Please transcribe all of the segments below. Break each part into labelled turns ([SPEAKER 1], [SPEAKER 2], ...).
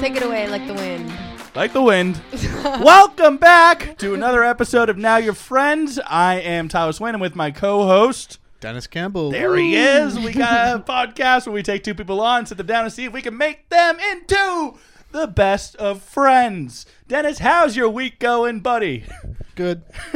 [SPEAKER 1] Take it away like the wind.
[SPEAKER 2] like the wind. Welcome back to another episode of Now Your Friends. I am Tyler Swain. I'm with my co-host.
[SPEAKER 3] Dennis Campbell.
[SPEAKER 2] There he is. We got a podcast where we take two people on, sit them down, and see if we can make them into the best of friends. Dennis, how's your week going, buddy?
[SPEAKER 3] Good.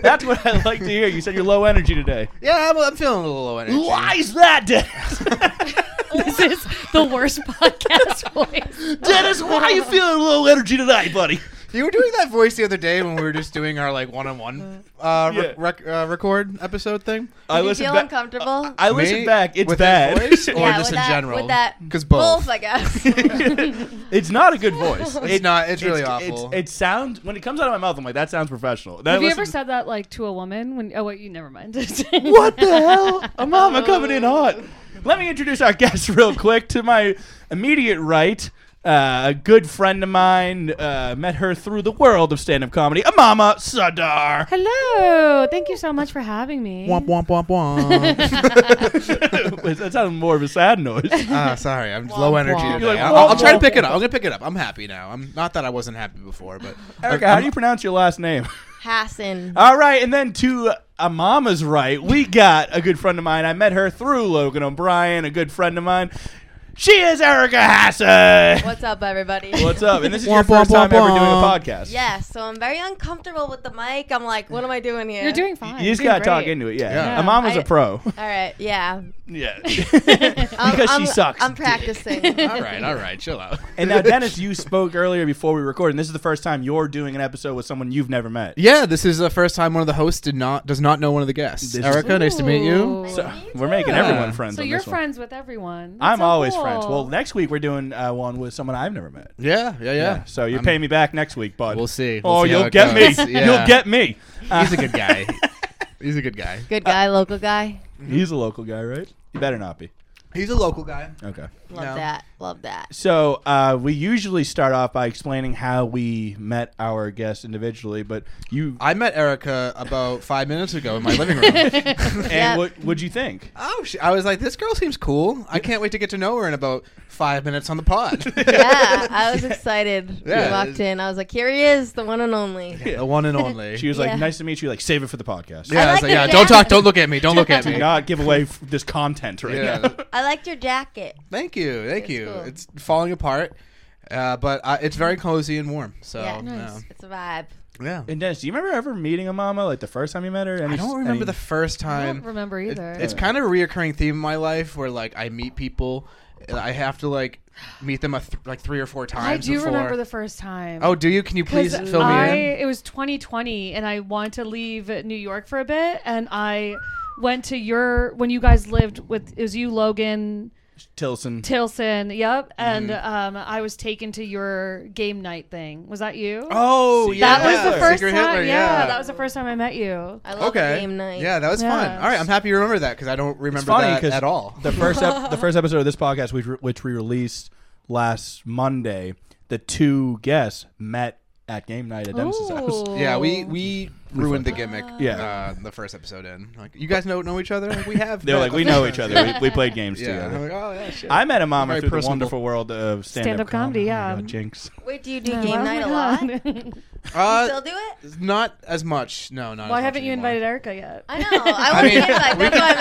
[SPEAKER 2] That's what I like to hear. You said you're low energy today.
[SPEAKER 3] Yeah, I'm, I'm feeling a little low energy.
[SPEAKER 2] Why's that, Dennis?
[SPEAKER 1] This is the worst podcast voice.
[SPEAKER 2] Dennis, why are you feeling low energy tonight, buddy?
[SPEAKER 3] You were doing that voice the other day when we were just doing our like one-on-one uh,
[SPEAKER 2] Yeah.
[SPEAKER 3] rec- uh, record episode thing.
[SPEAKER 2] I
[SPEAKER 1] you
[SPEAKER 2] listen
[SPEAKER 1] feel
[SPEAKER 2] back.
[SPEAKER 1] uncomfortable?
[SPEAKER 2] I listen
[SPEAKER 3] Me?
[SPEAKER 2] back. It's
[SPEAKER 3] With that
[SPEAKER 2] bad.
[SPEAKER 3] voice? or
[SPEAKER 1] yeah,
[SPEAKER 3] just
[SPEAKER 1] with
[SPEAKER 3] in
[SPEAKER 1] that,
[SPEAKER 3] general?
[SPEAKER 1] With that,
[SPEAKER 3] 'Cause both.
[SPEAKER 1] I guess.
[SPEAKER 2] It's not a good voice.
[SPEAKER 3] It's not. It's really awful.
[SPEAKER 2] it sounds when it comes out of my mouth, I'm like, that sounds professional. That
[SPEAKER 4] Have you ever
[SPEAKER 2] listen-
[SPEAKER 4] said that like to a woman? When oh wait, you never mind.
[SPEAKER 2] what the hell? A mama coming in hot. Let me introduce our guest real quick. To my immediate right, uh, a good friend of mine uh, met her through the world of stand-up comedy. Amama Sadar.
[SPEAKER 4] Hello. Thank you so much for having me.
[SPEAKER 3] Womp womp womp womp.
[SPEAKER 2] that sounded more of a sad noise.
[SPEAKER 3] Ah, sorry, I'm low
[SPEAKER 1] Womp,
[SPEAKER 3] energy
[SPEAKER 1] womp.
[SPEAKER 3] today.
[SPEAKER 2] You're like,
[SPEAKER 3] I'll, I'll- I'll
[SPEAKER 2] womp,
[SPEAKER 3] try to
[SPEAKER 2] womp.
[SPEAKER 3] pick it up. I'm gonna pick it up. I'm happy now. I'm not that I wasn't happy before, but
[SPEAKER 2] Erica,
[SPEAKER 3] I'm-
[SPEAKER 2] how do you pronounce your last name?
[SPEAKER 1] Hassan.
[SPEAKER 2] All right, and then to uh, a mama's right, we got a good friend of mine. I met her through Logan O'Brien, a good friend of mine. She is Erica Hassan.
[SPEAKER 1] What's up, everybody?
[SPEAKER 2] What's up? And this is your
[SPEAKER 3] Womp, womp,
[SPEAKER 2] first time
[SPEAKER 3] womp,
[SPEAKER 2] ever doing a
[SPEAKER 3] womp.
[SPEAKER 2] podcast.
[SPEAKER 1] Yeah, so I'm very uncomfortable with the mic. I'm like, what am I doing here?
[SPEAKER 4] You're doing fine.
[SPEAKER 2] You just
[SPEAKER 4] You're
[SPEAKER 2] gotta
[SPEAKER 4] doing
[SPEAKER 2] talk
[SPEAKER 4] great.
[SPEAKER 2] into it. Yeah.
[SPEAKER 3] Yeah.
[SPEAKER 2] A mama's a
[SPEAKER 1] I-
[SPEAKER 2] pro.
[SPEAKER 1] All right, yeah.
[SPEAKER 2] yeah. because
[SPEAKER 1] I'm,
[SPEAKER 2] she sucks.
[SPEAKER 1] I'm practicing.
[SPEAKER 3] all right, all right, chill out.
[SPEAKER 2] and now, Dennis, you spoke earlier before we recorded, and this is the first time you're doing an episode with someone you've never met.
[SPEAKER 3] Yeah, this is the first time one of the hosts did not does not know one of the guests.
[SPEAKER 2] This is-
[SPEAKER 3] Erica, nice to meet you.
[SPEAKER 4] Ooh.
[SPEAKER 2] So
[SPEAKER 1] Me
[SPEAKER 2] we're making
[SPEAKER 3] too.
[SPEAKER 2] everyone
[SPEAKER 3] Yeah.
[SPEAKER 2] friends.
[SPEAKER 4] So
[SPEAKER 2] on
[SPEAKER 4] you're
[SPEAKER 2] this one.
[SPEAKER 4] friends with everyone. That's
[SPEAKER 2] I'm
[SPEAKER 4] so
[SPEAKER 2] always
[SPEAKER 4] cool.
[SPEAKER 2] friends. Well, next week we're doing uh, one with someone I've never met.
[SPEAKER 3] Yeah, yeah, yeah.
[SPEAKER 2] So you're
[SPEAKER 3] I'm-
[SPEAKER 2] paying me back next week, bud.
[SPEAKER 3] We'll see. We'll
[SPEAKER 2] oh,
[SPEAKER 3] see how
[SPEAKER 2] you'll
[SPEAKER 3] it
[SPEAKER 2] get
[SPEAKER 3] goes.
[SPEAKER 2] me.
[SPEAKER 3] Yeah.
[SPEAKER 2] You'll get me. Uh,
[SPEAKER 3] He's a good guy. He's a good guy.
[SPEAKER 1] Good guy, local guy.
[SPEAKER 2] he's a local guy, right? You better not be.
[SPEAKER 3] He's a local guy.
[SPEAKER 2] Okay.
[SPEAKER 1] Love
[SPEAKER 3] No.
[SPEAKER 1] that. Love that.
[SPEAKER 2] So uh, we usually start off by explaining how we met our guests individually, but you
[SPEAKER 3] I met Erica about five minutes ago in my living room.
[SPEAKER 2] and
[SPEAKER 1] Yep.
[SPEAKER 2] what would you think?
[SPEAKER 3] oh, she, I was like, this girl seems cool. I can't wait to get to know her in about five minutes on the pod.
[SPEAKER 1] Yeah, I was excited.
[SPEAKER 3] Yeah.
[SPEAKER 1] We walked in. I was like, here he is, the one and only.
[SPEAKER 3] The one and only.
[SPEAKER 2] She was
[SPEAKER 1] Yeah.
[SPEAKER 2] like, "Nice to meet you." Like, save it for the podcast.
[SPEAKER 3] yeah, I,
[SPEAKER 1] I like
[SPEAKER 3] was like,
[SPEAKER 1] the
[SPEAKER 3] yeah, don't
[SPEAKER 1] jacket.
[SPEAKER 3] talk, don't look at me, don't look at
[SPEAKER 2] Do
[SPEAKER 3] me.
[SPEAKER 2] not give away f- this content right
[SPEAKER 3] Yeah.
[SPEAKER 2] now.
[SPEAKER 1] I liked your jacket.
[SPEAKER 3] Thank you, thank
[SPEAKER 1] It's
[SPEAKER 3] you.
[SPEAKER 1] cool.
[SPEAKER 3] It's falling apart, uh, but uh, it's very cozy and warm. So
[SPEAKER 1] Yeah.
[SPEAKER 4] Nice.
[SPEAKER 1] It's a vibe.
[SPEAKER 3] yeah. yeah.
[SPEAKER 2] and Dennis, do you remember ever meeting a mama? Like the first time you met her? Any-
[SPEAKER 3] I don't remember
[SPEAKER 2] any-
[SPEAKER 3] the first
[SPEAKER 4] I
[SPEAKER 3] time.
[SPEAKER 4] don't remember
[SPEAKER 3] It-
[SPEAKER 4] either.
[SPEAKER 3] it's kind of a reoccurring theme in my life where like I meet people, and I have to like meet them a th- like three or four
[SPEAKER 4] I
[SPEAKER 3] times.
[SPEAKER 4] do
[SPEAKER 3] before.
[SPEAKER 4] remember the first time.
[SPEAKER 3] Oh, do you? Can you please
[SPEAKER 4] Because
[SPEAKER 3] fill
[SPEAKER 4] I,
[SPEAKER 3] me in?
[SPEAKER 4] It was 2020, and I wanted to leave New York for a bit, and I went to your when you guys lived with it was you Logan
[SPEAKER 2] Tilson.
[SPEAKER 4] Tilson. Yep, and
[SPEAKER 3] Mm-hmm.
[SPEAKER 4] um, I was taken to your game night thing. Was that you?
[SPEAKER 3] Oh,
[SPEAKER 4] that was
[SPEAKER 3] yeah,
[SPEAKER 4] the first
[SPEAKER 3] Secret
[SPEAKER 4] time.
[SPEAKER 3] Hitler,
[SPEAKER 4] yeah.
[SPEAKER 3] yeah.
[SPEAKER 4] that was the first time I met you.
[SPEAKER 1] I love
[SPEAKER 3] Okay.
[SPEAKER 1] game night.
[SPEAKER 3] Yeah, that was fun.
[SPEAKER 4] Yeah.
[SPEAKER 3] All right, I'm happy you remember that because I don't remember
[SPEAKER 2] funny
[SPEAKER 3] that
[SPEAKER 2] 'cause
[SPEAKER 3] at all.
[SPEAKER 2] The first ep- the first episode of this podcast, which re- which we released last Monday, the two guests met at game night at Dennis's house.
[SPEAKER 4] Ooh.
[SPEAKER 3] yeah, we we ruined the gimmick.
[SPEAKER 2] Yeah.
[SPEAKER 3] uh, the first episode in. Like, you guys know know each other? Like, we have.
[SPEAKER 2] They were
[SPEAKER 3] met
[SPEAKER 2] like,
[SPEAKER 3] a
[SPEAKER 2] we
[SPEAKER 3] few
[SPEAKER 2] know
[SPEAKER 3] times."
[SPEAKER 2] each other. We, we played games
[SPEAKER 3] Yeah. I'm
[SPEAKER 2] together.
[SPEAKER 3] like, oh yeah, shit.
[SPEAKER 2] I met a mama
[SPEAKER 3] Very
[SPEAKER 2] through
[SPEAKER 3] personable.
[SPEAKER 2] the wonderful world of stand-up,
[SPEAKER 4] Stand-up comedy,
[SPEAKER 2] Oh my
[SPEAKER 4] yeah.
[SPEAKER 2] God, jinx.
[SPEAKER 1] Wait, do you do
[SPEAKER 4] Oh,
[SPEAKER 1] game
[SPEAKER 4] my
[SPEAKER 1] night a lot? You
[SPEAKER 4] God.
[SPEAKER 3] Uh,
[SPEAKER 1] still do it?
[SPEAKER 3] not as much. No, not.
[SPEAKER 4] Why
[SPEAKER 3] as much
[SPEAKER 4] haven't you
[SPEAKER 3] anymore.
[SPEAKER 4] invited Erica yet?
[SPEAKER 1] I know. I want to
[SPEAKER 3] mean,
[SPEAKER 1] get invite.
[SPEAKER 3] we
[SPEAKER 1] That's
[SPEAKER 3] can-
[SPEAKER 1] why I'm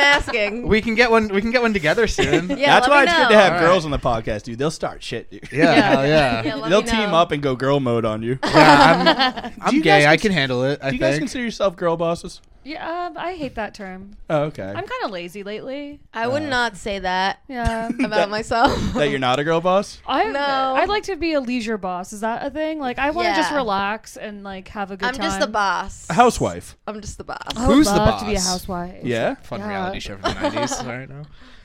[SPEAKER 1] asking.
[SPEAKER 3] We can get one. We can get one together soon.
[SPEAKER 1] Yeah,
[SPEAKER 2] That's
[SPEAKER 1] let
[SPEAKER 2] why
[SPEAKER 1] me
[SPEAKER 2] it's
[SPEAKER 1] know.
[SPEAKER 2] good to have
[SPEAKER 3] All
[SPEAKER 2] girls on the podcast, dude. They'll start shit. Dude.
[SPEAKER 3] Yeah,
[SPEAKER 4] Yeah.
[SPEAKER 3] hell yeah.
[SPEAKER 1] Yeah, let
[SPEAKER 2] They'll
[SPEAKER 1] me
[SPEAKER 2] team
[SPEAKER 1] know.
[SPEAKER 2] up and go girl mode on you. Do
[SPEAKER 3] Yeah, I'm,
[SPEAKER 2] you
[SPEAKER 3] I'm
[SPEAKER 2] guys
[SPEAKER 3] gay. I
[SPEAKER 2] cons-
[SPEAKER 3] can handle it. I
[SPEAKER 2] you guys
[SPEAKER 3] think.
[SPEAKER 2] consider yourself girl bosses?
[SPEAKER 4] Yeah, um, I hate that term.
[SPEAKER 2] Oh, okay.
[SPEAKER 4] I'm kind of lazy lately.
[SPEAKER 1] I would not say that
[SPEAKER 4] Yeah.
[SPEAKER 1] about myself.
[SPEAKER 2] that you're not a girl boss?
[SPEAKER 4] I
[SPEAKER 1] No.
[SPEAKER 4] I'd like to be a leisure boss. Is that a thing? Like I want to just
[SPEAKER 1] Yeah.
[SPEAKER 4] relax and like have a good
[SPEAKER 1] I'm
[SPEAKER 4] time.
[SPEAKER 1] just the boss.
[SPEAKER 2] A housewife.
[SPEAKER 1] I'm just the boss.
[SPEAKER 4] I would
[SPEAKER 3] Who's the
[SPEAKER 4] love to be a
[SPEAKER 3] boss?
[SPEAKER 4] housewife.
[SPEAKER 2] Yeah.
[SPEAKER 3] Fun
[SPEAKER 4] Yeah.
[SPEAKER 3] reality show from the 90s. All right, now.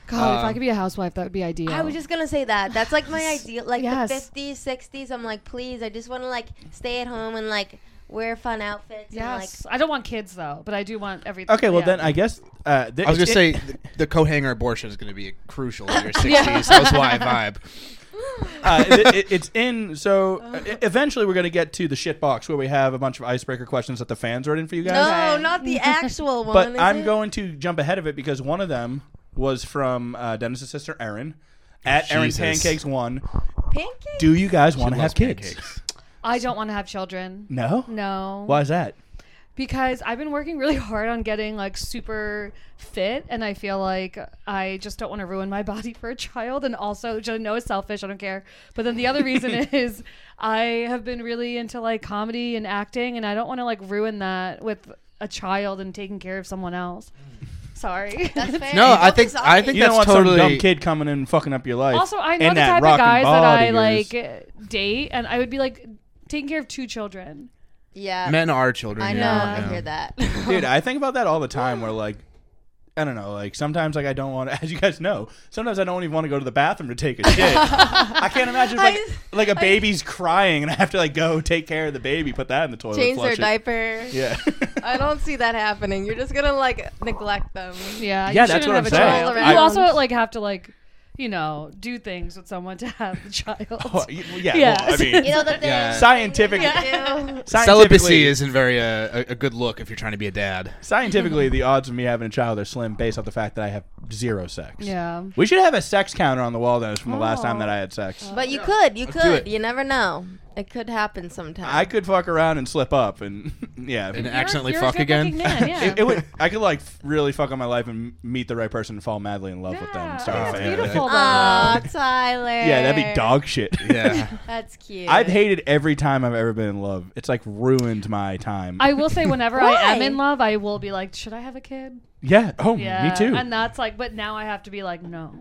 [SPEAKER 4] God, if
[SPEAKER 3] Um,
[SPEAKER 4] I could be a housewife, that would be ideal.
[SPEAKER 1] I was just gonna say that. That's like my ideal, like
[SPEAKER 4] Yes.
[SPEAKER 1] the 50s, 60s. I'm like, please, I just want to like stay at home and like wear fun outfits.
[SPEAKER 4] Yes, I don't want kids though, but I do want everything.
[SPEAKER 2] Okay, well
[SPEAKER 4] yeah.
[SPEAKER 2] then I guess uh, th-
[SPEAKER 3] I was gonna
[SPEAKER 2] it-
[SPEAKER 3] say the, the co-hanger abortion is gonna be crucial in your 60s. Housewife vibe.
[SPEAKER 2] uh, it, it- it's in. So uh, e- eventually we're gonna get to the shit box where we have a bunch of icebreaker questions that the fans wrote in for you
[SPEAKER 1] And
[SPEAKER 2] guys.
[SPEAKER 1] like, no,
[SPEAKER 4] Okay.
[SPEAKER 1] not the actual one.
[SPEAKER 2] But
[SPEAKER 1] is
[SPEAKER 2] I'm
[SPEAKER 1] it?
[SPEAKER 2] going to jump ahead of it because one of them was from uh, Dennis's sister Erin at Erin
[SPEAKER 3] Oh, Jesus.
[SPEAKER 2] Pancakes One,
[SPEAKER 1] pancakes?
[SPEAKER 2] Do you guys want to have
[SPEAKER 3] loves
[SPEAKER 2] kids?
[SPEAKER 3] pancakes.
[SPEAKER 4] I don't want to have children.
[SPEAKER 2] No?
[SPEAKER 4] No.
[SPEAKER 2] Why is that?
[SPEAKER 4] Because I've been working really hard on getting like super fit, and I feel like I just don't want to ruin my body for a child. And also, which I know is selfish. I don't care. But then the other reason is I have been really into like comedy and acting, and I don't want to like ruin that with a child and taking care of someone else.
[SPEAKER 2] Mm.
[SPEAKER 4] Sorry.
[SPEAKER 1] That's fair.
[SPEAKER 3] No,
[SPEAKER 1] You're
[SPEAKER 3] I think-
[SPEAKER 1] both
[SPEAKER 3] I
[SPEAKER 1] zombies.
[SPEAKER 3] think
[SPEAKER 2] You don't want
[SPEAKER 3] that's
[SPEAKER 2] some dumb
[SPEAKER 3] totally-
[SPEAKER 2] kid coming in and fucking up your life.
[SPEAKER 4] Also, I know
[SPEAKER 2] And
[SPEAKER 4] the
[SPEAKER 2] that
[SPEAKER 4] type of
[SPEAKER 2] rockin'
[SPEAKER 4] guys that
[SPEAKER 2] bod of
[SPEAKER 4] I
[SPEAKER 2] yours.
[SPEAKER 4] like date, and I would be like taking care of two children.
[SPEAKER 1] Yeah.
[SPEAKER 3] Men are children.
[SPEAKER 1] I know.
[SPEAKER 3] yeah.
[SPEAKER 1] I
[SPEAKER 3] Yeah.
[SPEAKER 1] hear that.
[SPEAKER 2] Dude, I think about that all the time where like I don't know, like sometimes like I don't want to as you guys know, sometimes I don't even want to go to the bathroom to take a shit. I can't imagine like
[SPEAKER 1] I-
[SPEAKER 2] like a baby's crying and I have to like go take care of the baby, put that in the toilet.
[SPEAKER 1] Change their
[SPEAKER 2] flush it.
[SPEAKER 1] diaper.
[SPEAKER 2] Yeah.
[SPEAKER 1] I don't see that happening. You're just gonna like neglect them.
[SPEAKER 2] Yeah,
[SPEAKER 4] Yeah, you
[SPEAKER 2] that's
[SPEAKER 4] shouldn't
[SPEAKER 2] what
[SPEAKER 4] have
[SPEAKER 2] I'm
[SPEAKER 4] a
[SPEAKER 2] saying.
[SPEAKER 4] Child.
[SPEAKER 1] I-
[SPEAKER 4] you also like have to like, you know, do things with someone to have the child.
[SPEAKER 2] Well, Oh, y- well, yeah,
[SPEAKER 4] Yeah.
[SPEAKER 2] well, I mean
[SPEAKER 1] You know the thing.
[SPEAKER 3] Yeah.
[SPEAKER 2] Scientific-
[SPEAKER 1] Yeah.
[SPEAKER 2] scientifically-
[SPEAKER 3] Celibacy isn't very uh, a, a good look if you're trying to be a dad.
[SPEAKER 2] Scientifically, the odds of me having a child are slim based off the fact that I have zero sex.
[SPEAKER 4] Yeah.
[SPEAKER 2] We should have a sex counter on the wall that was from the last time
[SPEAKER 1] Oh.
[SPEAKER 2] that I had sex.
[SPEAKER 1] But you could, you
[SPEAKER 3] Let's do
[SPEAKER 1] could.
[SPEAKER 3] it.
[SPEAKER 1] You never know. It could happen sometime.
[SPEAKER 2] I could fuck around and slip up, and yeah,
[SPEAKER 3] And
[SPEAKER 2] it,
[SPEAKER 3] accidentally
[SPEAKER 4] you're a
[SPEAKER 3] fuck again.
[SPEAKER 4] good-looking man, yeah.
[SPEAKER 2] it would. I could like f- really fuck on my life and meet the right person and fall madly in love with them.
[SPEAKER 4] Yeah,
[SPEAKER 2] And
[SPEAKER 4] I
[SPEAKER 2] start a
[SPEAKER 4] think that's
[SPEAKER 2] family.
[SPEAKER 4] beautiful.
[SPEAKER 1] Aw, Tyler.
[SPEAKER 2] Yeah, that'd be dog shit.
[SPEAKER 3] Yeah.
[SPEAKER 1] That's cute.
[SPEAKER 2] I've hated every time I've ever been in love. It's like ruined my time.
[SPEAKER 4] I will say, whenever I am
[SPEAKER 1] Why?
[SPEAKER 4] in love, I will be like, should I have a kid?
[SPEAKER 2] yeah. Oh,
[SPEAKER 4] Yeah,
[SPEAKER 2] me too,
[SPEAKER 4] And that's like, but now I have to be like, no.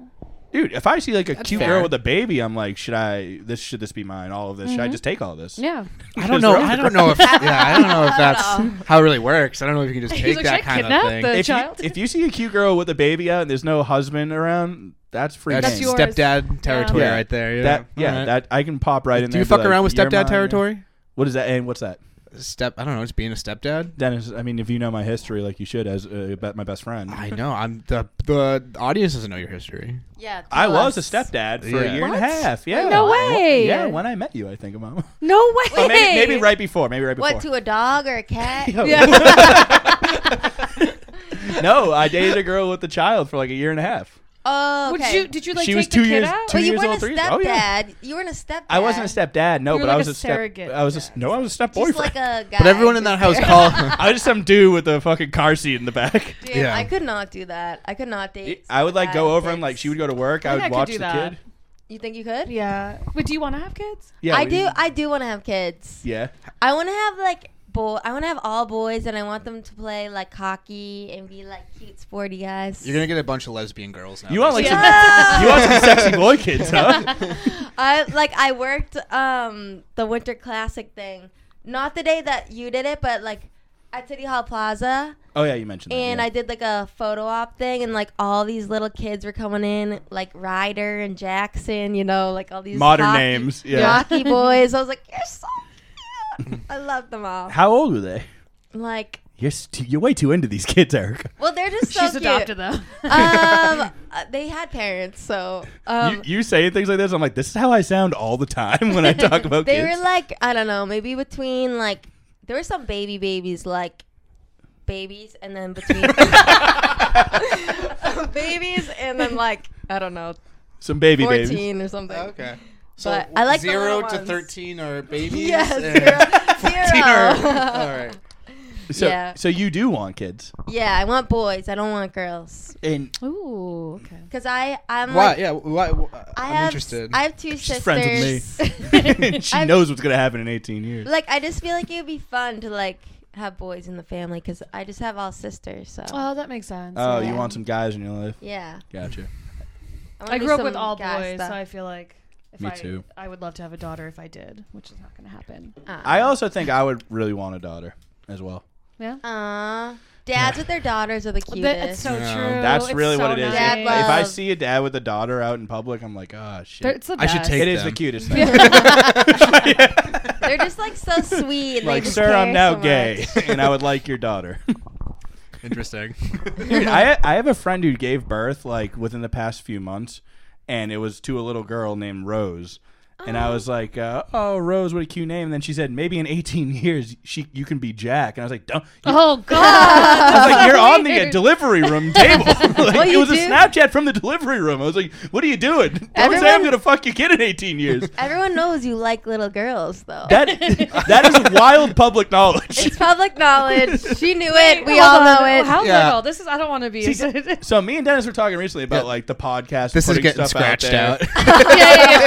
[SPEAKER 2] dude. If I see like a cute
[SPEAKER 3] fair.
[SPEAKER 2] girl with a baby, I'm like, should I? This should this be mine? All of this? Should I just take all this?
[SPEAKER 4] Mm-hmm. Yeah.
[SPEAKER 3] I don't know. I don't know if yeah. I don't know if that's how it really works. I don't know if you can just
[SPEAKER 4] He's
[SPEAKER 3] take
[SPEAKER 4] like,
[SPEAKER 3] that
[SPEAKER 4] "Should I
[SPEAKER 3] kind
[SPEAKER 4] kidnap
[SPEAKER 3] of thing.
[SPEAKER 4] the-
[SPEAKER 2] If you,
[SPEAKER 4] child.
[SPEAKER 2] if you see a cute girl with a baby out and there's no husband around, that's free.
[SPEAKER 3] That's
[SPEAKER 4] That's
[SPEAKER 2] game.
[SPEAKER 4] yours.
[SPEAKER 3] stepdad territory
[SPEAKER 2] Yeah.
[SPEAKER 3] right there. Yeah.
[SPEAKER 2] That yeah,
[SPEAKER 3] Alright.
[SPEAKER 2] that I can pop right in
[SPEAKER 3] Do
[SPEAKER 2] there.
[SPEAKER 3] you
[SPEAKER 2] and be
[SPEAKER 3] fuck
[SPEAKER 2] like,
[SPEAKER 3] around with
[SPEAKER 2] "You're uh,
[SPEAKER 3] stepdad
[SPEAKER 2] mine."
[SPEAKER 3] territory?
[SPEAKER 2] What is that? And what's that?
[SPEAKER 3] Step. I don't know. Just being a stepdad.
[SPEAKER 2] Dennis, I mean, if you know my history like you should, as uh, be- my best friend, I,
[SPEAKER 3] I know. I'm the the audience doesn't know your history.
[SPEAKER 1] yeah. tell
[SPEAKER 2] was a
[SPEAKER 1] us.
[SPEAKER 2] stepdad for a
[SPEAKER 3] Yeah.
[SPEAKER 2] year and a
[SPEAKER 4] What?
[SPEAKER 2] half. Yeah,
[SPEAKER 4] no
[SPEAKER 2] Wha-
[SPEAKER 4] way.
[SPEAKER 2] Yeah, when I met you, I think, Mom.
[SPEAKER 4] No
[SPEAKER 2] Or
[SPEAKER 4] way.
[SPEAKER 2] maybe, maybe right before. Maybe right before.
[SPEAKER 1] What to a dog or a cat?
[SPEAKER 2] Yo. no, I dated a girl with a child for like a year and a half.
[SPEAKER 1] Oh,
[SPEAKER 4] Would
[SPEAKER 1] okay.
[SPEAKER 4] you? Did you like
[SPEAKER 2] She
[SPEAKER 4] take
[SPEAKER 2] was
[SPEAKER 4] the
[SPEAKER 2] two
[SPEAKER 4] kid
[SPEAKER 2] years-
[SPEAKER 4] out?
[SPEAKER 2] two-
[SPEAKER 1] But you
[SPEAKER 2] years
[SPEAKER 1] weren't
[SPEAKER 2] old,
[SPEAKER 1] a
[SPEAKER 2] three
[SPEAKER 1] stepdad.
[SPEAKER 2] years- oh, yeah.
[SPEAKER 1] You weren't a stepdad.
[SPEAKER 2] I wasn't a stepdad, no,
[SPEAKER 4] You were
[SPEAKER 2] but I
[SPEAKER 4] like
[SPEAKER 2] was
[SPEAKER 4] a
[SPEAKER 2] a step.
[SPEAKER 4] surrogate
[SPEAKER 2] I was a s-
[SPEAKER 4] dad.
[SPEAKER 2] no, I was a step
[SPEAKER 1] Just
[SPEAKER 2] boyfriend.
[SPEAKER 1] like a guy.
[SPEAKER 3] But everyone in that
[SPEAKER 1] just
[SPEAKER 3] house
[SPEAKER 1] there.
[SPEAKER 3] called.
[SPEAKER 2] I was some dude with a fucking car seat in the back.
[SPEAKER 1] Dude,
[SPEAKER 3] Yeah.
[SPEAKER 1] I could not do that. I could not date.
[SPEAKER 2] I would like
[SPEAKER 1] stepdad
[SPEAKER 2] go over
[SPEAKER 1] dicks.
[SPEAKER 2] and like she would go to work. I,
[SPEAKER 4] I
[SPEAKER 2] would
[SPEAKER 4] think I could
[SPEAKER 2] watch
[SPEAKER 4] do
[SPEAKER 2] the
[SPEAKER 4] that.
[SPEAKER 2] kid.
[SPEAKER 1] You think you could?
[SPEAKER 4] Yeah. But do you want to have kids?
[SPEAKER 2] Yeah,
[SPEAKER 1] I
[SPEAKER 2] we-
[SPEAKER 1] do. I do want to have kids.
[SPEAKER 2] Yeah.
[SPEAKER 1] I want to have like boy. I want to have all boys, and I want them to play like hockey and be like cute, sporty guys.
[SPEAKER 3] You're gonna get a bunch of lesbian girls now.
[SPEAKER 2] You want like
[SPEAKER 4] Yeah.
[SPEAKER 2] some, you want some sexy boy kids, huh?
[SPEAKER 1] I like I worked um the Winter Classic thing, not the day that you did it, but like at City Hall Plaza,
[SPEAKER 2] Oh yeah, you mentioned that.
[SPEAKER 1] and I did like a photo op thing, and like all these little kids were coming in, like Ryder and Jackson, you know, like all these
[SPEAKER 2] modern
[SPEAKER 1] hockey-
[SPEAKER 2] names. Yeah.
[SPEAKER 1] hockey boys. I was like, you're so cute. I love them all.
[SPEAKER 2] How old were they?
[SPEAKER 1] Like,
[SPEAKER 2] You're st- you're way too into these kids, Eric.
[SPEAKER 1] well, they're just so
[SPEAKER 4] She's
[SPEAKER 1] cute.
[SPEAKER 4] adopted them.
[SPEAKER 1] um, uh, they had parents, so um,
[SPEAKER 2] you, you say things like this. I'm like, this is how I sound all the time when I talk about
[SPEAKER 1] they
[SPEAKER 2] kids.
[SPEAKER 1] were like I don't know, maybe between like there were some baby babies like babies, and then between babies, and then like I don't know,
[SPEAKER 2] Some baby
[SPEAKER 1] fourteen
[SPEAKER 2] babies. Oh,
[SPEAKER 1] or something.
[SPEAKER 3] Okay.
[SPEAKER 1] But I like the
[SPEAKER 3] zero
[SPEAKER 1] little
[SPEAKER 3] to
[SPEAKER 1] ones.
[SPEAKER 3] thirteen are babies.
[SPEAKER 1] Yes,
[SPEAKER 3] and-
[SPEAKER 1] zero.
[SPEAKER 3] 14
[SPEAKER 1] Zero.
[SPEAKER 3] are- All right.
[SPEAKER 2] So,
[SPEAKER 1] yeah.
[SPEAKER 2] so you do want kids,
[SPEAKER 1] Yeah, I want boys. I don't want girls.
[SPEAKER 2] and
[SPEAKER 4] Ooh. Okay.
[SPEAKER 1] Cause I I'm
[SPEAKER 3] Why?
[SPEAKER 1] like,
[SPEAKER 3] Yeah. Why? why
[SPEAKER 1] I
[SPEAKER 3] I'm
[SPEAKER 1] have
[SPEAKER 3] interested.
[SPEAKER 1] I have two
[SPEAKER 2] She's
[SPEAKER 1] sisters.
[SPEAKER 2] friends with she
[SPEAKER 1] I'm-
[SPEAKER 2] knows what's gonna happen in 18 years.
[SPEAKER 1] like I just feel like it would be fun to like have boys in the family because I just have all sisters. So
[SPEAKER 4] Oh, that makes sense.
[SPEAKER 2] Oh,
[SPEAKER 1] Yeah.
[SPEAKER 2] you want some guys in your life?
[SPEAKER 1] yeah,
[SPEAKER 2] Gotcha.
[SPEAKER 1] I, wanna
[SPEAKER 4] I
[SPEAKER 1] do
[SPEAKER 4] grew up with
[SPEAKER 1] some
[SPEAKER 4] all
[SPEAKER 1] guy
[SPEAKER 4] boys,
[SPEAKER 1] stuff.
[SPEAKER 4] so I feel like if
[SPEAKER 2] Me
[SPEAKER 4] I,
[SPEAKER 2] too.
[SPEAKER 4] I would love to have a daughter if I did, which is not going to happen.
[SPEAKER 2] I also think I would really want a daughter as well.
[SPEAKER 4] Yeah.
[SPEAKER 1] Aw. Dads with their daughters are the cutest.
[SPEAKER 4] That- it's so
[SPEAKER 3] Yeah.
[SPEAKER 1] Oh,
[SPEAKER 4] true.
[SPEAKER 2] That's
[SPEAKER 4] It's
[SPEAKER 2] really
[SPEAKER 4] so
[SPEAKER 2] what it is.
[SPEAKER 1] Dad
[SPEAKER 2] If-
[SPEAKER 1] love.
[SPEAKER 2] If I see a dad with a daughter out in public, I'm like, ah, shit.
[SPEAKER 4] They're- It's the
[SPEAKER 3] I should
[SPEAKER 4] best.
[SPEAKER 3] take
[SPEAKER 2] It is
[SPEAKER 3] them.
[SPEAKER 2] the cutest thing.
[SPEAKER 1] They're just like so sweet. and they
[SPEAKER 2] like,
[SPEAKER 1] just
[SPEAKER 2] sir, I'm
[SPEAKER 1] care
[SPEAKER 2] now
[SPEAKER 1] so
[SPEAKER 2] gay,
[SPEAKER 1] much."
[SPEAKER 2] and I would like your daughter.
[SPEAKER 3] Interesting.
[SPEAKER 2] Dude, I I have a friend who gave birth like within the past few months, and it was to a little girl named Rose. And I was like, uh, "Oh, Rose, what a cute name." And then she said, "Maybe in 18 years, she you can be Jack." And I was like, "Don't." You,
[SPEAKER 4] Oh God!
[SPEAKER 2] I was like, "You're on the uh, delivery room table." like, it
[SPEAKER 1] you
[SPEAKER 2] was a
[SPEAKER 1] do-
[SPEAKER 2] Snapchat from the delivery room. I was like, "What are you doing? Don't say I'm
[SPEAKER 1] Everyone-
[SPEAKER 2] gonna fuck your kid in 18 years."
[SPEAKER 1] Everyone knows you like little girls, though.
[SPEAKER 2] that that is wild public knowledge.
[SPEAKER 1] it's public knowledge. She knew it. We
[SPEAKER 4] Hold
[SPEAKER 1] all
[SPEAKER 4] on.
[SPEAKER 1] know it.
[SPEAKER 4] How
[SPEAKER 3] Yeah.
[SPEAKER 4] little? This is. I don't want to be.
[SPEAKER 2] See,
[SPEAKER 4] yeah,
[SPEAKER 2] So me and Dennis were talking recently about
[SPEAKER 3] Yeah.
[SPEAKER 2] like the podcast.
[SPEAKER 3] This is
[SPEAKER 2] putting
[SPEAKER 3] getting
[SPEAKER 2] stuff
[SPEAKER 3] scratched
[SPEAKER 2] out.
[SPEAKER 3] out.
[SPEAKER 2] there.
[SPEAKER 4] yeah, yeah.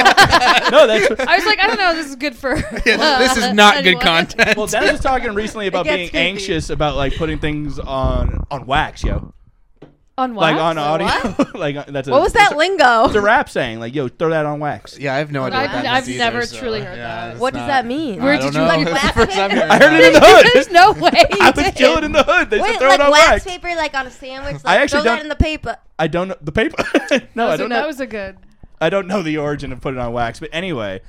[SPEAKER 2] no, that's
[SPEAKER 4] I was like, I don't know. This is good for.
[SPEAKER 3] this is not good
[SPEAKER 4] anyone.
[SPEAKER 3] content.
[SPEAKER 2] well. Dennis was talking recently about
[SPEAKER 1] gets
[SPEAKER 2] being
[SPEAKER 1] creepy.
[SPEAKER 2] anxious about like putting things on on wax, yo.
[SPEAKER 4] On what?
[SPEAKER 2] Like on audio,
[SPEAKER 1] What?
[SPEAKER 2] like uh, that's a,
[SPEAKER 1] What was
[SPEAKER 2] that's
[SPEAKER 1] that
[SPEAKER 2] a-
[SPEAKER 1] lingo?
[SPEAKER 2] It's a rap saying like, "Yo, throw that on wax."
[SPEAKER 3] yeah, I have no idea. what
[SPEAKER 1] I've-
[SPEAKER 3] that means
[SPEAKER 4] I've
[SPEAKER 3] either,
[SPEAKER 4] never
[SPEAKER 3] so,
[SPEAKER 4] truly heard
[SPEAKER 3] yeah,
[SPEAKER 4] that.
[SPEAKER 3] it's
[SPEAKER 1] What does
[SPEAKER 3] not-
[SPEAKER 1] that mean?
[SPEAKER 4] Where
[SPEAKER 3] I don't
[SPEAKER 4] did you
[SPEAKER 3] know.
[SPEAKER 4] learn
[SPEAKER 3] It's the
[SPEAKER 1] wax?
[SPEAKER 3] first time
[SPEAKER 2] I heard it in the
[SPEAKER 4] There's
[SPEAKER 2] hood.
[SPEAKER 4] no way. you
[SPEAKER 2] I was
[SPEAKER 4] did.
[SPEAKER 2] chilling in the hood. They said
[SPEAKER 1] Wait,
[SPEAKER 2] throw
[SPEAKER 1] like
[SPEAKER 2] it on
[SPEAKER 1] wax
[SPEAKER 2] wax.
[SPEAKER 1] paper, like on a sandwich. Like,
[SPEAKER 2] I actually
[SPEAKER 1] throw that
[SPEAKER 2] don't-
[SPEAKER 1] in the paper.
[SPEAKER 2] I don't know the paper. no,
[SPEAKER 4] That
[SPEAKER 2] I
[SPEAKER 4] was, a,
[SPEAKER 2] don't
[SPEAKER 4] that
[SPEAKER 2] know.
[SPEAKER 4] was a good.
[SPEAKER 2] I don't know the origin of putting on wax, but anyway,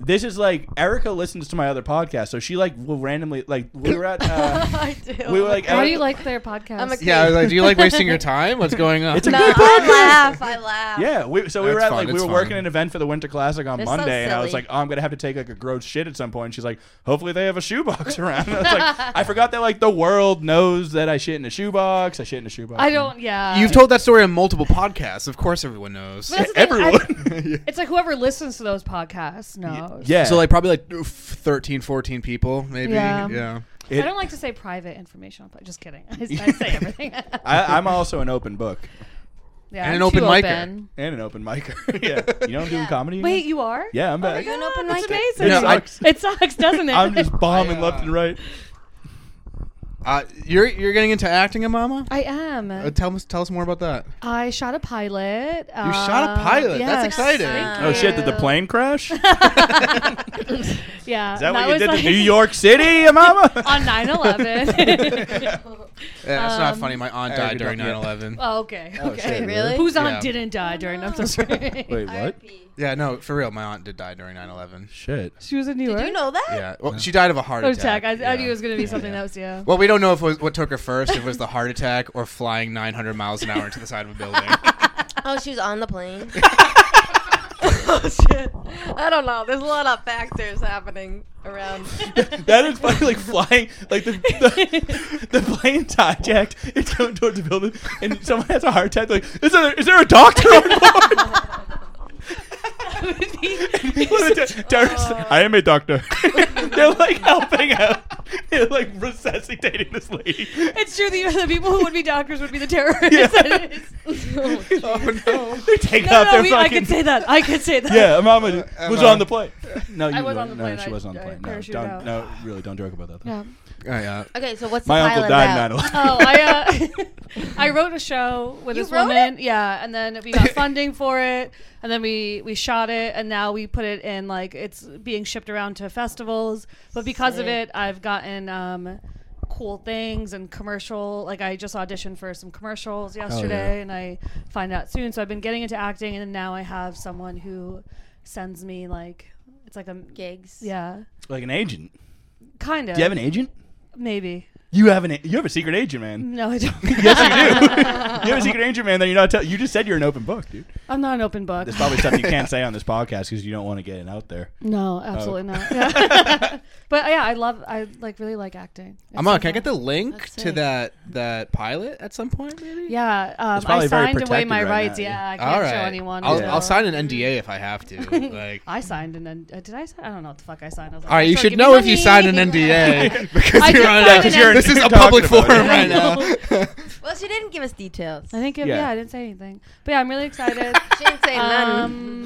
[SPEAKER 2] this is like Erica listens to my other podcast, so she like will randomly like we were at uh,
[SPEAKER 1] I do.
[SPEAKER 2] we were like
[SPEAKER 4] How
[SPEAKER 2] at-
[SPEAKER 4] do you like their podcast?
[SPEAKER 1] I'm a-
[SPEAKER 3] Yeah, I was like, do you like wasting your time? What's going on?
[SPEAKER 2] It's a
[SPEAKER 1] no,
[SPEAKER 2] good
[SPEAKER 1] I
[SPEAKER 2] podcast.
[SPEAKER 1] laugh. I laugh.
[SPEAKER 2] yeah, we, so we
[SPEAKER 3] That's
[SPEAKER 2] were at
[SPEAKER 3] fun,
[SPEAKER 2] like we
[SPEAKER 3] it's
[SPEAKER 2] were
[SPEAKER 3] fun.
[SPEAKER 2] working an event for the Winter Classic on
[SPEAKER 1] They're so
[SPEAKER 2] Monday, and I was
[SPEAKER 1] silly.
[SPEAKER 2] like, oh, I'm gonna have to take like a gross shit at some point. she's like, hopefully they have a shoebox around. And I was like, I forgot that like the world knows that I shit in a shoebox. I shit in a shoebox.
[SPEAKER 4] I don't. Yeah.
[SPEAKER 3] You've told that story on multiple podcasts. Of course, everyone knows.
[SPEAKER 4] But that's the thing, I-
[SPEAKER 2] everyone.
[SPEAKER 4] It's like whoever listens to those podcasts knows.
[SPEAKER 2] yeah,
[SPEAKER 3] So like probably like oof, 13, 14 people, maybe.
[SPEAKER 4] Yeah.
[SPEAKER 3] Yeah.
[SPEAKER 2] It-
[SPEAKER 4] I don't like to say private information. But just kidding. I, I say everything.
[SPEAKER 2] I, I'm also an open book
[SPEAKER 4] yeah,
[SPEAKER 3] And
[SPEAKER 4] I'm
[SPEAKER 3] an open
[SPEAKER 4] too
[SPEAKER 3] micer.
[SPEAKER 2] and an open micer. yeah, you know I'm doing
[SPEAKER 1] Yeah.
[SPEAKER 2] comedy. again?
[SPEAKER 4] Wait, you are?
[SPEAKER 2] yeah, I'm
[SPEAKER 4] Oh my
[SPEAKER 2] back.
[SPEAKER 1] You're an
[SPEAKER 4] God,
[SPEAKER 1] open
[SPEAKER 4] that's
[SPEAKER 1] micer.
[SPEAKER 4] amazing.
[SPEAKER 3] Yeah, I-
[SPEAKER 4] It sucks. it sucks, doesn't it?
[SPEAKER 2] I'm just bombing
[SPEAKER 3] I, uh,
[SPEAKER 2] left and right.
[SPEAKER 3] Uh, you're you're getting into acting, Mama.
[SPEAKER 4] I am.
[SPEAKER 3] Uh, tell us tell us more about that.
[SPEAKER 4] I shot a pilot. um, You
[SPEAKER 3] shot a pilot? That's exciting.
[SPEAKER 2] Oh shit! Did the plane crash? Is
[SPEAKER 4] Yeah.
[SPEAKER 2] that
[SPEAKER 4] and
[SPEAKER 2] what you
[SPEAKER 4] was
[SPEAKER 2] did
[SPEAKER 4] like-
[SPEAKER 2] to New York City, Mama?
[SPEAKER 4] on 9/11.
[SPEAKER 3] Yeah, it's not
[SPEAKER 4] Um,
[SPEAKER 3] funny. My aunt
[SPEAKER 2] Erica
[SPEAKER 3] died during
[SPEAKER 2] don't-
[SPEAKER 3] 9
[SPEAKER 2] yeah.
[SPEAKER 3] 11.
[SPEAKER 4] oh, okay.
[SPEAKER 2] Oh,
[SPEAKER 4] okay.
[SPEAKER 2] shit,
[SPEAKER 1] Wait, really?
[SPEAKER 4] Who's on
[SPEAKER 3] Yeah.
[SPEAKER 4] didn't die during? I'm so sorry.
[SPEAKER 2] Wait, what?
[SPEAKER 3] Yeah, no, for real. My aunt did die during 9 11.
[SPEAKER 2] Shit.
[SPEAKER 4] She was in New York.
[SPEAKER 1] Did you know that?
[SPEAKER 3] Yeah. Well, she died of a heart
[SPEAKER 4] Heart
[SPEAKER 3] attack.
[SPEAKER 4] attack. I, I
[SPEAKER 3] Yeah.
[SPEAKER 4] knew it was gonna be something that was yeah.
[SPEAKER 3] Well, we don't know if it was, what took her first. If it was the heart attack or flying 900 miles an hour into the side of a building.
[SPEAKER 1] Oh, she was on the plane. oh shit! I don't know. There's a lot of factors happening around.
[SPEAKER 2] That is funny, like flying, like the, the, the plane's hijacked. It's going towards the building, and someone has a heart attack. Like, is there is there a doctor on board? What a ter- terrorist- I am a doctor. They're like helping out. They're like resuscitating this lady.
[SPEAKER 4] it's true. The, the people who would be doctors would be the terrorists.
[SPEAKER 2] Yeah.
[SPEAKER 4] That is-
[SPEAKER 2] Oh no! They're taking
[SPEAKER 4] no,
[SPEAKER 2] out
[SPEAKER 4] no,
[SPEAKER 2] their
[SPEAKER 4] we, I
[SPEAKER 2] fucking.
[SPEAKER 4] could say that. I could say that.
[SPEAKER 2] yeah, Mama
[SPEAKER 3] Uh,
[SPEAKER 2] was
[SPEAKER 3] Emma.
[SPEAKER 2] on the plane. No, you
[SPEAKER 4] I was
[SPEAKER 2] weren't.
[SPEAKER 4] on the plane.
[SPEAKER 2] No, she
[SPEAKER 4] I-
[SPEAKER 2] was on the
[SPEAKER 4] I
[SPEAKER 2] plane. No,
[SPEAKER 4] parachuted
[SPEAKER 2] don't.
[SPEAKER 4] out.
[SPEAKER 2] No, really, don't joke about that. though.
[SPEAKER 4] Yeah.
[SPEAKER 3] Oh, yeah.
[SPEAKER 1] okay, so what's
[SPEAKER 2] My
[SPEAKER 1] the
[SPEAKER 2] uncle
[SPEAKER 1] pilot about?
[SPEAKER 2] died in 9/11.
[SPEAKER 4] Oh, I uh, I wrote a show with
[SPEAKER 1] You
[SPEAKER 4] this
[SPEAKER 1] wrote
[SPEAKER 4] woman. Yeah, and then we got funding for it, and then we we shot it, and now we put it in like it's being shipped around to festivals. But because of
[SPEAKER 1] Sick.
[SPEAKER 4] it, I've gotten um, cool things and commercial. Like I just auditioned for some commercials yesterday, and I find out soon. So I've been getting into acting, and now I have someone who sends me like it's like a
[SPEAKER 1] Gigs.
[SPEAKER 4] yeah
[SPEAKER 2] Like an agent.
[SPEAKER 4] kind of
[SPEAKER 2] Do you have an agent?
[SPEAKER 4] maybe
[SPEAKER 2] You have an. a- You have a secret agent, man.
[SPEAKER 4] no I don't.
[SPEAKER 2] yes, you do. you have a secret agent, man. That you're not. Tell- you just said you're an open book, dude.
[SPEAKER 4] I'm not an open book.
[SPEAKER 2] There's probably stuff you can't say on this podcast because you don't want to get it out there.
[SPEAKER 4] No,
[SPEAKER 2] Oh.
[SPEAKER 4] absolutely not. Yeah. but yeah, I love. I like really like acting. It's
[SPEAKER 3] Mama,
[SPEAKER 4] so
[SPEAKER 3] can I get
[SPEAKER 4] fun.
[SPEAKER 3] the link
[SPEAKER 1] That's
[SPEAKER 3] to
[SPEAKER 1] sick.
[SPEAKER 3] that that pilot at some point, maybe?
[SPEAKER 4] Yeah, um,
[SPEAKER 2] It's probably
[SPEAKER 4] I
[SPEAKER 2] very
[SPEAKER 4] signed away
[SPEAKER 2] protected
[SPEAKER 4] my
[SPEAKER 2] right
[SPEAKER 4] rights.
[SPEAKER 2] now,
[SPEAKER 4] yeah.
[SPEAKER 2] yeah.
[SPEAKER 4] I can't
[SPEAKER 3] All
[SPEAKER 4] show
[SPEAKER 3] right.
[SPEAKER 4] anyone. Mm-hmm.
[SPEAKER 3] I'll,
[SPEAKER 4] so-
[SPEAKER 3] I'll sign an NDA if I have to. Like,
[SPEAKER 4] I signed an. N- uh, did I? Sign? I don't know what the fuck I signed. I was like,
[SPEAKER 3] all right, you
[SPEAKER 4] sure,
[SPEAKER 3] should
[SPEAKER 4] give me
[SPEAKER 3] know if you
[SPEAKER 4] money.
[SPEAKER 3] sign an NDA because
[SPEAKER 4] I
[SPEAKER 3] you're
[SPEAKER 4] did
[SPEAKER 3] on
[SPEAKER 4] sign
[SPEAKER 3] a,
[SPEAKER 4] an
[SPEAKER 3] because you're-
[SPEAKER 4] NDA.
[SPEAKER 3] this is a
[SPEAKER 2] Talking
[SPEAKER 3] public
[SPEAKER 2] about it.
[SPEAKER 3] forum
[SPEAKER 4] I
[SPEAKER 3] right now.
[SPEAKER 4] know.
[SPEAKER 1] Well, she didn't give us details.
[SPEAKER 4] I think. It,
[SPEAKER 2] Yeah.
[SPEAKER 4] yeah. I didn't say anything. But yeah, I'm really excited.
[SPEAKER 1] She didn't say none.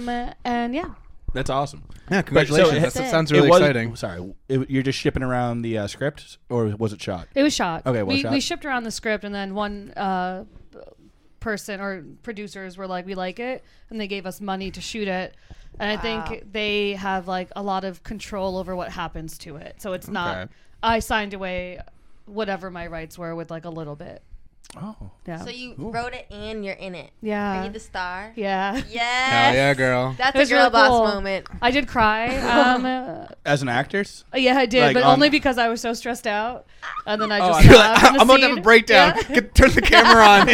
[SPEAKER 4] um, and yeah,
[SPEAKER 2] That's awesome.
[SPEAKER 3] Yeah, congratulations.
[SPEAKER 2] it-
[SPEAKER 3] That's- that sounds
[SPEAKER 2] It
[SPEAKER 3] really
[SPEAKER 2] was-
[SPEAKER 3] exciting.
[SPEAKER 2] Sorry, it, you're just shipping around the uh, script, or was it shot?
[SPEAKER 4] it was shot.
[SPEAKER 2] Okay, well,
[SPEAKER 4] we
[SPEAKER 2] shot.
[SPEAKER 4] we shipped around the script, and then one. Uh, person or producers were like, we like it, and they gave us money to shoot it. And I
[SPEAKER 1] Wow.
[SPEAKER 4] think they have like a lot of control over what happens to it. So it's not.
[SPEAKER 3] Okay.
[SPEAKER 4] I signed away whatever my rights were with like a little bit.
[SPEAKER 2] Oh,
[SPEAKER 4] Yeah.
[SPEAKER 1] So you wrote it and you're in it. Are
[SPEAKER 4] Um, yeah.
[SPEAKER 1] you the star?
[SPEAKER 4] Yeah.
[SPEAKER 1] Yes.
[SPEAKER 3] Hell yeah, girl.
[SPEAKER 1] That's
[SPEAKER 4] It
[SPEAKER 1] a
[SPEAKER 4] was
[SPEAKER 1] girl
[SPEAKER 4] really
[SPEAKER 1] boss
[SPEAKER 4] cool.
[SPEAKER 1] moment.
[SPEAKER 4] I did cry. Um, uh,
[SPEAKER 2] as an actress,
[SPEAKER 4] yeah, I did,
[SPEAKER 2] Like,
[SPEAKER 4] but
[SPEAKER 2] on-
[SPEAKER 4] only because I was so stressed out. And then I
[SPEAKER 3] um, Oh,
[SPEAKER 4] just.
[SPEAKER 3] you're
[SPEAKER 4] sobbed
[SPEAKER 3] like,
[SPEAKER 4] in the
[SPEAKER 3] I'm about to have
[SPEAKER 4] scene.
[SPEAKER 3] a breakdown.
[SPEAKER 4] Yeah.
[SPEAKER 3] Get- turn the camera on.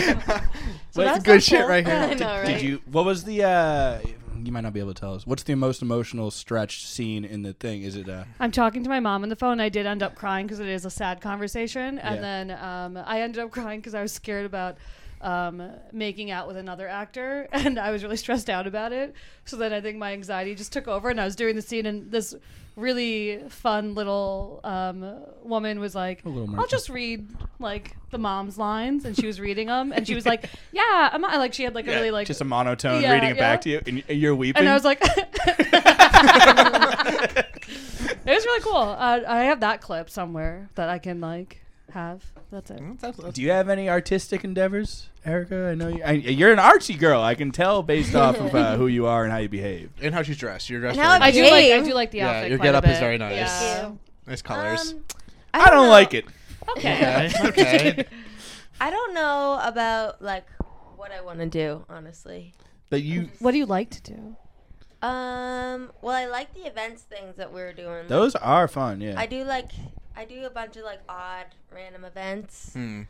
[SPEAKER 4] So
[SPEAKER 3] That's
[SPEAKER 4] so
[SPEAKER 3] good shit
[SPEAKER 4] cool.
[SPEAKER 3] right here.
[SPEAKER 1] I know, right?
[SPEAKER 2] did you? What was the? Uh, you might not be able to tell us. What's the most emotional stretched scene in the thing? Is it uh,
[SPEAKER 4] I'm talking to my mom on the phone. I did end up crying because it is a sad conversation,
[SPEAKER 2] Yeah.
[SPEAKER 4] and then um, I ended up crying because I was scared about um, making out with another actor, and I was really stressed out about it. So then I think my anxiety just took over, and I was doing the scene, and this really fun little um, woman was like,
[SPEAKER 2] A little
[SPEAKER 4] "I'll
[SPEAKER 2] merchant.
[SPEAKER 4] just read like the mom's lines," and she was reading them, and she was like, "Yeah, I'm not-" like she had like a really like
[SPEAKER 2] just a monotone
[SPEAKER 4] Yeah,
[SPEAKER 2] reading it
[SPEAKER 4] yeah.
[SPEAKER 2] back to you, and y- you're weeping?
[SPEAKER 4] and I was like, it was really cool. Uh, I have that clip somewhere that I can like have. That's it.
[SPEAKER 2] Do you have any artistic endeavors, Erica? I know you, I, you're an artsy girl. I can tell based off of uh, who you are and how you behave.
[SPEAKER 3] and how she's dressed. You're dressed.
[SPEAKER 1] And how
[SPEAKER 3] very
[SPEAKER 4] I
[SPEAKER 3] nice.
[SPEAKER 4] do like. I
[SPEAKER 1] Behave.
[SPEAKER 4] do like the
[SPEAKER 3] Yeah,
[SPEAKER 4] outfit.
[SPEAKER 3] your
[SPEAKER 4] quite a
[SPEAKER 3] getup is
[SPEAKER 4] bit.
[SPEAKER 3] very nice.
[SPEAKER 4] Yeah.
[SPEAKER 3] nice colors.
[SPEAKER 1] Um,
[SPEAKER 2] I don't
[SPEAKER 1] know.
[SPEAKER 2] like it.
[SPEAKER 4] Okay.
[SPEAKER 3] okay.
[SPEAKER 1] I don't know about like what I want to do, honestly.
[SPEAKER 2] But you,
[SPEAKER 4] What do you like to do?
[SPEAKER 1] Um, well, I like the events things that we were doing.
[SPEAKER 2] those are fun, yeah.
[SPEAKER 1] I do like I do a bunch of like odd random events
[SPEAKER 3] Hmm.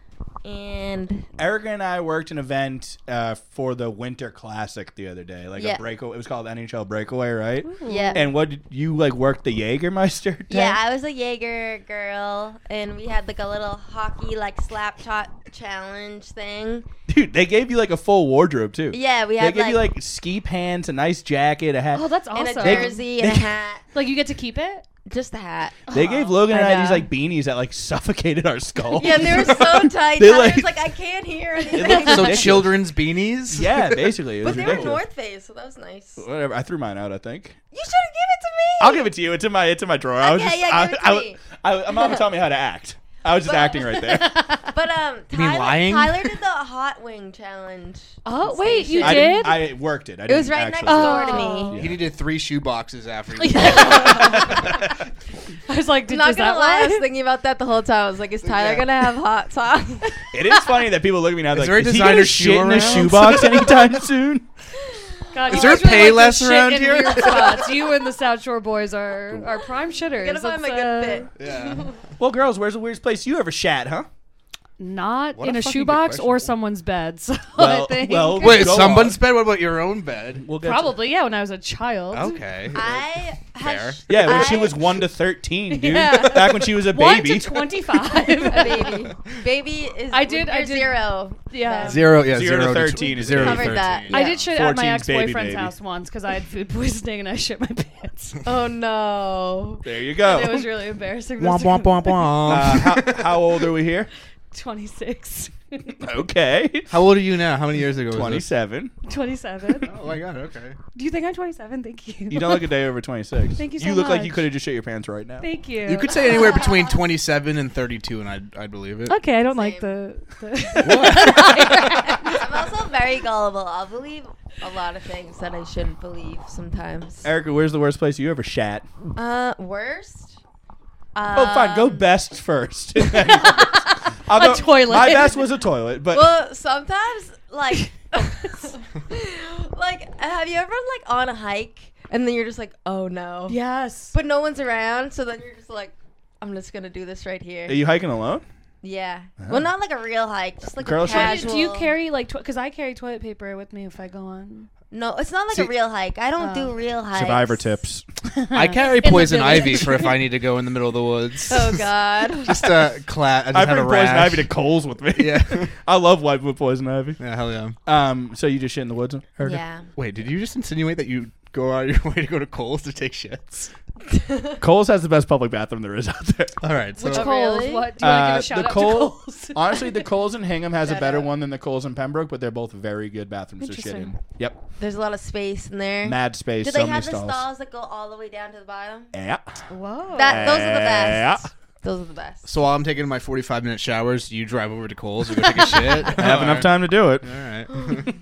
[SPEAKER 1] and
[SPEAKER 2] Erica and I worked an event uh, for the Winter Classic the other day, like
[SPEAKER 1] Yeah.
[SPEAKER 2] a breakaway. It was called NHL Breakaway, right?
[SPEAKER 1] yeah.
[SPEAKER 2] And what did you like? Worked the Jägermeister? Tank?
[SPEAKER 1] yeah, I was a Jaeger girl, and we had like a little hockey like slap shot challenge thing.
[SPEAKER 2] dude, they gave you like a full wardrobe too.
[SPEAKER 1] Yeah, we
[SPEAKER 2] they
[SPEAKER 1] had
[SPEAKER 2] gave
[SPEAKER 1] like,
[SPEAKER 2] you like ski pants, a nice jacket, a hat.
[SPEAKER 4] Oh, that's
[SPEAKER 1] and
[SPEAKER 4] awesome.
[SPEAKER 1] a jersey and a hat,
[SPEAKER 4] Like you get to keep it.
[SPEAKER 1] just the hat.
[SPEAKER 2] they gave Logan and
[SPEAKER 4] I
[SPEAKER 2] I these
[SPEAKER 4] know.
[SPEAKER 2] like beanies that like suffocated our skulls.
[SPEAKER 1] Yeah, they were so tight.
[SPEAKER 2] They,
[SPEAKER 1] Tyler
[SPEAKER 2] like-
[SPEAKER 1] was like, I can't hear anything.
[SPEAKER 2] looked
[SPEAKER 3] so
[SPEAKER 2] ridiculous.
[SPEAKER 3] children's beanies.
[SPEAKER 2] Yeah, basically, it
[SPEAKER 1] but
[SPEAKER 2] was
[SPEAKER 1] they were
[SPEAKER 2] ridiculous.
[SPEAKER 1] North Face, so that was nice. You
[SPEAKER 2] Whatever, I threw mine out. I think
[SPEAKER 1] should have given it to me.
[SPEAKER 2] I'll give it to you. It's in my it's in my drawer. I was
[SPEAKER 1] Okay,
[SPEAKER 2] just,
[SPEAKER 1] yeah,
[SPEAKER 2] I,
[SPEAKER 1] give it to
[SPEAKER 2] I,
[SPEAKER 1] me.
[SPEAKER 2] I, I- my mom taught me how to act. I was just
[SPEAKER 1] But-
[SPEAKER 2] acting right there.
[SPEAKER 1] But
[SPEAKER 4] uh,
[SPEAKER 1] um,
[SPEAKER 3] You
[SPEAKER 1] Tyler,
[SPEAKER 3] mean lying?
[SPEAKER 1] Tyler did the hot wing challenge.
[SPEAKER 4] Oh wait, you
[SPEAKER 1] I
[SPEAKER 2] I
[SPEAKER 4] did.
[SPEAKER 2] didn't- I worked it. I
[SPEAKER 1] It was
[SPEAKER 2] didn't
[SPEAKER 1] right next
[SPEAKER 2] actually do
[SPEAKER 1] door
[SPEAKER 2] it.
[SPEAKER 1] to
[SPEAKER 4] Oh.
[SPEAKER 1] me.
[SPEAKER 3] He needed three shoe boxes after. he-
[SPEAKER 4] I was like, did,
[SPEAKER 1] Not
[SPEAKER 4] does
[SPEAKER 1] gonna
[SPEAKER 4] that
[SPEAKER 1] lie, I was
[SPEAKER 4] work?
[SPEAKER 1] thinking about that the whole time. I was like, is Tyler
[SPEAKER 3] Yeah.
[SPEAKER 1] gonna have hot sauce?
[SPEAKER 2] It is funny that people look at me now
[SPEAKER 3] Is
[SPEAKER 2] like,
[SPEAKER 3] there a
[SPEAKER 2] is he
[SPEAKER 3] designer
[SPEAKER 2] gonna
[SPEAKER 3] shoe
[SPEAKER 2] shit in a
[SPEAKER 3] around?"
[SPEAKER 2] shoebox anytime soon?
[SPEAKER 4] God,
[SPEAKER 3] Is
[SPEAKER 4] you
[SPEAKER 3] there
[SPEAKER 4] guys really
[SPEAKER 3] Payless
[SPEAKER 4] like to shit
[SPEAKER 3] around
[SPEAKER 4] in
[SPEAKER 3] here?
[SPEAKER 4] weird spots. You and the South Shore boys are are prime shitters.
[SPEAKER 1] Gotta find
[SPEAKER 4] It's,
[SPEAKER 1] my good
[SPEAKER 4] uh,
[SPEAKER 1] fit.
[SPEAKER 3] yeah.
[SPEAKER 2] Well, girls, where's the weirdest place you ever shat, huh?
[SPEAKER 4] Not
[SPEAKER 3] What
[SPEAKER 4] in
[SPEAKER 3] a
[SPEAKER 4] a,
[SPEAKER 3] fucking good
[SPEAKER 4] shoebox
[SPEAKER 3] question.
[SPEAKER 4] or someone's bed. So
[SPEAKER 2] Well-
[SPEAKER 4] I think
[SPEAKER 2] well,
[SPEAKER 3] Wait,
[SPEAKER 2] Go on.
[SPEAKER 3] someone's bed. What about your own bed?
[SPEAKER 2] We'll get to-
[SPEAKER 4] probably yeah. When I was a child.
[SPEAKER 3] Okay.
[SPEAKER 1] I
[SPEAKER 3] Fair.
[SPEAKER 1] had sh-
[SPEAKER 2] Yeah, when
[SPEAKER 1] I-
[SPEAKER 2] she was one to thirteen, dude.
[SPEAKER 4] Yeah.
[SPEAKER 2] Back when she was a
[SPEAKER 4] One
[SPEAKER 2] baby.
[SPEAKER 4] to twenty-five.
[SPEAKER 1] a baby. Baby is
[SPEAKER 4] I did- I
[SPEAKER 1] you're
[SPEAKER 4] did-
[SPEAKER 1] zero.
[SPEAKER 4] yeah.
[SPEAKER 3] Zero. Yeah.
[SPEAKER 2] Zero to
[SPEAKER 3] tw-
[SPEAKER 2] 13 is
[SPEAKER 3] Zero to
[SPEAKER 1] Covered that.
[SPEAKER 3] thirteen.
[SPEAKER 4] I
[SPEAKER 1] Yeah.
[SPEAKER 4] did shit at my
[SPEAKER 2] 14's baby
[SPEAKER 4] ex-boyfriend's
[SPEAKER 2] baby.
[SPEAKER 4] house once because I had food poisoning and I shit my pants.
[SPEAKER 1] Oh no.
[SPEAKER 2] there you
[SPEAKER 4] It was
[SPEAKER 2] go.
[SPEAKER 4] really embarrassing.
[SPEAKER 3] Womp womp womp
[SPEAKER 2] Uh,
[SPEAKER 3] womp.
[SPEAKER 2] how, how old are we here?
[SPEAKER 4] Twenty-six.
[SPEAKER 2] Okay,
[SPEAKER 3] How old are you now? How many years ago? was this?
[SPEAKER 2] twenty-seven.
[SPEAKER 4] Twenty-seven.
[SPEAKER 3] Oh my god. Okay.
[SPEAKER 4] Do you think I'm twenty-seven? Thank you.
[SPEAKER 2] You don't look a day over twenty-six.
[SPEAKER 4] Thank you so
[SPEAKER 2] You look like
[SPEAKER 4] much.
[SPEAKER 2] you could have just shit your pants right now.
[SPEAKER 4] Thank you.
[SPEAKER 3] You could say anywhere between 27 and 32, and I'd, I'd believe it.
[SPEAKER 4] Okay, I don't like
[SPEAKER 1] Same.
[SPEAKER 4] the.
[SPEAKER 1] I'm also very gullible. I'll believe a lot of things that I shouldn't believe sometimes.
[SPEAKER 2] Erica, where's the worst place you ever shat?
[SPEAKER 1] Uh, worst.
[SPEAKER 2] Oh, fine. Go
[SPEAKER 1] Um,
[SPEAKER 2] best first. Although,
[SPEAKER 4] toilet.
[SPEAKER 2] My best was a toilet, but
[SPEAKER 1] Well, sometimes like like have you ever like on a hike and then you're just like, "Oh no."
[SPEAKER 4] yes.
[SPEAKER 1] But no one's around, so then you're just like, "I'm just going to do this right here."
[SPEAKER 2] are you Uh-huh. hiking alone?
[SPEAKER 1] yeah. Well, not like a real hike, just like
[SPEAKER 2] Girl
[SPEAKER 1] a
[SPEAKER 2] shit. Why
[SPEAKER 4] Why
[SPEAKER 1] casual.
[SPEAKER 4] do, do you carry like? Because I carry toilet paper with me if I go on.
[SPEAKER 1] No, it's not like
[SPEAKER 3] See-
[SPEAKER 1] a real hike. I don't
[SPEAKER 4] Oh.
[SPEAKER 1] do real hikes.
[SPEAKER 3] I carry
[SPEAKER 4] the
[SPEAKER 3] poison
[SPEAKER 4] village.
[SPEAKER 3] ivy for if I need to go in the middle of the woods.
[SPEAKER 1] Oh god.
[SPEAKER 3] just a clap. I just
[SPEAKER 2] I
[SPEAKER 3] had
[SPEAKER 2] bring
[SPEAKER 3] a
[SPEAKER 2] poison
[SPEAKER 3] rash.
[SPEAKER 2] ivy to Coles with me.
[SPEAKER 3] yeah.
[SPEAKER 2] I love white with poison ivy.
[SPEAKER 3] yeah. Hell yeah.
[SPEAKER 2] Um, so you just shit in the woods? Erica?
[SPEAKER 1] yeah.
[SPEAKER 3] Wait, did you just insinuate that you go out of your way to go to Cole's to take shits?
[SPEAKER 2] Coles has the best public bathroom there is out there.
[SPEAKER 3] All right. So
[SPEAKER 1] Which Oh,
[SPEAKER 4] Coles,
[SPEAKER 1] really?
[SPEAKER 4] What? Do you want to
[SPEAKER 2] Uh,
[SPEAKER 4] give
[SPEAKER 2] the
[SPEAKER 4] a shout out
[SPEAKER 2] Cole-
[SPEAKER 4] to Coles?
[SPEAKER 2] Honestly, the Coles in Hingham has a
[SPEAKER 1] Shout
[SPEAKER 2] better
[SPEAKER 1] out.
[SPEAKER 2] one than the Coles in Pembroke, but they're both very good bathrooms to shit in.
[SPEAKER 4] Interesting.
[SPEAKER 2] Yep,
[SPEAKER 1] There's a lot of space in there.
[SPEAKER 2] mad space.
[SPEAKER 1] do
[SPEAKER 2] so
[SPEAKER 1] they
[SPEAKER 2] many
[SPEAKER 1] have the
[SPEAKER 2] stalls.
[SPEAKER 1] stalls that go all the way down to the bottom?
[SPEAKER 2] Yeah.
[SPEAKER 4] Whoa.
[SPEAKER 1] That those are the
[SPEAKER 2] Yeah.
[SPEAKER 1] best. Those are the best.
[SPEAKER 3] so while I'm taking my 45 minute showers, you drive over to Cole's and go take a shit.
[SPEAKER 2] I have enough time to do it.
[SPEAKER 3] All right.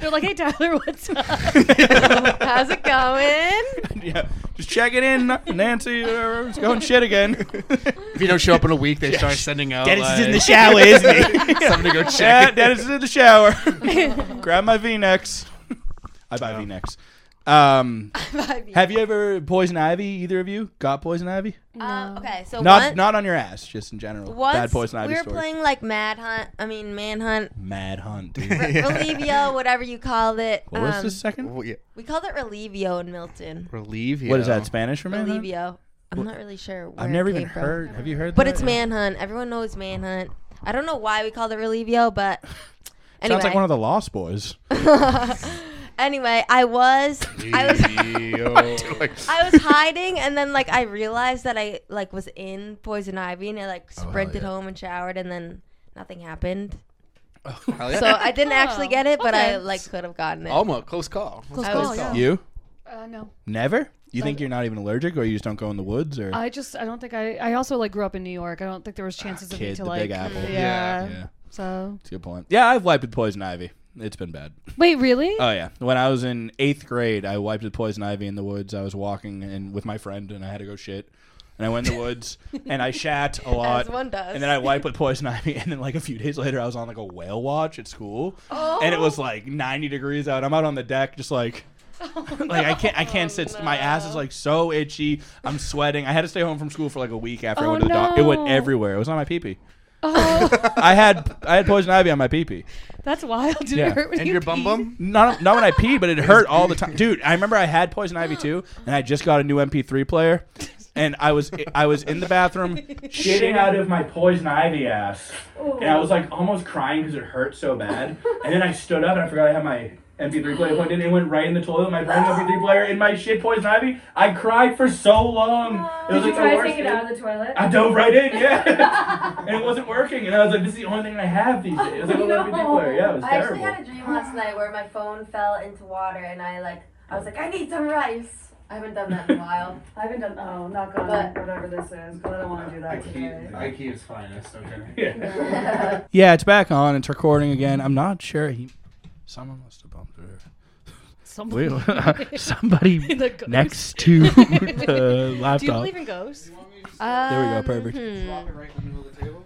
[SPEAKER 4] They're like, hey Tyler, what's up?
[SPEAKER 1] How's it going?
[SPEAKER 2] yeah, just check it in, Nancy. uh, It's going shit again.
[SPEAKER 3] If you don't show up in a week, they start sending out.
[SPEAKER 2] Dennis is in
[SPEAKER 3] like-
[SPEAKER 2] the shower, isn't he?
[SPEAKER 3] Something to go check.
[SPEAKER 2] Yeah, Dennis is in the shower. Grab my V necks. I buy V necks.
[SPEAKER 5] Um,
[SPEAKER 1] Ivy.
[SPEAKER 5] have you ever poison ivy? Either of you got poison ivy?
[SPEAKER 1] Um, okay, so
[SPEAKER 5] not
[SPEAKER 1] one,
[SPEAKER 5] not on your ass, just in general.
[SPEAKER 1] once
[SPEAKER 5] Bad poison ivy
[SPEAKER 1] we were
[SPEAKER 5] story.
[SPEAKER 1] playing like Mad Hunt. I mean Manhunt,
[SPEAKER 5] Mad hunt. Dude.
[SPEAKER 1] Re- Relivio, whatever you called it.
[SPEAKER 5] What was
[SPEAKER 1] um,
[SPEAKER 5] the second?
[SPEAKER 3] Well, yeah.
[SPEAKER 1] We called it Relivio in Milton.
[SPEAKER 3] Relieve you.
[SPEAKER 5] What is that Spanish for man? hunt?
[SPEAKER 1] Relivio. I'm not really sure. Where
[SPEAKER 5] I've never
[SPEAKER 1] it
[SPEAKER 5] even
[SPEAKER 1] came from.
[SPEAKER 5] heard. Have you heard?
[SPEAKER 1] But
[SPEAKER 5] that?
[SPEAKER 1] it's Manhunt. Everyone knows Manhunt. I don't know why we called it Relivio, but anyway.
[SPEAKER 5] Sounds like one of the Lost Boys.
[SPEAKER 1] anyway, I was I was I was hiding and then like I realized that I like was in poison ivy and I like
[SPEAKER 5] Oh,
[SPEAKER 3] hell
[SPEAKER 1] sprinted
[SPEAKER 3] yeah.
[SPEAKER 1] home and showered and then nothing happened.
[SPEAKER 3] Hell yeah.
[SPEAKER 1] So I didn't
[SPEAKER 4] Oh,
[SPEAKER 1] actually get it, but I
[SPEAKER 4] okay.
[SPEAKER 1] like could have gotten it.
[SPEAKER 3] Almost close call.
[SPEAKER 4] Close
[SPEAKER 1] I was-
[SPEAKER 4] call, yeah.
[SPEAKER 5] You
[SPEAKER 4] Uh, no,
[SPEAKER 5] never? You think
[SPEAKER 4] Like-
[SPEAKER 5] you're not even allergic, or you just don't go in the woods, or
[SPEAKER 4] I just I don't think I I also like grew up in New York. I don't think there
[SPEAKER 2] Ah,
[SPEAKER 4] was chances of me
[SPEAKER 5] kid,
[SPEAKER 4] to
[SPEAKER 5] the
[SPEAKER 4] like
[SPEAKER 5] Big Apple.
[SPEAKER 4] Yeah.
[SPEAKER 5] Yeah,
[SPEAKER 4] So
[SPEAKER 5] it's a good point. Yeah, I've wiped with poison ivy. It's been bad.
[SPEAKER 4] wait, really?
[SPEAKER 2] Uh,
[SPEAKER 5] Oh yeah, when I was in eighth grade, I wiped with poison ivy in the woods. I was walking and with my friend, and I had to go shit, and I went in the woods and I shat a lot.
[SPEAKER 1] As one does.
[SPEAKER 5] And then I wiped with poison ivy, and then like a few days later, I was on like a whale watch at school, and it was
[SPEAKER 1] Oh.
[SPEAKER 5] like 90 degrees out. I'm out on the deck, just like.
[SPEAKER 1] Oh,
[SPEAKER 5] like I can't, I can't sit. My ass is like so itchy. I'm sweating. I had to stay home from school for like a week after I
[SPEAKER 4] Oh,
[SPEAKER 5] went to the doctor. It went
[SPEAKER 4] no.
[SPEAKER 5] everywhere. It was on my pee pee.
[SPEAKER 4] Oh,
[SPEAKER 5] I had, I had poison ivy on my pee pee.
[SPEAKER 4] that's wild. Did
[SPEAKER 5] Yeah.
[SPEAKER 4] it hurt when
[SPEAKER 3] And
[SPEAKER 4] you
[SPEAKER 3] your bum
[SPEAKER 4] peed?
[SPEAKER 3] bum?
[SPEAKER 5] Not not when I peed, but it hurt all the time, dude. I remember I had poison ivy too, and I just got a new MP3 player, and I was I was in the bathroom shitting out of my poison ivy ass, and I was
[SPEAKER 2] Oh.
[SPEAKER 5] like almost crying because it hurt so bad. And then I stood up and I forgot I had my MP3 player plugged in. It went right in the toilet. My brand new MP3 player in my shit poison ivy. I cried for so long. It was
[SPEAKER 2] Oh, Did you
[SPEAKER 5] like the
[SPEAKER 2] try to
[SPEAKER 5] worst
[SPEAKER 2] take it
[SPEAKER 5] thing.
[SPEAKER 2] out of the toilet?
[SPEAKER 5] I dove right in, yeah, and it wasn't working. And I was like, "This is the only thing I have these days." It was like oh, a little MP3 player. Yeah, it was
[SPEAKER 1] I
[SPEAKER 5] terrible.
[SPEAKER 1] actually had a dream last night where my phone fell into water and I like I was like I need some rice. I haven't done that in a while.
[SPEAKER 2] I haven't done. Oh, knock on
[SPEAKER 1] But-
[SPEAKER 2] whatever this is, because I don't want to do that today.
[SPEAKER 3] Ikea's finest. Okay.
[SPEAKER 5] Yeah, it's back on. It's recording again. I'm not sure. He, someone must have bumped her.
[SPEAKER 4] Somebody.
[SPEAKER 5] We- Somebody
[SPEAKER 4] The ghost.
[SPEAKER 5] next to the
[SPEAKER 4] Do you
[SPEAKER 5] laptop.
[SPEAKER 4] believe in ghosts?
[SPEAKER 1] Um,
[SPEAKER 5] There we go. Perfect.
[SPEAKER 1] hmm.
[SPEAKER 3] right in the middle of the table.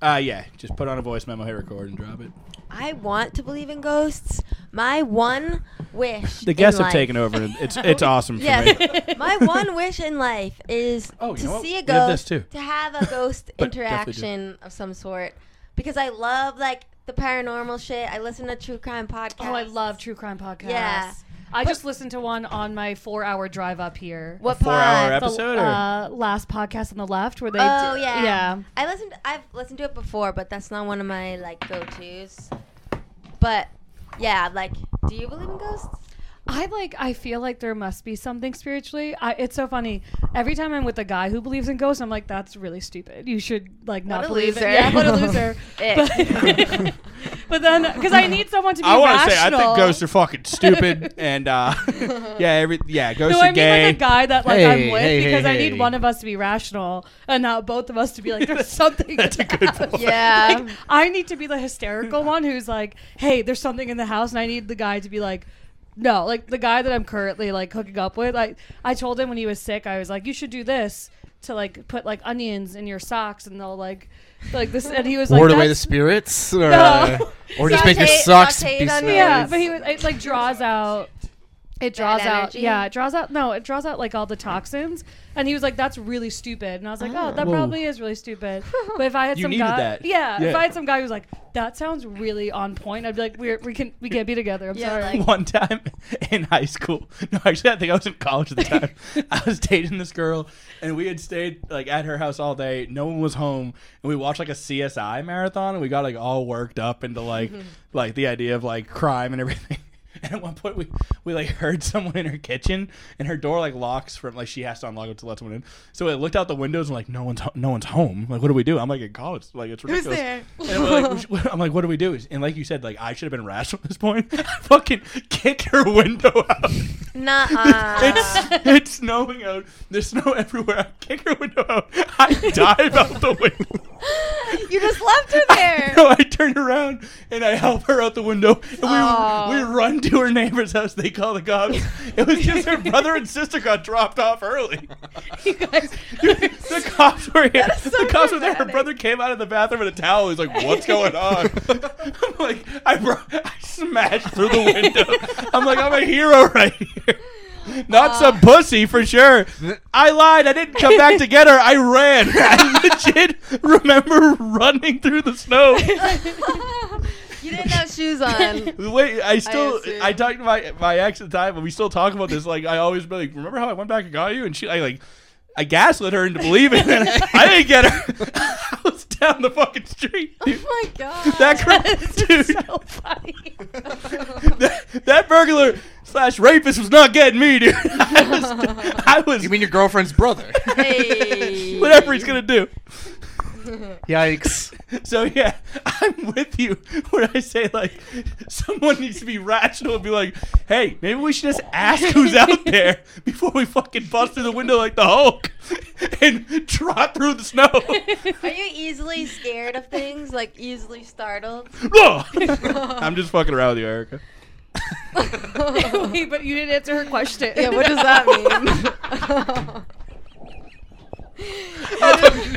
[SPEAKER 5] Uh, yeah, just put on a voice memo, hit record, and drop it.
[SPEAKER 1] I want to believe in ghosts. My one wish.
[SPEAKER 5] The guests
[SPEAKER 1] in
[SPEAKER 5] have
[SPEAKER 1] life-
[SPEAKER 5] taken over. and It's it's awesome for
[SPEAKER 1] Yes.
[SPEAKER 5] me.
[SPEAKER 1] My one wish in life is
[SPEAKER 5] Oh, you
[SPEAKER 1] to
[SPEAKER 5] know what?
[SPEAKER 1] see a
[SPEAKER 5] We have
[SPEAKER 1] ghost,
[SPEAKER 5] this too.
[SPEAKER 1] to have a ghost
[SPEAKER 5] But definitely do.
[SPEAKER 1] interaction of some sort, because I love like the paranormal shit. I listen to true crime podcasts.
[SPEAKER 4] Oh, I love true crime podcasts.
[SPEAKER 1] Yeah.
[SPEAKER 4] I just listened to one on my four-hour drive up here.
[SPEAKER 1] what
[SPEAKER 5] Four-hour
[SPEAKER 1] pod?
[SPEAKER 5] ep- episode,
[SPEAKER 4] The, uh,
[SPEAKER 5] or-
[SPEAKER 4] last podcast on the left where they.
[SPEAKER 1] Oh
[SPEAKER 4] d-
[SPEAKER 1] yeah,
[SPEAKER 4] Yeah.
[SPEAKER 1] I listened. I've listened to it before, but that's not one of my like go tos. But yeah, like, do you believe in ghosts?
[SPEAKER 4] I like. I feel like there must be something spiritually. I, it's so funny. Every time I'm with a guy who believes in ghosts, I'm like, "That's really stupid. You should like not
[SPEAKER 1] a
[SPEAKER 4] believe
[SPEAKER 1] loser.
[SPEAKER 4] it. Yeah, what a loser."
[SPEAKER 1] Eh.
[SPEAKER 4] but, but then, because I need someone to be.
[SPEAKER 5] I
[SPEAKER 4] want
[SPEAKER 5] want to say I think ghosts are fucking stupid, and uh, yeah, every yeah, ghosts
[SPEAKER 4] No, I
[SPEAKER 5] are
[SPEAKER 4] mean
[SPEAKER 5] gay.
[SPEAKER 4] like a guy that like
[SPEAKER 3] Hey,
[SPEAKER 4] I'm with
[SPEAKER 3] hey, hey,
[SPEAKER 4] because I
[SPEAKER 3] hey.
[SPEAKER 4] need one of us to be rational and not both of us to be like there's something. That's a good point.
[SPEAKER 1] Yeah.
[SPEAKER 4] Like, I need to be the hysterical one who's like, hey, there's something in the house, and I need the guy to be like. No, like the guy that I'm currently like hooking up with, I I told him when he was sick, I was like, you should do this to like put like onions in your socks, and they'll like like this, and he was like,
[SPEAKER 3] Ward away the
[SPEAKER 4] "That's-
[SPEAKER 3] spirits, or,
[SPEAKER 4] No.
[SPEAKER 3] uh, or just make your
[SPEAKER 1] Sauteed-
[SPEAKER 3] socks
[SPEAKER 1] sauteed
[SPEAKER 3] be
[SPEAKER 1] onions.
[SPEAKER 3] smelly.
[SPEAKER 4] yeah, but he was it like draws out. It draws out,
[SPEAKER 1] energy?
[SPEAKER 4] yeah, it draws out. No, it draws out like all the toxins. And he was like, "That's really stupid." And I was like, "Oh, that
[SPEAKER 5] Whoa.
[SPEAKER 4] probably is really stupid." But if I had
[SPEAKER 5] Ah. You
[SPEAKER 4] some
[SPEAKER 5] needed
[SPEAKER 4] guy,
[SPEAKER 5] that.
[SPEAKER 4] Yeah, if
[SPEAKER 5] Yeah.
[SPEAKER 4] I had some guy who was like, "That sounds really on point," I'd be like, "We're we can we can't be together." I'm
[SPEAKER 1] Yeah,
[SPEAKER 4] sorry.
[SPEAKER 1] like-
[SPEAKER 5] one time in high school. No, actually, I think I was in college at the time. I was dating this girl, and we had stayed like at her house all day. No one was home, and we watched like a CSI marathon, and we got like all worked up into like like the idea of like crime and everything. And at one point, we, we like heard someone in her kitchen, and her door like locks from like she has to unlock it to let someone in. So I looked out the windows and like no one's ho- no one's home. Like what do we do? I'm like in college, like it's ridiculous. And we're like, we should- I'm like, what do we do? And like you said, like I should have been rational at this point. I fucking kick her window out.
[SPEAKER 1] Nah.
[SPEAKER 5] It's it's snowing out. There's snow everywhere. I kick her window out. I dive out the window.
[SPEAKER 1] you just left her there.
[SPEAKER 5] No, I turn around and I help her out the window. And we,
[SPEAKER 1] Aw.
[SPEAKER 5] we run to her neighbor's house. They call the cops. It was just her brother and sister got dropped off early.
[SPEAKER 4] you guys,
[SPEAKER 5] the cops were here.
[SPEAKER 1] is so
[SPEAKER 5] the cops were there. Her
[SPEAKER 1] dramatic.
[SPEAKER 5] brother came out of the bathroom in a towel. He's like, "What's going on?" I'm like, "I brought, I smashed through the window. I'm like, I'm a hero right here. Not
[SPEAKER 1] Uh.
[SPEAKER 5] some pussy for sure. I lied. I didn't come back to get her. I ran. I legit remember running through the snow.
[SPEAKER 1] you didn't have shoes on.
[SPEAKER 5] Wait, I still
[SPEAKER 1] assume.
[SPEAKER 5] I, talked to my my ex at the time, but we still talk about this. Like I always be like, remember how I went back and got you? And she I like I gaslit her into believing that I didn't get her. I was down the fucking street.
[SPEAKER 1] oh
[SPEAKER 5] Dude.
[SPEAKER 1] my god.
[SPEAKER 5] That girl, dude,
[SPEAKER 4] so funny.
[SPEAKER 5] that, that burglar slash rapist was not getting me, dude. I was, I was
[SPEAKER 3] You mean your girlfriend's brother?
[SPEAKER 1] Hey.
[SPEAKER 5] whatever he's gonna do.
[SPEAKER 3] Yikes.
[SPEAKER 5] So yeah, I'm with you when I say like someone needs to be rational and be like, hey, maybe we should just ask who's out there before we fucking bust through the window like the Hulk and trot through the snow.
[SPEAKER 1] Are you easily scared of things? Like easily startled?
[SPEAKER 5] I'm just fucking around with you, Erica.
[SPEAKER 4] Wait, but you didn't answer her question.
[SPEAKER 1] Yeah, what does that mean?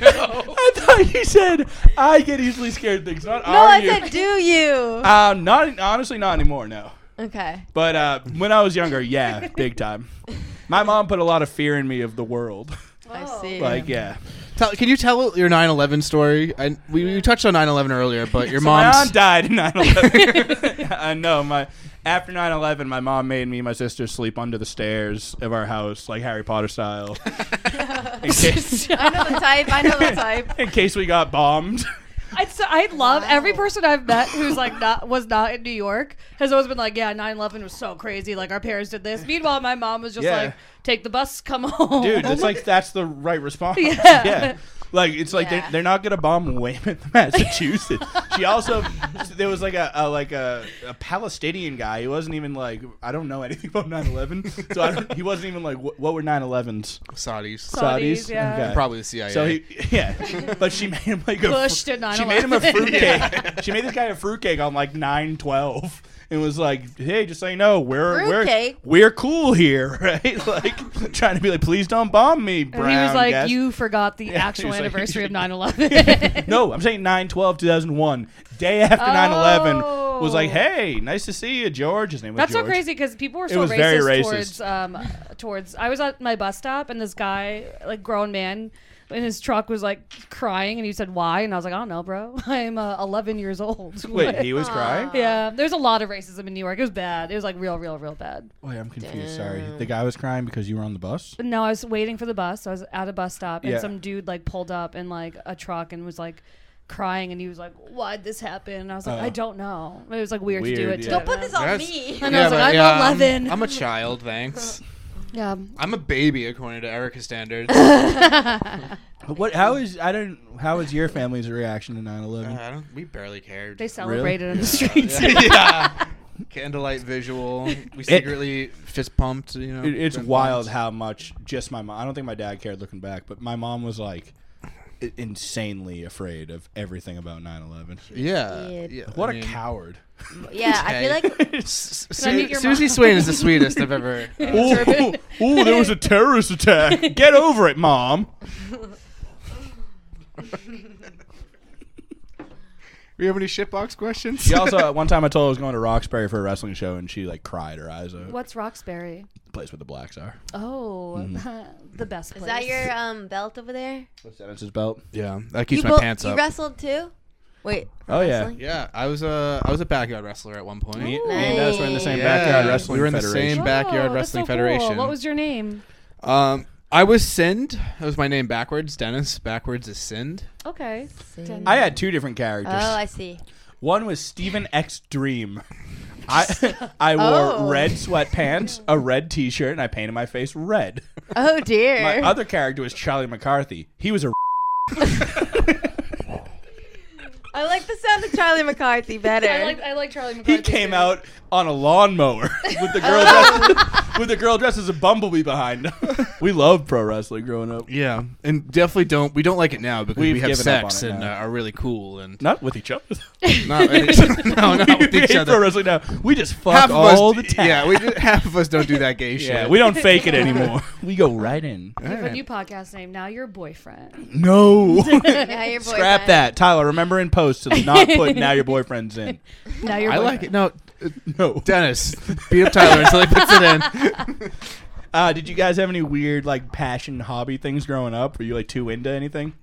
[SPEAKER 5] Oh. I thought you said I get easily scared of things, not
[SPEAKER 1] no,
[SPEAKER 5] are
[SPEAKER 1] I
[SPEAKER 5] you.
[SPEAKER 1] said, do you?
[SPEAKER 5] um, not honestly, not anymore. No.
[SPEAKER 1] okay.
[SPEAKER 5] But uh, when I was younger, yeah, big time. My mom put a lot of fear in me of the world.
[SPEAKER 1] I see.
[SPEAKER 5] Like, yeah.
[SPEAKER 3] Tell, can you tell your 9/11 story? I, we, we touched on 9/11 earlier, but your
[SPEAKER 5] So
[SPEAKER 3] mom's
[SPEAKER 5] my mom died in 9/11. I know my after 9/11, my mom made me and my sister sleep under the stairs of our house, like Harry Potter style, in, case,
[SPEAKER 1] I know the type. I know the type.
[SPEAKER 5] in case we got bombed.
[SPEAKER 4] I'd, s- I'd love every
[SPEAKER 1] Wow.
[SPEAKER 4] person I've met who's like not was not in New York has always been like, yeah, 9/11 was so crazy. Like our parents did this. Meanwhile, my mom was just
[SPEAKER 5] Yeah.
[SPEAKER 4] like, take the bus, come
[SPEAKER 3] Oh.
[SPEAKER 4] home.
[SPEAKER 5] Dude, it's like that's the right response.
[SPEAKER 4] Yeah.
[SPEAKER 5] Like it's like
[SPEAKER 1] Yeah.
[SPEAKER 5] they're, they're not gonna bomb Weymouth, Massachusetts. she also there was like a, a like a, a Palestinian guy. He wasn't even like I don't know anything about 9/11, so I don't, he wasn't even like what, what were 9/11s?
[SPEAKER 3] Saudis,
[SPEAKER 4] Saudis,
[SPEAKER 5] Saudis?
[SPEAKER 4] yeah.
[SPEAKER 5] Okay.
[SPEAKER 3] probably the CIA.
[SPEAKER 5] So he, yeah, but she made him like a.
[SPEAKER 4] Bush
[SPEAKER 5] fr-
[SPEAKER 4] did 9/11.
[SPEAKER 5] She made him a fruitcake. She made this guy a fruitcake on like nine twelve, and was like, "Hey, just so you know, we're we're
[SPEAKER 1] Fruitcake?
[SPEAKER 5] we're cool here, right? Like trying to be like, please don't bomb me,
[SPEAKER 4] And
[SPEAKER 5] Brown."
[SPEAKER 4] he was like,
[SPEAKER 5] guest."
[SPEAKER 4] you forgot the
[SPEAKER 5] he
[SPEAKER 4] actual
[SPEAKER 5] was like-
[SPEAKER 4] anniversary of 9/11.
[SPEAKER 5] No, I'm saying 9 12 2001, day after 9 11, was like,
[SPEAKER 4] Oh.
[SPEAKER 5] hey, nice to see you, George. His name was
[SPEAKER 4] That's
[SPEAKER 5] George.
[SPEAKER 4] so crazy because people were
[SPEAKER 5] It
[SPEAKER 4] so
[SPEAKER 5] was
[SPEAKER 4] racist,
[SPEAKER 5] very racist.
[SPEAKER 4] towards um towards. I was at my bus stop and this guy, like grown man, in his truck was like crying and he said why and I was like I don't know, bro. I'm uh, 11 years old.
[SPEAKER 5] Wait, he was crying?
[SPEAKER 4] yeah, there's a lot of racism in New York. It was bad. It was like real, real, real bad.
[SPEAKER 5] Wait, Oh, I'm confused. Sorry. The guy was crying because you were on the bus?
[SPEAKER 4] But no, I was waiting for the bus. So I was at a bus stop and
[SPEAKER 5] Yeah.
[SPEAKER 4] some dude like pulled up in like a truck and was like crying and he was like, "Why'd this happen?" And I was like,
[SPEAKER 5] Oh.
[SPEAKER 4] "I don't know." It was like weird, to do
[SPEAKER 5] Weird,
[SPEAKER 4] it.
[SPEAKER 5] yeah.
[SPEAKER 4] To
[SPEAKER 1] Don't put this on
[SPEAKER 3] That's-
[SPEAKER 1] me.
[SPEAKER 4] And I was
[SPEAKER 3] but,
[SPEAKER 4] like, I'm
[SPEAKER 3] yeah,
[SPEAKER 4] 11.
[SPEAKER 3] I'm a child, thanks.
[SPEAKER 4] Yeah.
[SPEAKER 3] I'm a baby according to Erica standards.
[SPEAKER 5] What? How is I don't? How was your family's reaction to 9 11?
[SPEAKER 3] I don't, we barely cared.
[SPEAKER 4] They celebrated in the
[SPEAKER 3] Uh,
[SPEAKER 4] streets.
[SPEAKER 3] yeah. Candlelight visual. We secretly fist pumped. You know,
[SPEAKER 5] It, it's
[SPEAKER 3] fist
[SPEAKER 5] wild
[SPEAKER 3] pumped.
[SPEAKER 5] how much just my mom. I don't think my dad cared looking back, but my mom was like i- insanely afraid of everything about 9 11.
[SPEAKER 3] Yeah.
[SPEAKER 1] Idiot.
[SPEAKER 3] yeah,
[SPEAKER 5] What
[SPEAKER 3] a
[SPEAKER 5] a coward.
[SPEAKER 1] Yeah, I feel like
[SPEAKER 4] I meet your
[SPEAKER 3] Susie
[SPEAKER 4] mom?
[SPEAKER 3] Swain is the sweetest I've ever.
[SPEAKER 5] Ooh, ooh, there was a terrorist attack. Get over it, mom.
[SPEAKER 3] We have any shitbox questions?
[SPEAKER 5] She also at one time I told her I was going to Roxbury for a wrestling show and she like cried her eyes out.
[SPEAKER 4] What's Roxbury?
[SPEAKER 5] The place where the blacks are.
[SPEAKER 4] Oh, the best place.
[SPEAKER 1] Is that your um, belt over there?
[SPEAKER 5] What's that? It's his belt.
[SPEAKER 3] Yeah, that keeps
[SPEAKER 1] you
[SPEAKER 3] my
[SPEAKER 1] bo-
[SPEAKER 3] pants
[SPEAKER 1] you
[SPEAKER 3] up.
[SPEAKER 1] wrestled too? Wait. for
[SPEAKER 5] Oh, yeah.
[SPEAKER 1] wrestling?
[SPEAKER 3] yeah, I was a I was a backyard wrestler at one point.
[SPEAKER 5] Me,
[SPEAKER 1] Ooh.
[SPEAKER 5] me and Dennis were in the same
[SPEAKER 1] Nice.
[SPEAKER 5] backyard
[SPEAKER 3] Yeah,
[SPEAKER 5] wrestling
[SPEAKER 3] we were in the
[SPEAKER 5] federation.
[SPEAKER 3] same ba- Backyard
[SPEAKER 4] Oh, that's
[SPEAKER 3] Wrestling
[SPEAKER 4] so cool.
[SPEAKER 3] Federation.
[SPEAKER 4] What was your name?
[SPEAKER 3] Um, I was Sind. That was my name backwards. Dennis backwards is Sind.
[SPEAKER 4] Okay.
[SPEAKER 5] I had two different
[SPEAKER 1] Oh,
[SPEAKER 5] characters.
[SPEAKER 1] I see.
[SPEAKER 5] One was Stephen X Dream. I I wore
[SPEAKER 1] Oh.
[SPEAKER 5] red sweatpants, a red T-shirt, and I painted my face red.
[SPEAKER 1] Oh dear.
[SPEAKER 5] My other character was Charlie McCarthy. He was a
[SPEAKER 1] I like the sound of Charlie McCarthy better.
[SPEAKER 4] I like I like Charlie McCarthy.
[SPEAKER 5] he came
[SPEAKER 4] too.
[SPEAKER 5] out on a lawnmower with the girl dressed, with the girl dressed as a bumblebee behind him. we loved pro wrestling growing up.
[SPEAKER 3] Yeah, and definitely don't we don't like it now because
[SPEAKER 5] We've
[SPEAKER 3] we have
[SPEAKER 5] given up on
[SPEAKER 3] sex
[SPEAKER 5] it
[SPEAKER 3] and uh,
[SPEAKER 5] now.
[SPEAKER 3] are really cool and
[SPEAKER 5] Not with each other.
[SPEAKER 3] not no not with
[SPEAKER 5] We
[SPEAKER 3] each
[SPEAKER 5] hate pro
[SPEAKER 3] other.
[SPEAKER 5] wrestling now. We just fuck
[SPEAKER 3] Half of us,
[SPEAKER 5] all the time.
[SPEAKER 3] yeah, we just, half of us don't do that gay shit.
[SPEAKER 5] Yeah, we don't fake it anymore. we go right in.
[SPEAKER 4] You have a
[SPEAKER 3] Alright.
[SPEAKER 4] new podcast name. Now your boyfriend.
[SPEAKER 5] No.
[SPEAKER 1] yeah, your boyfriend.
[SPEAKER 5] Scrap that, Tyler. Remember in post to not put now your boyfriend's in.
[SPEAKER 4] Now your
[SPEAKER 3] I
[SPEAKER 4] boyfriend.
[SPEAKER 3] like it. No, uh,
[SPEAKER 5] No.
[SPEAKER 3] Dennis, beat up Tyler until he puts it in.
[SPEAKER 5] Uh, did you guys have any weird like passion hobby things growing up? Were you like too into anything?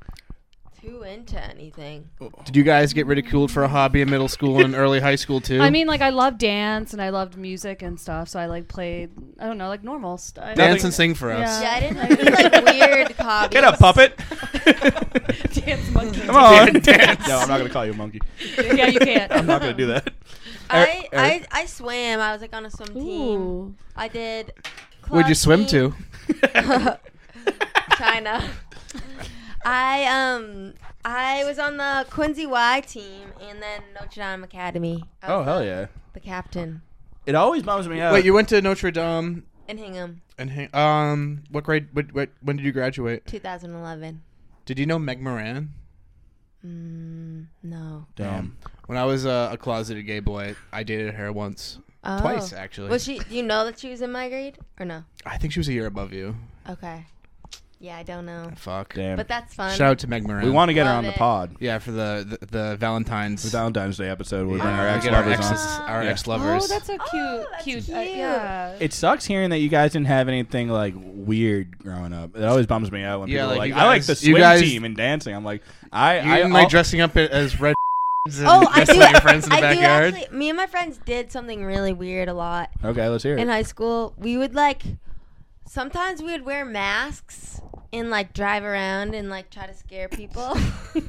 [SPEAKER 1] Too into anything.
[SPEAKER 3] Did you guys get ridiculed for a hobby in middle school and early high school too?
[SPEAKER 4] I mean, like I loved dance and I loved music and stuff, so I like played. I don't know, like normal stuff.
[SPEAKER 3] dance
[SPEAKER 5] Nothing-
[SPEAKER 3] and sing for us.
[SPEAKER 1] Yeah, I didn't have any, like weird hobbies.
[SPEAKER 5] Get up, puppet.
[SPEAKER 4] dance monkey.
[SPEAKER 5] Come on.
[SPEAKER 3] Dance.
[SPEAKER 5] No, I'm not gonna call you a monkey.
[SPEAKER 4] yeah, you can't.
[SPEAKER 5] I'm not gonna do that.
[SPEAKER 1] I,
[SPEAKER 5] Eric-
[SPEAKER 1] I, I swam. I was like on a swim team.
[SPEAKER 4] Ooh.
[SPEAKER 1] I did.
[SPEAKER 3] Where'd you
[SPEAKER 1] club
[SPEAKER 3] swim
[SPEAKER 1] team.
[SPEAKER 3] to?
[SPEAKER 1] China. I um I was on the Quincy Y team and then Notre Dame Academy. I
[SPEAKER 3] Oh.
[SPEAKER 1] was
[SPEAKER 5] Oh, hell yeah!
[SPEAKER 1] the captain
[SPEAKER 5] It always bums me out.
[SPEAKER 3] Wait, you went to Notre Dame
[SPEAKER 1] in Hingham,
[SPEAKER 3] and hang- um, what grade? What, what, when did you graduate?
[SPEAKER 1] 2011.
[SPEAKER 3] Did you know Meg Moran? Um,
[SPEAKER 1] Mm, no.
[SPEAKER 5] damn.
[SPEAKER 3] When I was uh, a closeted gay boy, I dated her once,
[SPEAKER 1] Oh.
[SPEAKER 3] twice actually.
[SPEAKER 1] Was she? Do you know that she was in my grade or no?
[SPEAKER 3] I think she was a year above you.
[SPEAKER 1] Okay. Yeah, I don't know.
[SPEAKER 3] Fuck.
[SPEAKER 5] Damn.
[SPEAKER 1] But that's fun.
[SPEAKER 3] Shout out to Meg Moran.
[SPEAKER 5] we want to get her
[SPEAKER 1] Love
[SPEAKER 5] on the
[SPEAKER 1] it.
[SPEAKER 5] pod.
[SPEAKER 3] yeah, for the the, the Valentine's.
[SPEAKER 5] The Valentine's Day episode. We
[SPEAKER 3] Yeah,
[SPEAKER 5] bring our
[SPEAKER 3] we
[SPEAKER 5] ex
[SPEAKER 3] get our
[SPEAKER 5] lovers on.
[SPEAKER 3] exes, our
[SPEAKER 5] Yeah.
[SPEAKER 3] ex
[SPEAKER 4] Oh,
[SPEAKER 3] lovers.
[SPEAKER 4] that's a cute,
[SPEAKER 1] Oh, that's
[SPEAKER 4] cute. uh,
[SPEAKER 1] cute.
[SPEAKER 4] yeah.
[SPEAKER 5] It sucks hearing that you guys didn't have anything like weird growing up. It always bums me out when
[SPEAKER 3] Yeah,
[SPEAKER 5] people are
[SPEAKER 3] like,
[SPEAKER 5] like,
[SPEAKER 3] you
[SPEAKER 5] I like
[SPEAKER 3] guys-
[SPEAKER 5] the
[SPEAKER 3] you
[SPEAKER 5] swim
[SPEAKER 3] guys-
[SPEAKER 5] team and dancing. I'm like, I
[SPEAKER 3] you
[SPEAKER 5] I
[SPEAKER 3] didn't like
[SPEAKER 5] I'll-
[SPEAKER 3] dressing up as red. and
[SPEAKER 1] Oh, I
[SPEAKER 3] dressing
[SPEAKER 1] do.
[SPEAKER 3] up your friends in the
[SPEAKER 1] I do
[SPEAKER 3] backyard.
[SPEAKER 1] actually. Me and my friends did something really weird a lot.
[SPEAKER 5] Okay, let's hear it.
[SPEAKER 1] in high school, we would like sometimes we would wear masks and like drive around and like try to scare people.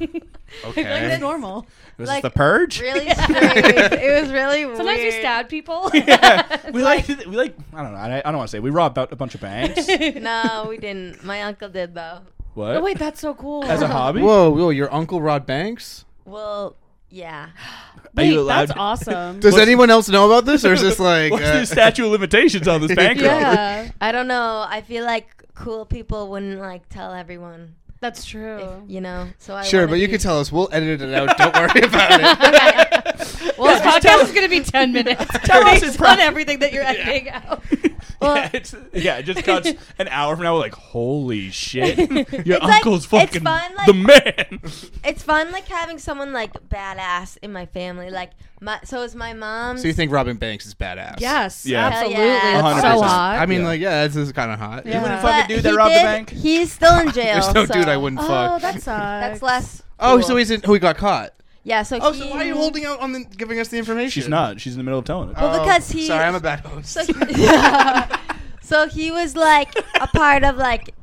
[SPEAKER 4] I feel like
[SPEAKER 3] Okay.
[SPEAKER 4] that's normal.
[SPEAKER 5] Was
[SPEAKER 1] like,
[SPEAKER 5] this the purge?
[SPEAKER 1] really strange. It was really weird.
[SPEAKER 4] Sometimes we stab people.
[SPEAKER 5] yeah, we like, to- we like I don't know. I, I don't want to say we robbed out a bunch of banks.
[SPEAKER 1] No, we didn't. My uncle did though.
[SPEAKER 5] what?
[SPEAKER 4] Oh, wait, that's so cool.
[SPEAKER 5] As a hobby?
[SPEAKER 3] Whoa, whoa! Your uncle Rod Banks.
[SPEAKER 1] Well, yeah.
[SPEAKER 5] Are
[SPEAKER 4] Wait,
[SPEAKER 5] you allowed
[SPEAKER 4] that's
[SPEAKER 5] to-
[SPEAKER 4] awesome.
[SPEAKER 3] Does anyone else know about this, or is this like?
[SPEAKER 5] What's
[SPEAKER 3] uh,
[SPEAKER 5] the statute of limitations on this bank robbery?
[SPEAKER 4] yeah,
[SPEAKER 1] I don't know. I feel like cool people wouldn't like tell everyone,
[SPEAKER 4] that's true.
[SPEAKER 1] you know. So I
[SPEAKER 3] Sure,
[SPEAKER 1] wanna
[SPEAKER 3] but you
[SPEAKER 1] be-
[SPEAKER 3] can tell us. We'll edit it out. Don't worry about it.
[SPEAKER 4] Well, this podcast is going to be 10 minutes.
[SPEAKER 5] Tell us
[SPEAKER 4] Based
[SPEAKER 5] it's pro-
[SPEAKER 4] on everything that you're editing out.
[SPEAKER 5] yeah, it's, yeah, it just cuts an hour from now. We're like, holy shit, your
[SPEAKER 1] like-
[SPEAKER 5] uncle's
[SPEAKER 1] it's
[SPEAKER 5] fucking
[SPEAKER 1] fun, like-
[SPEAKER 5] the man.
[SPEAKER 1] It's fun, like having someone like badass in my family. Like my, so is my mom.
[SPEAKER 3] So you think Robin Banks is badass?
[SPEAKER 4] Yes,
[SPEAKER 5] Yeah.
[SPEAKER 4] absolutely.
[SPEAKER 1] Hell yeah.
[SPEAKER 4] It's so
[SPEAKER 5] 100%.
[SPEAKER 4] hot.
[SPEAKER 3] I mean,
[SPEAKER 5] Yeah.
[SPEAKER 3] like, yeah, this is kind of hot.
[SPEAKER 4] Yeah.
[SPEAKER 5] wouldn't
[SPEAKER 1] But
[SPEAKER 5] fuck a dude that
[SPEAKER 1] he
[SPEAKER 5] robbed the
[SPEAKER 1] did-
[SPEAKER 5] bank?
[SPEAKER 1] He's still in jail.
[SPEAKER 3] There's no
[SPEAKER 1] so
[SPEAKER 3] dude I wouldn't
[SPEAKER 4] oh,
[SPEAKER 3] fuck.
[SPEAKER 4] that sucks.
[SPEAKER 1] That's less.
[SPEAKER 3] oh,
[SPEAKER 1] cool.
[SPEAKER 3] so he's in, who he got caught.
[SPEAKER 1] yeah. So
[SPEAKER 3] Oh,
[SPEAKER 1] he,
[SPEAKER 3] so why are you holding out on the, giving us the information?
[SPEAKER 5] She's not. She's in the middle of telling it.
[SPEAKER 1] Well,
[SPEAKER 3] Oh,
[SPEAKER 1] because he-
[SPEAKER 3] Sorry, I'm a bad host.
[SPEAKER 1] So he, so he was like a part of like,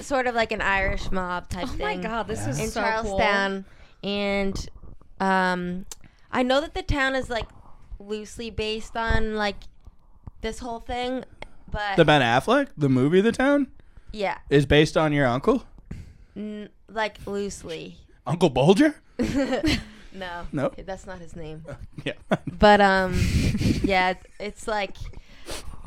[SPEAKER 1] sort of like an Irish mob type
[SPEAKER 4] Oh
[SPEAKER 1] thing.
[SPEAKER 4] my god, this is
[SPEAKER 1] In
[SPEAKER 4] so
[SPEAKER 1] Charlestown, and um, I know that the town is like loosely based on like this whole thing, but
[SPEAKER 5] The Ben Affleck, the movie The Town,
[SPEAKER 1] yeah,
[SPEAKER 5] is based on your uncle,
[SPEAKER 1] n- like loosely.
[SPEAKER 5] Uncle Bulger.
[SPEAKER 1] No,
[SPEAKER 5] No?
[SPEAKER 1] that's not his name.
[SPEAKER 5] Yeah,
[SPEAKER 1] But um, yeah, it's, it's like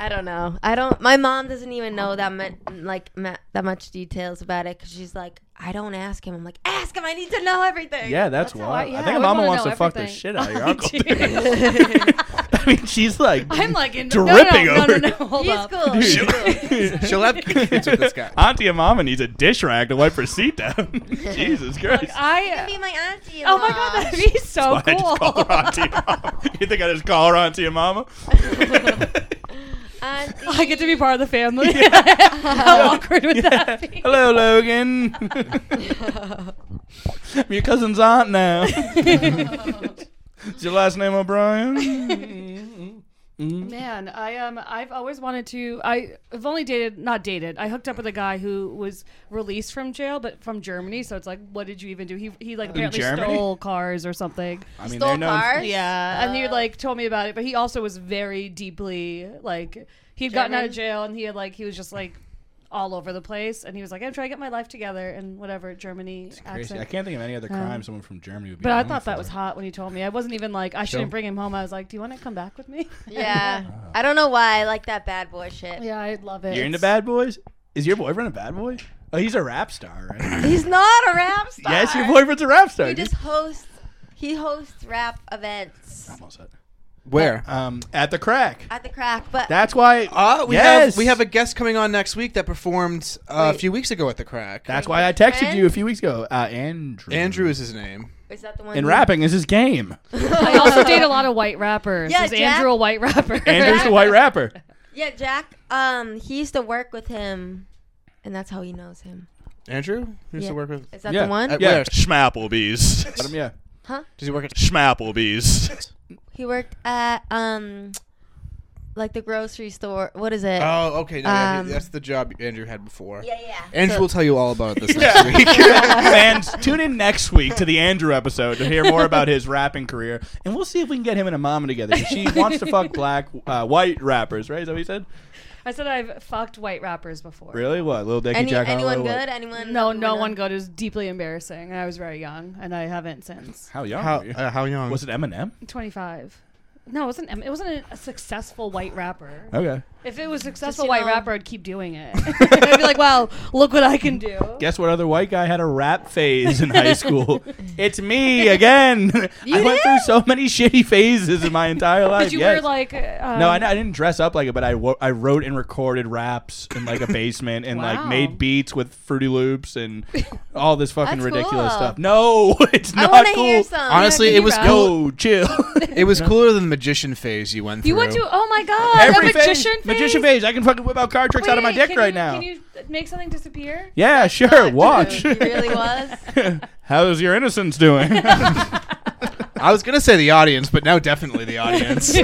[SPEAKER 1] I don't know. I don't. My mom doesn't even know that much, like ma- that much details about it because she's like, I don't ask him. I'm like, ask him. I need to know everything.
[SPEAKER 5] yeah, that's,
[SPEAKER 4] how I-
[SPEAKER 5] wild.
[SPEAKER 4] yeah,
[SPEAKER 5] I
[SPEAKER 4] I
[SPEAKER 5] think
[SPEAKER 4] would
[SPEAKER 5] Mama
[SPEAKER 4] wanna
[SPEAKER 5] wants to
[SPEAKER 4] know
[SPEAKER 5] fuck the
[SPEAKER 4] everything.
[SPEAKER 5] shit out of your
[SPEAKER 4] Oh,
[SPEAKER 5] uncle.
[SPEAKER 4] dude.
[SPEAKER 5] I mean, she's like,
[SPEAKER 4] I'm like in
[SPEAKER 5] Dripping
[SPEAKER 4] no, no, no,
[SPEAKER 5] over
[SPEAKER 4] no,
[SPEAKER 5] you.
[SPEAKER 4] no, hold
[SPEAKER 1] he's
[SPEAKER 4] up.
[SPEAKER 1] cool. He's cool.
[SPEAKER 3] She'll have kids with this guy.
[SPEAKER 5] Auntie and Mama needs a dish rag to wipe her seat down. Jesus Christ.
[SPEAKER 1] He'd
[SPEAKER 4] I
[SPEAKER 1] Be my auntie.
[SPEAKER 4] Oh my god, that'd be so
[SPEAKER 5] Why I just call her Auntie and
[SPEAKER 4] cool.
[SPEAKER 5] Mama. You think I just call her Auntie and Mama?
[SPEAKER 1] auntie.
[SPEAKER 4] I get to be part of the family. How awkward would that be?
[SPEAKER 5] Hello, Logan. I'm your cousin's aunt now. Is your last name
[SPEAKER 3] Mm-hmm.
[SPEAKER 5] O'Brien?
[SPEAKER 4] Man, I um, I've always wanted to. I- I've only dated, not dated. I hooked up with a guy who was released from jail, but from Germany. So it's like, what did you even do? He he like apparently
[SPEAKER 5] Germany?
[SPEAKER 4] stole cars or something.
[SPEAKER 5] I mean,
[SPEAKER 1] Stole
[SPEAKER 5] they're known.
[SPEAKER 1] cars.
[SPEAKER 4] Yeah, and he
[SPEAKER 5] Uh,
[SPEAKER 4] like told me about it, but he also was very deeply like he'd gotten out of
[SPEAKER 1] German?
[SPEAKER 4] jail and he had like he was just like all over the place, and he was like, I'm trying to get my life together and whatever Germany
[SPEAKER 5] Crazy. I
[SPEAKER 4] accent.
[SPEAKER 5] can't think of any other crime someone from Germany would be.
[SPEAKER 4] But I
[SPEAKER 5] known
[SPEAKER 4] thought
[SPEAKER 5] for.
[SPEAKER 4] that was hot when he told me. I wasn't even like I shouldn't bring him home. I was like, Do you want to come back with me?
[SPEAKER 1] Yeah. I don't know why I like that bad boy shit.
[SPEAKER 4] yeah, I love it.
[SPEAKER 5] You're into
[SPEAKER 4] It's-
[SPEAKER 5] bad boys? Is your boyfriend a bad boy? Oh, he's a rap star, right?
[SPEAKER 1] He's not a rap star.
[SPEAKER 5] yes, your boyfriend's a rap star.
[SPEAKER 1] He just hosts. He hosts rap events
[SPEAKER 5] Almost said.
[SPEAKER 3] Where?
[SPEAKER 5] Um, at the crack.
[SPEAKER 1] at the crack, but
[SPEAKER 5] That's why.
[SPEAKER 3] Ah, we
[SPEAKER 5] yes,
[SPEAKER 3] have we have a guest coming on next week that performed uh, a
[SPEAKER 1] Wait.
[SPEAKER 3] few weeks ago at the crack.
[SPEAKER 5] That's
[SPEAKER 1] Wait,
[SPEAKER 5] why I texted
[SPEAKER 1] friend?
[SPEAKER 5] you a few weeks ago. Uh, Andrew.
[SPEAKER 3] Andrew is his name.
[SPEAKER 1] Is that the one?
[SPEAKER 5] And
[SPEAKER 1] you-
[SPEAKER 5] rapping is his game.
[SPEAKER 4] I also date a lot of white rappers.
[SPEAKER 1] Yeah,
[SPEAKER 4] Is
[SPEAKER 1] Jack-
[SPEAKER 4] Andrew a white rapper?
[SPEAKER 5] Andrew's the white rapper.
[SPEAKER 1] Yeah, Jack. Um, he used to work with him, and that's how he knows him.
[SPEAKER 3] Andrew, who used
[SPEAKER 1] Yeah.
[SPEAKER 3] to work with?
[SPEAKER 1] Is that
[SPEAKER 5] Yeah. Uh,
[SPEAKER 1] the one?
[SPEAKER 3] At
[SPEAKER 5] Yeah.
[SPEAKER 3] where?
[SPEAKER 6] Schmapplebees.
[SPEAKER 5] But, um, yeah.
[SPEAKER 3] Does he work at?
[SPEAKER 6] Schmapplebees.
[SPEAKER 1] he worked at um, like the grocery store. What is it?
[SPEAKER 3] Oh, okay. No, yeah, he-
[SPEAKER 1] Um,
[SPEAKER 3] that's the job Andrew had before.
[SPEAKER 1] yeah, yeah.
[SPEAKER 3] Andrew
[SPEAKER 1] So-
[SPEAKER 3] will tell you all about this
[SPEAKER 5] Yeah.
[SPEAKER 3] next week.
[SPEAKER 5] and tune in next week to the Andrew episode to hear more about his rapping career, and we'll see if we can get him and a mama together. 'cause She wants to fuck black, uh, white rappers, right? Is that what he said?
[SPEAKER 4] I said I've fucked white rappers before.
[SPEAKER 5] Really? What? Little Dicky
[SPEAKER 1] Any,
[SPEAKER 5] Jack Harlow?
[SPEAKER 1] anyone
[SPEAKER 5] what?
[SPEAKER 1] good? Anyone?
[SPEAKER 4] No, no
[SPEAKER 1] anyone
[SPEAKER 4] one
[SPEAKER 1] else?
[SPEAKER 4] good. It was deeply embarrassing. And I was very young, and I haven't since.
[SPEAKER 5] How young?
[SPEAKER 3] How,
[SPEAKER 5] were you?
[SPEAKER 3] uh, how young?
[SPEAKER 5] was it Eminem?
[SPEAKER 4] 25. No, it wasn't. Em- It wasn't a- a successful white rapper.
[SPEAKER 5] Okay.
[SPEAKER 4] If it was a successful
[SPEAKER 1] you
[SPEAKER 4] white
[SPEAKER 1] know-
[SPEAKER 4] rapper, I'd keep doing it. I'd be like, "Wow, look what I can do."
[SPEAKER 5] Guess what other white guy had a rap phase in high school? it's me again. I went
[SPEAKER 1] did?
[SPEAKER 5] through so many shitty phases in my entire life.
[SPEAKER 4] Did you
[SPEAKER 5] yes.
[SPEAKER 4] wear like? uh,
[SPEAKER 5] No, I, I didn't dress up like it, but I, wo- I wrote and recorded raps in like a basement and like
[SPEAKER 4] Wow.
[SPEAKER 5] made beats with Fruity Loops and all this fucking
[SPEAKER 1] That's cool.
[SPEAKER 5] ridiculous stuff. No, it's
[SPEAKER 1] I
[SPEAKER 5] not
[SPEAKER 1] want to
[SPEAKER 5] cool.
[SPEAKER 1] hear some.
[SPEAKER 3] Honestly,
[SPEAKER 4] Oh, Yeah,
[SPEAKER 3] it was
[SPEAKER 4] can you
[SPEAKER 3] cool.
[SPEAKER 5] Go chill.
[SPEAKER 3] It was cooler than the magician phase you went through.
[SPEAKER 4] You went to? Oh my god!
[SPEAKER 5] Every
[SPEAKER 4] a magician
[SPEAKER 5] phase, magician phase. I can fucking whip out card tricks out of my
[SPEAKER 4] Wait,
[SPEAKER 5] dick
[SPEAKER 4] can
[SPEAKER 5] right
[SPEAKER 4] you-
[SPEAKER 5] now.
[SPEAKER 4] Can you make something disappear?
[SPEAKER 5] yeah, sure. Watch.
[SPEAKER 1] He really was.
[SPEAKER 5] How's your innocence doing?
[SPEAKER 3] I was gonna say the audience, but now definitely the audience.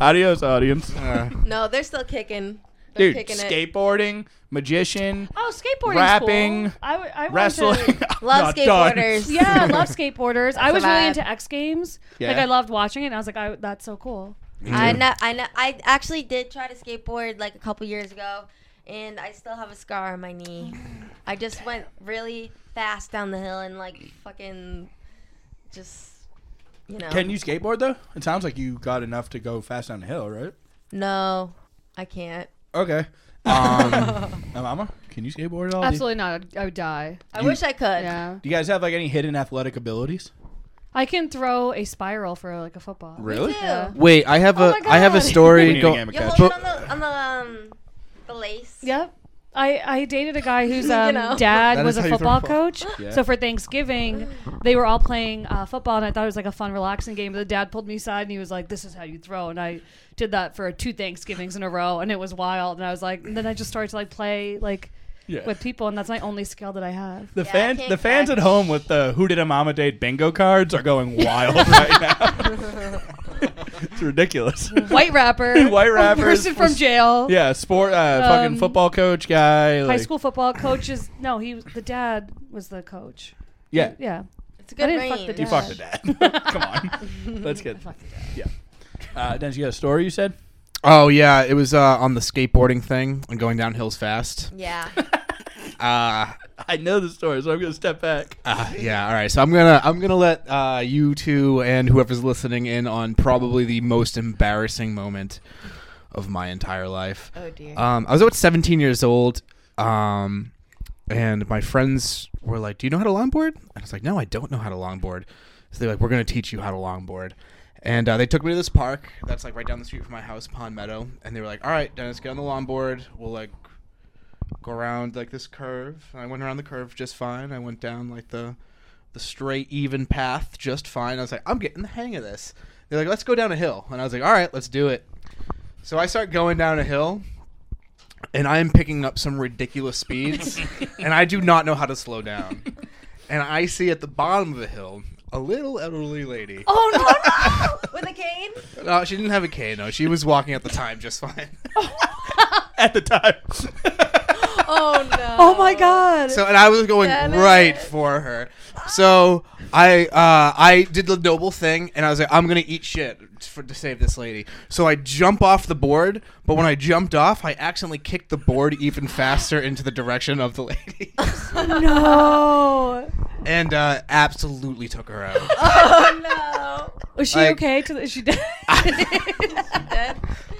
[SPEAKER 5] Adios, audience.
[SPEAKER 3] Uh,
[SPEAKER 1] No, they're still kicking. They're
[SPEAKER 5] Dude,
[SPEAKER 1] kicking it.
[SPEAKER 5] skateboarding, magician,
[SPEAKER 4] Oh, skateboarding.
[SPEAKER 5] Rapping,
[SPEAKER 4] Cool. I, w- I wanted
[SPEAKER 5] wrestling.
[SPEAKER 4] to-
[SPEAKER 1] Love
[SPEAKER 5] Not done.
[SPEAKER 1] skateboarders.
[SPEAKER 4] yeah, I love skateboarders. I was
[SPEAKER 1] a
[SPEAKER 4] really
[SPEAKER 1] vibe.
[SPEAKER 4] into X Games. Like
[SPEAKER 5] Yeah.
[SPEAKER 4] I loved watching it. and I was like, I, that's so cool.
[SPEAKER 1] I know, I know. I actually did try to skateboard like a couple years ago, and I still have a scar on my knee. I just went really fast down the hill and like fucking, just you know.
[SPEAKER 5] Can you skateboard though? It sounds like you got enough to go fast down the hill, right?
[SPEAKER 1] No, I can't.
[SPEAKER 5] Okay. Um, now, Mama, can you skateboard at all? Do you-
[SPEAKER 4] Absolutely not. I would die.
[SPEAKER 1] I
[SPEAKER 5] You-
[SPEAKER 1] wish I could.
[SPEAKER 4] Yeah,
[SPEAKER 5] Do you guys have like any hidden athletic abilities?
[SPEAKER 4] I can throw a spiral for like a football.
[SPEAKER 1] Me too.
[SPEAKER 4] Yeah.
[SPEAKER 3] wait, I have
[SPEAKER 4] Oh
[SPEAKER 3] a
[SPEAKER 4] my
[SPEAKER 3] I have a
[SPEAKER 4] God.
[SPEAKER 5] We need
[SPEAKER 3] story.
[SPEAKER 5] a
[SPEAKER 3] go-
[SPEAKER 5] game of
[SPEAKER 1] You
[SPEAKER 5] catch.
[SPEAKER 1] hold it on the on the um, the lace.
[SPEAKER 4] Yep. I, I dated a guy whose
[SPEAKER 1] You
[SPEAKER 4] um,
[SPEAKER 1] know.
[SPEAKER 4] dad
[SPEAKER 3] That
[SPEAKER 4] was
[SPEAKER 3] is
[SPEAKER 4] a
[SPEAKER 3] how you throw
[SPEAKER 4] football
[SPEAKER 3] a ball.
[SPEAKER 4] coach.
[SPEAKER 5] Yeah.
[SPEAKER 4] So for Thanksgiving, they were all playing uh, football, and I thought it was like a fun, relaxing game. But the dad pulled me aside and he was like, "This is how you throw." And I did that for two Thanksgivings in a row, and it was wild. And I was like, and then I just started to like play like
[SPEAKER 5] Yeah.
[SPEAKER 4] with people, and that's my only skill that I have.
[SPEAKER 5] the
[SPEAKER 1] Yeah, I
[SPEAKER 5] fans,
[SPEAKER 1] can't
[SPEAKER 5] the fans
[SPEAKER 1] catch.
[SPEAKER 5] at home with the "Who Did a Mama Date" bingo cards are going wild right now. it's ridiculous.
[SPEAKER 4] White rapper,
[SPEAKER 5] White rappers.
[SPEAKER 4] person from jail,
[SPEAKER 5] yeah, sport, uh, fucking
[SPEAKER 4] Um,
[SPEAKER 5] football coach guy.
[SPEAKER 4] high
[SPEAKER 5] like-
[SPEAKER 4] school football coaches. No, he was the dad was the coach.
[SPEAKER 5] Yeah,
[SPEAKER 4] Yeah,
[SPEAKER 1] It's a good
[SPEAKER 4] I didn't fuck
[SPEAKER 1] range.
[SPEAKER 4] the
[SPEAKER 5] you
[SPEAKER 4] dad.
[SPEAKER 5] fucked the dad. Come on, that's good. Yeah. Uh, Dennis, you got a story you said?
[SPEAKER 3] Oh yeah, it was uh, on the skateboarding thing and going down hills fast.
[SPEAKER 1] Yeah.
[SPEAKER 3] Uh,
[SPEAKER 5] I know the story, so I'm gonna step back.
[SPEAKER 3] uh, yeah. All right. So I'm gonna I'm gonna let uh, you two and whoever's listening in on probably the most embarrassing moment of my entire life.
[SPEAKER 1] Oh dear.
[SPEAKER 3] Um, I was about 17 years old, um, and my friends were like, "Do you know how to longboard?" And I was like, "No, I don't know how to longboard." So they're like, "We're gonna teach you how to longboard." And uh, they took me to this park that's like right down the street from my house, Pond Meadow, and they were like, "All right, Dennis, get on the longboard. We'll like go around like this curve." And I went around the curve just fine. I went down like the the straight even path just fine. I was like, "I'm getting the hang of this." They're like, "Let's go down a hill," and I was like, "All right, let's do it." So I start going down a hill, and I am picking up some ridiculous speeds, and I do not know how to slow down. And I see at the bottom of the hill a little elderly lady.
[SPEAKER 1] oh no! no! With a cane?
[SPEAKER 3] No, she didn't have a cane. No, she was walking at the time just fine.
[SPEAKER 5] At the time,
[SPEAKER 1] Oh no!
[SPEAKER 4] Oh my god.
[SPEAKER 3] So and I was going
[SPEAKER 1] Dennis.
[SPEAKER 3] right for her. So I uh, I did the noble thing, and I was like, I'm gonna eat shit for, to save this lady. So I jump off the board, but when I jumped off, I accidentally kicked the board even faster into the direction of the lady,
[SPEAKER 4] no.
[SPEAKER 3] and uh, absolutely took her out.
[SPEAKER 1] Oh no!
[SPEAKER 4] Was she
[SPEAKER 3] Like-
[SPEAKER 4] okay? To the, is she dead?
[SPEAKER 1] Dead.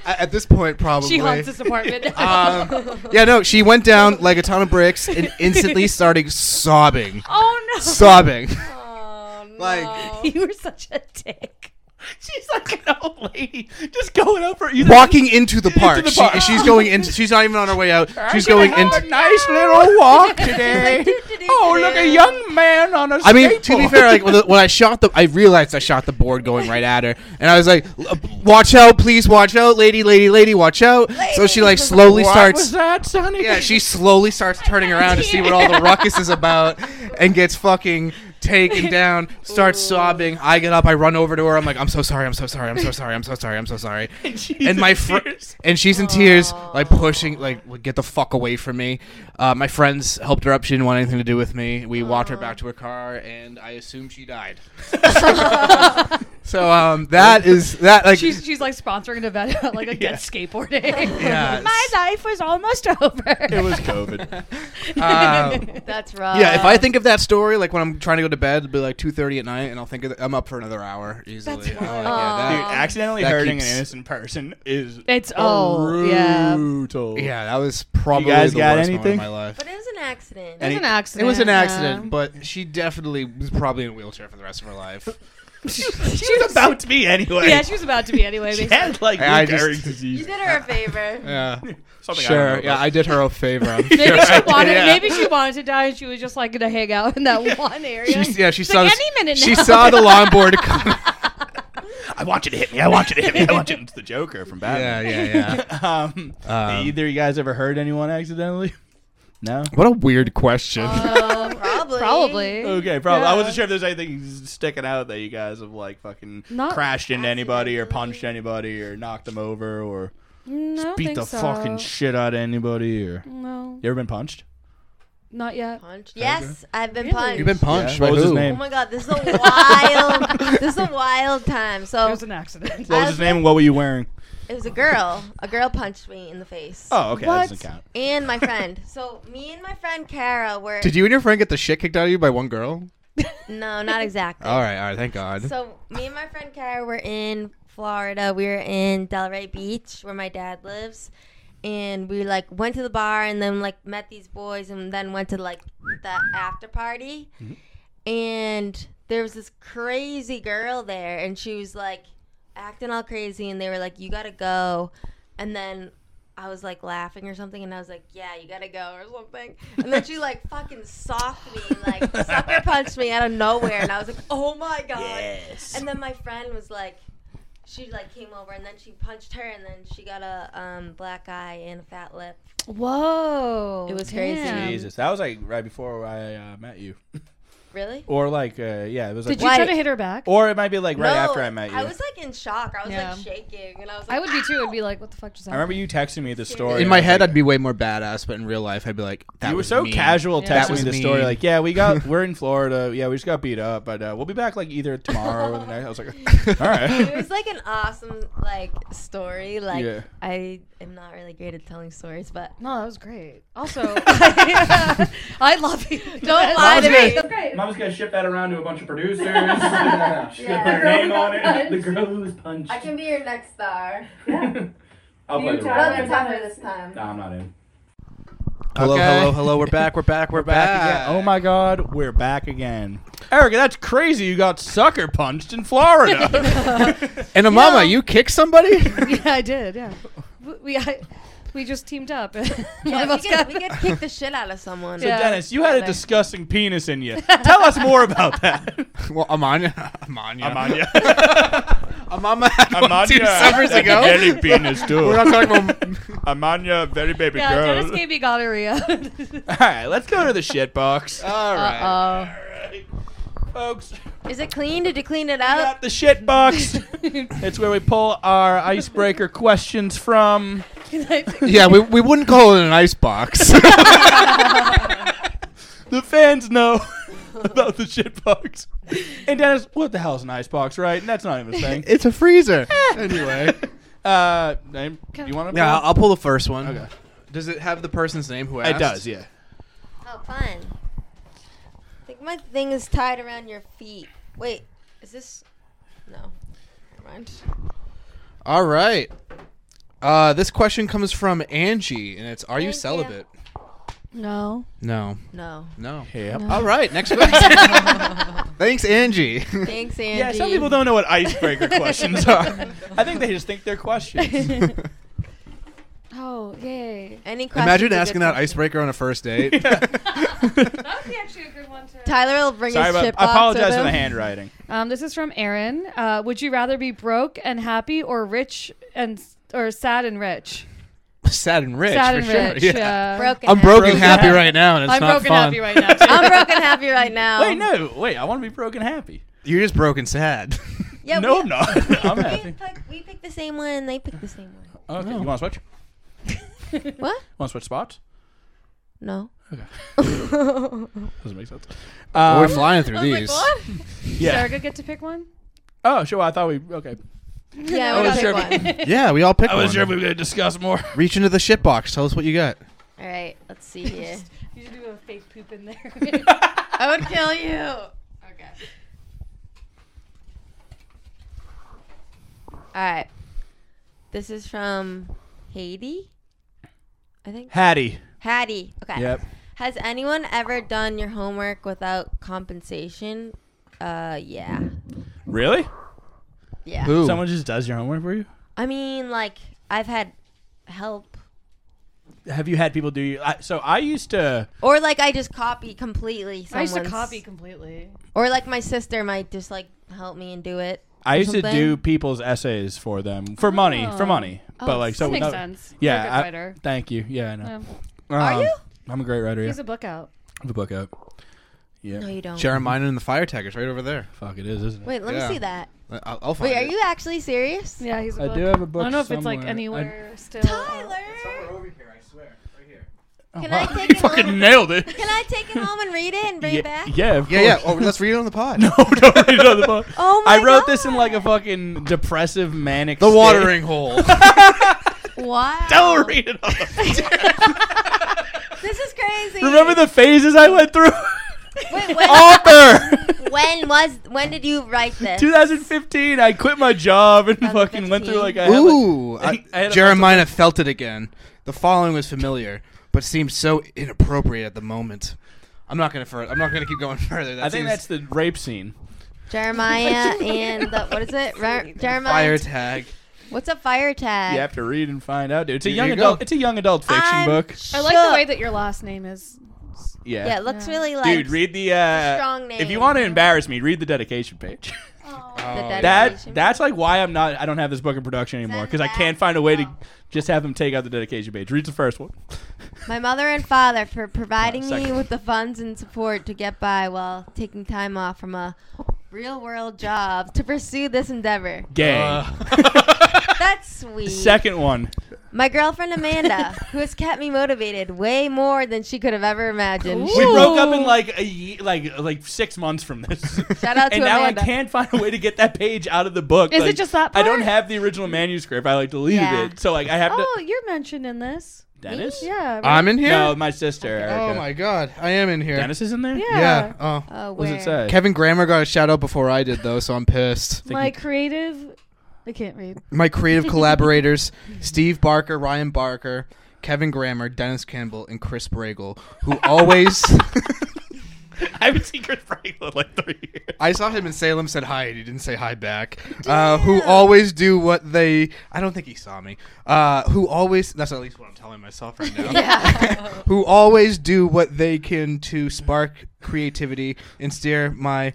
[SPEAKER 3] A- at this point, probably
[SPEAKER 4] she haunts this apartment.
[SPEAKER 3] Um, yeah, no, she went down like a ton of bricks and instantly started sobbing,
[SPEAKER 4] oh no.
[SPEAKER 3] sobbing.
[SPEAKER 1] Oh no!
[SPEAKER 3] Like-
[SPEAKER 4] you were such a dick.
[SPEAKER 5] she's like an old lady just going over. you know,
[SPEAKER 3] Walking into the
[SPEAKER 5] Into
[SPEAKER 3] park,
[SPEAKER 5] the park.
[SPEAKER 3] She, she's going in. She's not even on her way out. She's going
[SPEAKER 5] in
[SPEAKER 3] into.
[SPEAKER 5] nice little walk today.
[SPEAKER 1] Dude, did do.
[SPEAKER 5] Oh, look, a
[SPEAKER 1] today.
[SPEAKER 5] young man on a
[SPEAKER 3] I mean, to be fair, like when the- when I shot the, I realized I shot the board going right at her, and I was like, "L- "Watch out, please, watch out, lady, lady, lady, watch out!" So she like slowly
[SPEAKER 5] what was
[SPEAKER 3] starts,
[SPEAKER 5] that, Sonny?
[SPEAKER 3] yeah, she slowly starts turning around to see what all the ruckus is about, and gets fucking taken down. Starts sobbing. I get up, I run over to her. I'm like, "I'm so sorry, I'm so sorry, I'm so sorry, I'm so sorry, I'm so sorry." and my fr- and she's in tears, like pushing, like "Well, get the fuck away from me. Uh, my friends helped her up. She didn't want anything to do with me. We walked her back to her car, and I assume she died. so um, that is that like
[SPEAKER 4] She's, she's like sponsoring an event about like a get skateboarding.
[SPEAKER 3] yeah.
[SPEAKER 4] My life was almost over.
[SPEAKER 6] It was COVID.
[SPEAKER 3] um,
[SPEAKER 1] That's rough.
[SPEAKER 3] yeah,
[SPEAKER 4] Uh,
[SPEAKER 3] if I think of that story, like when I'm trying to go to bed, it'll be like 2:30 at night, and I'll think of it. I'm up for another hour easily.
[SPEAKER 4] That's
[SPEAKER 3] I'm like,
[SPEAKER 4] wild.
[SPEAKER 3] yeah,
[SPEAKER 5] Dude,
[SPEAKER 3] that-
[SPEAKER 5] accidentally
[SPEAKER 3] That
[SPEAKER 5] hurting
[SPEAKER 3] keeps-
[SPEAKER 5] an innocent person is
[SPEAKER 4] It's oh yeah.
[SPEAKER 5] brutal.
[SPEAKER 3] yeah, that was probably
[SPEAKER 5] guys
[SPEAKER 3] the
[SPEAKER 5] got
[SPEAKER 3] worst moment
[SPEAKER 5] anything?
[SPEAKER 3] of my life.
[SPEAKER 1] But it was an accident.
[SPEAKER 4] It was
[SPEAKER 5] Any-
[SPEAKER 4] an accident.
[SPEAKER 3] It was an
[SPEAKER 4] yeah.
[SPEAKER 3] accident, but she definitely was probably in a wheelchair for the rest of her life.
[SPEAKER 5] She was about to be anyway.
[SPEAKER 4] yeah, she was about to be anyway.
[SPEAKER 5] She
[SPEAKER 4] basically.
[SPEAKER 5] had like
[SPEAKER 3] I
[SPEAKER 5] Lou
[SPEAKER 3] just-
[SPEAKER 5] Gehrig's
[SPEAKER 1] you
[SPEAKER 5] disease.
[SPEAKER 1] did her a favor.
[SPEAKER 3] Yeah,
[SPEAKER 5] Something I
[SPEAKER 3] sure.
[SPEAKER 5] don't know
[SPEAKER 3] Yeah,
[SPEAKER 5] about.
[SPEAKER 3] I did her a favor. I'm
[SPEAKER 4] Maybe
[SPEAKER 3] sure
[SPEAKER 4] she
[SPEAKER 3] I did.
[SPEAKER 4] wanted.
[SPEAKER 3] Yeah.
[SPEAKER 4] Maybe she wanted to die, and she was just like gonna hang out in that one area.
[SPEAKER 3] She, yeah, she
[SPEAKER 4] It's
[SPEAKER 3] saw.
[SPEAKER 4] like,
[SPEAKER 3] this-
[SPEAKER 4] any minute
[SPEAKER 3] she
[SPEAKER 4] now.
[SPEAKER 3] saw the longboard coming.
[SPEAKER 5] I want you to hit me. I want you to hit me. I want you. It's the Joker from
[SPEAKER 3] yeah,
[SPEAKER 5] Batman.
[SPEAKER 3] yeah, yeah.
[SPEAKER 5] Um,
[SPEAKER 3] Um,
[SPEAKER 5] either you guys ever hurt anyone accidentally? No.
[SPEAKER 3] What a weird question.
[SPEAKER 4] Um,
[SPEAKER 1] Oh, Probably.
[SPEAKER 4] probably.
[SPEAKER 5] Okay, probably. I
[SPEAKER 4] Yeah.
[SPEAKER 5] wasn't sure if there's anything sticking out that you guys have like fucking
[SPEAKER 4] Not
[SPEAKER 5] crashed into anybody or punched anybody or knocked them over or
[SPEAKER 4] No, I don't
[SPEAKER 5] beat
[SPEAKER 4] think
[SPEAKER 5] the
[SPEAKER 4] so.
[SPEAKER 5] fucking shit out of anybody or
[SPEAKER 4] No,
[SPEAKER 5] you ever been punched?
[SPEAKER 4] not yet.
[SPEAKER 1] Punched. Yes, I've been
[SPEAKER 4] Really?
[SPEAKER 1] punched.
[SPEAKER 3] You've been punched.
[SPEAKER 5] Yeah, what
[SPEAKER 3] by
[SPEAKER 5] was his
[SPEAKER 3] who?
[SPEAKER 1] Oh
[SPEAKER 5] name?
[SPEAKER 1] my god, this is a wild. this is a wild time. So
[SPEAKER 4] It was an accident.
[SPEAKER 5] What was his name and what were you wearing?
[SPEAKER 1] It was a girl. A girl punched me in the face.
[SPEAKER 5] Oh, okay, that
[SPEAKER 4] What?
[SPEAKER 5] doesn't count.
[SPEAKER 1] And my friend. So me and my friend Kara were
[SPEAKER 3] Did you and your friend get the shit kicked out of you by one girl?
[SPEAKER 1] no, not exactly.
[SPEAKER 3] All right, all right. Thank God.
[SPEAKER 1] So me and my friend Kara were in Florida. We were in Delray Beach, where my dad lives, and we like went to the bar and then like met these boys and then went to like the after party, and there was this crazy girl there, and she was like acting all crazy, and they were like, "You gotta go," and then. I was like laughing or something, and I was like, "Yeah, you gotta go" or something. And then she like fucking socked me, like sucker punched me out of nowhere, and I was like, "Oh my god!" And then my friend was like, she like came over and then she punched her and then she got a um, black eye and a fat lip.
[SPEAKER 4] Whoa,
[SPEAKER 1] It was crazy.
[SPEAKER 4] damn.
[SPEAKER 5] Jesus, that was like right before I uh, met you,
[SPEAKER 1] Really?
[SPEAKER 5] or like uh, yeah, it was like.
[SPEAKER 4] Did you
[SPEAKER 1] Why-
[SPEAKER 4] try to hit her back?
[SPEAKER 5] or it might be like right
[SPEAKER 1] No,
[SPEAKER 5] after I met you.
[SPEAKER 1] I was like in shock. I was
[SPEAKER 4] Yeah.
[SPEAKER 1] like shaking and I was like,
[SPEAKER 4] I would be too.
[SPEAKER 1] "Ow!"
[SPEAKER 4] I'd be like, what the fuck just
[SPEAKER 5] I
[SPEAKER 4] happened?
[SPEAKER 5] remember you texting me the story.
[SPEAKER 3] In my
[SPEAKER 5] and I was
[SPEAKER 3] head,
[SPEAKER 5] like-
[SPEAKER 3] I'd be way more badass, but in real life, I'd be like, "That
[SPEAKER 5] you were
[SPEAKER 3] was
[SPEAKER 5] so
[SPEAKER 3] mean.
[SPEAKER 5] casual
[SPEAKER 4] Yeah.
[SPEAKER 5] texting
[SPEAKER 4] That
[SPEAKER 5] me
[SPEAKER 3] was
[SPEAKER 5] the
[SPEAKER 3] mean.
[SPEAKER 5] story, like, yeah, we got we're in Florida, yeah, we just got beat up, but uh, we'll be back like either tomorrow or the next. I was like, all
[SPEAKER 1] It
[SPEAKER 5] right.
[SPEAKER 1] was like an awesome like story. Like
[SPEAKER 5] Yeah.
[SPEAKER 1] I am not really great at telling stories, but
[SPEAKER 4] No, that was great. Also, I, I love you.
[SPEAKER 1] don't lie to me.
[SPEAKER 5] Mom's gonna ship that around to a bunch of producers.
[SPEAKER 1] She's gonna put her name on it.
[SPEAKER 5] The girl who was punched.
[SPEAKER 1] I can be your next star.
[SPEAKER 5] I'll
[SPEAKER 2] play Oh, the role.
[SPEAKER 1] I'll be
[SPEAKER 2] Brother
[SPEAKER 1] tougher this time.
[SPEAKER 5] I'm not in.
[SPEAKER 3] Hello,
[SPEAKER 5] Okay.
[SPEAKER 3] hello, hello. We're back. We're back. We're,
[SPEAKER 5] Back again. Oh my God, we're back again. Erica, that's crazy. You got sucker punched in Florida.
[SPEAKER 3] And a mama, you kick somebody?
[SPEAKER 4] yeah, I did. Yeah, we we, I, we just teamed up. One of
[SPEAKER 1] Yeah, we
[SPEAKER 4] us
[SPEAKER 1] could,
[SPEAKER 4] got-
[SPEAKER 1] we could kick the shit out of someone.
[SPEAKER 4] Yeah.
[SPEAKER 5] Dennis, you had a disgusting penis in you. Tell us more about that.
[SPEAKER 3] well, Amanya, Amanya,
[SPEAKER 5] Amanya.
[SPEAKER 3] A mama had one
[SPEAKER 5] Amanya.
[SPEAKER 3] two summers
[SPEAKER 5] had
[SPEAKER 3] ago.
[SPEAKER 5] a Jelly penis too.
[SPEAKER 3] We're not talking about.
[SPEAKER 5] Amanya, very baby
[SPEAKER 4] yeah,
[SPEAKER 5] girl.
[SPEAKER 4] Dennis gave me gonorrhea.
[SPEAKER 5] All right, let's go to the shit box.
[SPEAKER 3] All right.
[SPEAKER 4] Uh,
[SPEAKER 5] Folks,
[SPEAKER 1] Is it clean? Did you clean it
[SPEAKER 5] we
[SPEAKER 1] out?
[SPEAKER 5] got the shit box. it's where we pull our icebreaker questions from.
[SPEAKER 3] yeah, we, we wouldn't call it an ice box.
[SPEAKER 5] The fans know about the shit box. And Dennis, what the hell is an icebox, right? And that's not even a thing.
[SPEAKER 3] it's a freezer. anyway.
[SPEAKER 5] Uh, name, do you want to?
[SPEAKER 3] Yeah, I'll, I'll pull the first one.
[SPEAKER 5] Okay.
[SPEAKER 3] Does it have the person's name who asked?
[SPEAKER 5] It does, yeah.
[SPEAKER 1] Oh, fun. I think my thing is tied around your feet. Wait, is this? No. Never mind.
[SPEAKER 3] All right. Uh, this question comes from Angie, and it's Are you
[SPEAKER 1] Thank you.
[SPEAKER 3] celibate?
[SPEAKER 4] no.
[SPEAKER 3] No.
[SPEAKER 1] No.
[SPEAKER 3] No.
[SPEAKER 5] Yep.
[SPEAKER 3] All right, next question. Thanks, Angie.
[SPEAKER 1] Thanks, Andy.
[SPEAKER 5] Yeah, some people don't know what icebreaker questions are. I think they just think they're questions.
[SPEAKER 4] Oh, Oh, yay.
[SPEAKER 1] Any questions?
[SPEAKER 3] Imagine
[SPEAKER 1] are good
[SPEAKER 3] asking that
[SPEAKER 1] questions.
[SPEAKER 3] icebreaker on a first date.
[SPEAKER 4] That would be actually a good one to.
[SPEAKER 1] Tyler will bring
[SPEAKER 5] Sorry
[SPEAKER 1] his
[SPEAKER 5] about.
[SPEAKER 1] chip
[SPEAKER 5] I
[SPEAKER 1] box
[SPEAKER 5] apologize
[SPEAKER 1] with
[SPEAKER 5] for the
[SPEAKER 1] him.
[SPEAKER 5] handwriting.
[SPEAKER 4] Um, this is from Aaron. Uh, would you rather be broke and happy, or rich and s- or sad and rich?
[SPEAKER 3] Sad and rich.
[SPEAKER 4] sad
[SPEAKER 3] for
[SPEAKER 4] and
[SPEAKER 3] sure.
[SPEAKER 4] rich.
[SPEAKER 3] Yeah.
[SPEAKER 4] Yeah.
[SPEAKER 1] Broken.
[SPEAKER 3] I'm
[SPEAKER 1] happy.
[SPEAKER 3] broken happy
[SPEAKER 5] happy.
[SPEAKER 3] right now, and it's
[SPEAKER 4] I'm
[SPEAKER 3] not
[SPEAKER 4] broken
[SPEAKER 3] fun.
[SPEAKER 4] happy right now. Too.
[SPEAKER 1] I'm broken happy right now.
[SPEAKER 5] Wait, no, wait. I want to be broken happy.
[SPEAKER 3] You're just broken sad.
[SPEAKER 1] Yeah,
[SPEAKER 5] no,
[SPEAKER 1] we,
[SPEAKER 5] I'm not. I'm
[SPEAKER 1] We
[SPEAKER 5] happy.
[SPEAKER 1] pick, we pick the same one. They pick the same one.
[SPEAKER 5] Okay, you want to switch?
[SPEAKER 1] What?
[SPEAKER 5] Want to switch spots?
[SPEAKER 1] No.
[SPEAKER 5] Doesn't make sense.
[SPEAKER 3] We're
[SPEAKER 5] Um,
[SPEAKER 3] flying through
[SPEAKER 1] I was like,
[SPEAKER 3] these.
[SPEAKER 1] what?
[SPEAKER 5] yeah.
[SPEAKER 4] Sarah get to pick one.
[SPEAKER 5] Oh, sure. I thought we. Okay.
[SPEAKER 1] Yeah,
[SPEAKER 5] I
[SPEAKER 1] we
[SPEAKER 5] was
[SPEAKER 1] pick
[SPEAKER 5] sure if
[SPEAKER 1] one.
[SPEAKER 3] yeah, we all picked
[SPEAKER 5] I
[SPEAKER 3] one.
[SPEAKER 5] wasn't sure if we were going to discuss more.
[SPEAKER 3] Reach into the shit box. Tell us what you got.
[SPEAKER 1] All right, let's see here.
[SPEAKER 4] You should do a fake poop in there.
[SPEAKER 1] I would kill you. Okay. All right. This is from Haiti, I think.
[SPEAKER 5] Hattie.
[SPEAKER 1] Hattie. Okay.
[SPEAKER 5] Yep.
[SPEAKER 1] Has anyone ever done your homework without compensation? Uh, yeah.
[SPEAKER 5] Really?
[SPEAKER 1] Yeah.
[SPEAKER 3] Who?
[SPEAKER 5] Someone just does your homework for you?
[SPEAKER 1] I mean, like, I've had help.
[SPEAKER 5] Have you had people do you? I, so I used to.
[SPEAKER 1] Or, like, I just copy completely.
[SPEAKER 4] I used to
[SPEAKER 1] someone's-
[SPEAKER 4] copy completely.
[SPEAKER 1] Or, like, my sister might just, like, help me and do it.
[SPEAKER 5] I used to
[SPEAKER 1] something?
[SPEAKER 5] do people's essays for them for money, for
[SPEAKER 4] Oh.
[SPEAKER 5] money. but like so
[SPEAKER 4] that makes
[SPEAKER 5] without-
[SPEAKER 4] sense. You're
[SPEAKER 5] Yeah,
[SPEAKER 4] a good
[SPEAKER 5] I-
[SPEAKER 4] writer.
[SPEAKER 5] thank you. Yeah, I know.
[SPEAKER 4] Yeah.
[SPEAKER 1] Oh. Are
[SPEAKER 5] Um,
[SPEAKER 1] you?
[SPEAKER 5] I'm a great writer. Yeah,
[SPEAKER 4] He's a book out.
[SPEAKER 5] I have a book out. Yeah,
[SPEAKER 1] No, you don't.
[SPEAKER 3] Jeremiah and the fire taggers right over there.
[SPEAKER 5] fuck it is, isn't it?
[SPEAKER 1] Wait, let
[SPEAKER 3] Yeah.
[SPEAKER 1] me see that.
[SPEAKER 3] I'll, I'll find
[SPEAKER 1] Wait, are
[SPEAKER 3] it.
[SPEAKER 1] you actually serious?
[SPEAKER 4] Yeah, he's. a
[SPEAKER 5] I
[SPEAKER 4] book.
[SPEAKER 5] do have a book
[SPEAKER 4] I don't know if it's like
[SPEAKER 5] somewhere.
[SPEAKER 4] anywhere still.
[SPEAKER 1] Tyler,
[SPEAKER 3] over here, I swear. Right here.
[SPEAKER 1] can
[SPEAKER 5] Oh, wow.
[SPEAKER 1] I take
[SPEAKER 5] you
[SPEAKER 1] it home?
[SPEAKER 5] fucking nailed it.
[SPEAKER 1] Can I take it home and read it and bring
[SPEAKER 5] yeah,
[SPEAKER 1] it back?
[SPEAKER 5] yeah, of
[SPEAKER 3] Yeah, yeah.
[SPEAKER 5] course.
[SPEAKER 3] Oh, let's read it on the pod.
[SPEAKER 5] no, don't read it on the book.
[SPEAKER 1] Oh my
[SPEAKER 5] I wrote this in
[SPEAKER 1] God.
[SPEAKER 5] like a fucking depressive manic.
[SPEAKER 3] The
[SPEAKER 5] state.
[SPEAKER 3] watering hole.
[SPEAKER 1] Wow.
[SPEAKER 5] Don't read it. On the
[SPEAKER 1] This is crazy.
[SPEAKER 5] Remember the phases I went through.
[SPEAKER 1] Wait, when,
[SPEAKER 5] Author.
[SPEAKER 1] when was when did you write this?
[SPEAKER 5] 2015. I quit my job and fucking
[SPEAKER 1] 2015.
[SPEAKER 5] went through like I had, like,
[SPEAKER 3] Ooh. I,
[SPEAKER 5] I had a-
[SPEAKER 3] Jeremiah felt it again. The following was familiar, but seemed so inappropriate at the moment. I'm not gonna. Fur- I'm not gonna keep going further. That
[SPEAKER 5] I think
[SPEAKER 3] seems-
[SPEAKER 5] that's the rape scene.
[SPEAKER 1] Jeremiah and the, what is it? Re- Jeremiah.
[SPEAKER 3] fire tag.
[SPEAKER 1] What's a fire tag?
[SPEAKER 5] You have to read and find out, dude. It's a
[SPEAKER 3] There
[SPEAKER 5] young
[SPEAKER 3] you go.
[SPEAKER 5] adult. It's a young adult fiction
[SPEAKER 1] I'm
[SPEAKER 5] book.
[SPEAKER 4] I like the way
[SPEAKER 1] shook.
[SPEAKER 4] that your last name is.
[SPEAKER 5] Yeah.
[SPEAKER 1] Yeah, it looks
[SPEAKER 4] Yeah.
[SPEAKER 1] really like
[SPEAKER 5] Dude, read the. Uh,
[SPEAKER 1] strong
[SPEAKER 5] If you
[SPEAKER 1] name.
[SPEAKER 5] want to embarrass me, read the dedication page.
[SPEAKER 1] the
[SPEAKER 3] Oh,
[SPEAKER 5] that
[SPEAKER 1] dedication.
[SPEAKER 5] that's like why I'm not. I don't have this book in production anymore because I
[SPEAKER 1] that
[SPEAKER 5] can't find a way to
[SPEAKER 1] now.
[SPEAKER 5] just have them take out the dedication page. Read the first one.
[SPEAKER 1] My mother and father for providing
[SPEAKER 5] Uh,
[SPEAKER 1] me
[SPEAKER 5] second.
[SPEAKER 1] with the funds and support to get by while taking time off from a real world job to pursue this endeavor.
[SPEAKER 5] Gang.
[SPEAKER 3] Uh,
[SPEAKER 1] That's sweet.
[SPEAKER 5] second one.
[SPEAKER 1] My girlfriend Amanda, who has kept me motivated way more than she could have ever imagined.
[SPEAKER 5] We
[SPEAKER 1] She-
[SPEAKER 5] broke up in like a ye- like like six months from this.
[SPEAKER 1] Shout out to
[SPEAKER 5] and now
[SPEAKER 1] Amanda.
[SPEAKER 5] I can't find a way to get that page out of the book.
[SPEAKER 4] Is it
[SPEAKER 5] Like,
[SPEAKER 4] just that
[SPEAKER 5] I don't
[SPEAKER 4] part?
[SPEAKER 5] have the original manuscript. I like deleted
[SPEAKER 1] Yeah.
[SPEAKER 5] it, so like I have
[SPEAKER 4] Oh,
[SPEAKER 5] to.
[SPEAKER 4] you're mentioned in this.
[SPEAKER 5] Dennis.
[SPEAKER 4] Yeah. right?
[SPEAKER 3] I'm in here.
[SPEAKER 5] No, my sister.
[SPEAKER 3] oh
[SPEAKER 5] Erica.
[SPEAKER 3] my god, I am in here.
[SPEAKER 5] Dennis is in there.
[SPEAKER 4] Yeah.
[SPEAKER 3] Yeah. Oh.
[SPEAKER 1] Uh,
[SPEAKER 5] What does it
[SPEAKER 1] where?
[SPEAKER 5] say?
[SPEAKER 3] Kevin Grammer got a shout out before I did though, so I'm pissed.
[SPEAKER 4] My creative. I can't read.
[SPEAKER 3] My creative collaborators, Steve Barker, Ryan Barker, Kevin Grammer, Dennis Campbell, and Chris Bragle, who always
[SPEAKER 5] I haven't seen Chris Franklin in like three years.
[SPEAKER 3] I saw him in Salem said hi and he didn't say hi back. Uh, who always do what they I don't think he saw me. Uh, who always that's at least what I'm telling myself right now. who always do what they can to spark creativity and steer my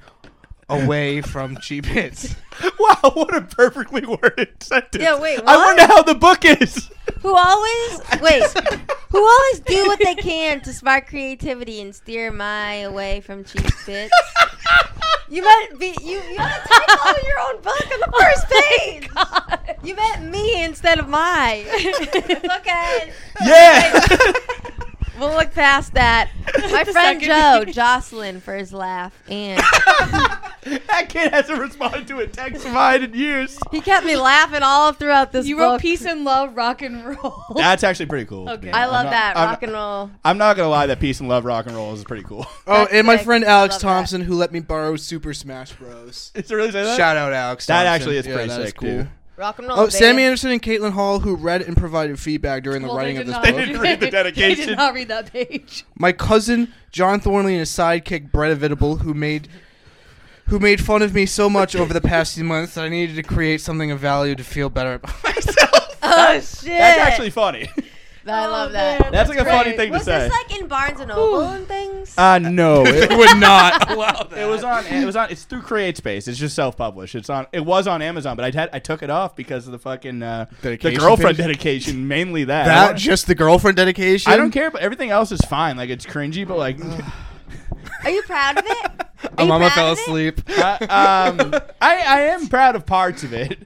[SPEAKER 3] away from cheap hits.
[SPEAKER 5] Wow, what a perfectly worded sentence.
[SPEAKER 1] Yeah, wait,
[SPEAKER 5] I
[SPEAKER 1] what?
[SPEAKER 5] wonder how the book is.
[SPEAKER 1] Who always wait? who always do what they can to spark creativity and steer my away from cheap fits? You might be you. You had a typo in your own book on the first page. you meant me instead of my. It's okay.
[SPEAKER 5] Yeah.
[SPEAKER 1] We'll look past that. My friend Joe, Jocelyn, for his laugh, and
[SPEAKER 5] that kid hasn't responded to a text of mine in years.
[SPEAKER 1] he kept me laughing all throughout this
[SPEAKER 4] You
[SPEAKER 1] book.
[SPEAKER 4] wrote peace and love, rock and roll.
[SPEAKER 5] That's actually pretty cool.
[SPEAKER 4] Okay.
[SPEAKER 1] I
[SPEAKER 4] I'm
[SPEAKER 1] love that
[SPEAKER 5] I'm
[SPEAKER 1] rock and roll.
[SPEAKER 5] I'm not gonna lie that peace and love rock and roll is pretty cool.
[SPEAKER 3] Oh,
[SPEAKER 1] That's
[SPEAKER 3] and my
[SPEAKER 1] sick.
[SPEAKER 3] friend
[SPEAKER 1] I
[SPEAKER 3] Alex
[SPEAKER 1] love that.
[SPEAKER 3] Thompson, who let me borrow Super Smash Bros.
[SPEAKER 5] Is it really say that?
[SPEAKER 3] Shout out, Alex.
[SPEAKER 5] That
[SPEAKER 3] Thompson.
[SPEAKER 5] actually is
[SPEAKER 3] Yeah,
[SPEAKER 5] pretty
[SPEAKER 3] that
[SPEAKER 5] sick, dude.
[SPEAKER 1] Rock and roll.
[SPEAKER 3] Oh,
[SPEAKER 1] baby.
[SPEAKER 3] Sammy Anderson and Caitlin Hall, who read and provided feedback during the
[SPEAKER 4] Well,
[SPEAKER 3] writing
[SPEAKER 4] they
[SPEAKER 3] of
[SPEAKER 4] did
[SPEAKER 3] this
[SPEAKER 4] not-
[SPEAKER 3] book.
[SPEAKER 5] didn't read the
[SPEAKER 4] they
[SPEAKER 5] dedication.
[SPEAKER 4] did not read that page.
[SPEAKER 3] My cousin John Thornley and his sidekick Brett Evitable, who made who made fun of me so much over the past few months that I needed to create something of value to feel better about myself.
[SPEAKER 1] Oh shit.
[SPEAKER 5] That's actually funny.
[SPEAKER 1] I love that.
[SPEAKER 5] That's like a funny
[SPEAKER 4] great.
[SPEAKER 5] thing to
[SPEAKER 1] Was
[SPEAKER 5] say.
[SPEAKER 1] this like in Barnes and Noble and things?
[SPEAKER 5] uh, no. It,
[SPEAKER 3] they would not allow that.
[SPEAKER 5] it was on. It was on. It's through CreateSpace. It's just self-published. It's on. It was on Amazon, but I had I took it off because of the fucking uh, the
[SPEAKER 3] Dedication
[SPEAKER 5] girlfriend
[SPEAKER 3] page?
[SPEAKER 5] dedication. Mainly that. I
[SPEAKER 3] that
[SPEAKER 5] don't-
[SPEAKER 3] just the girlfriend dedication.
[SPEAKER 5] I don't care, but everything else is fine. Like it's cringy, but like
[SPEAKER 1] Are you proud of it? Are
[SPEAKER 3] My
[SPEAKER 1] you
[SPEAKER 3] mama
[SPEAKER 1] proud
[SPEAKER 3] fell
[SPEAKER 1] of it?
[SPEAKER 3] asleep.
[SPEAKER 5] uh, um, I I am proud of parts of it.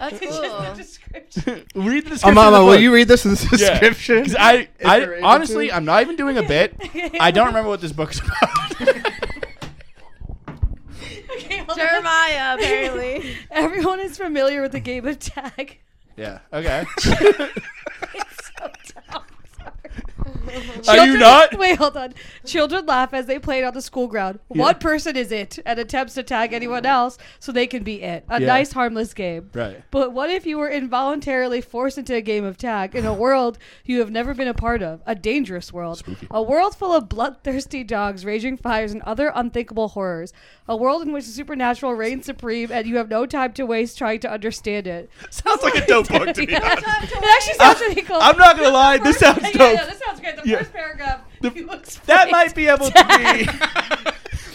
[SPEAKER 1] Oh, cool.
[SPEAKER 5] Read the description.
[SPEAKER 3] Uh,
[SPEAKER 5] of the
[SPEAKER 3] mama, will
[SPEAKER 5] book.
[SPEAKER 3] you read this in the
[SPEAKER 5] Yeah.
[SPEAKER 3] description?
[SPEAKER 5] 'Cause I,
[SPEAKER 3] you're
[SPEAKER 5] I
[SPEAKER 3] able
[SPEAKER 5] honestly,
[SPEAKER 3] to.
[SPEAKER 5] I'm not even doing a bit. I don't remember what this book's about.
[SPEAKER 1] Jeremiah, apparently.
[SPEAKER 4] Everyone is familiar with the game of tag.
[SPEAKER 5] yeah. Okay.
[SPEAKER 4] It's so dumb.
[SPEAKER 5] Are you
[SPEAKER 4] Children-
[SPEAKER 5] not?
[SPEAKER 4] Wait, hold on. Children laugh as they play it on the school ground. One person is it and attempts to tag anyone else so they can be it. A
[SPEAKER 5] Yeah.
[SPEAKER 4] nice, harmless game.
[SPEAKER 5] Right.
[SPEAKER 4] But what if you were involuntarily forced into a game of tag in a world you have never been a part of? A dangerous world. A world full of bloodthirsty dogs, raging fires, and other unthinkable horrors. A world in which the supernatural reigns supreme and you have no time to waste trying to understand it.
[SPEAKER 6] Sounds like a dope book to me.
[SPEAKER 4] It actually sounds really cool.
[SPEAKER 5] I'm not gonna lie. This
[SPEAKER 4] First-
[SPEAKER 5] sounds
[SPEAKER 4] yeah,
[SPEAKER 5] dope.
[SPEAKER 4] yeah, this sounds great. The
[SPEAKER 5] Yeah.
[SPEAKER 4] first paragraph.
[SPEAKER 5] The-
[SPEAKER 4] you explained-
[SPEAKER 5] that might be able to be.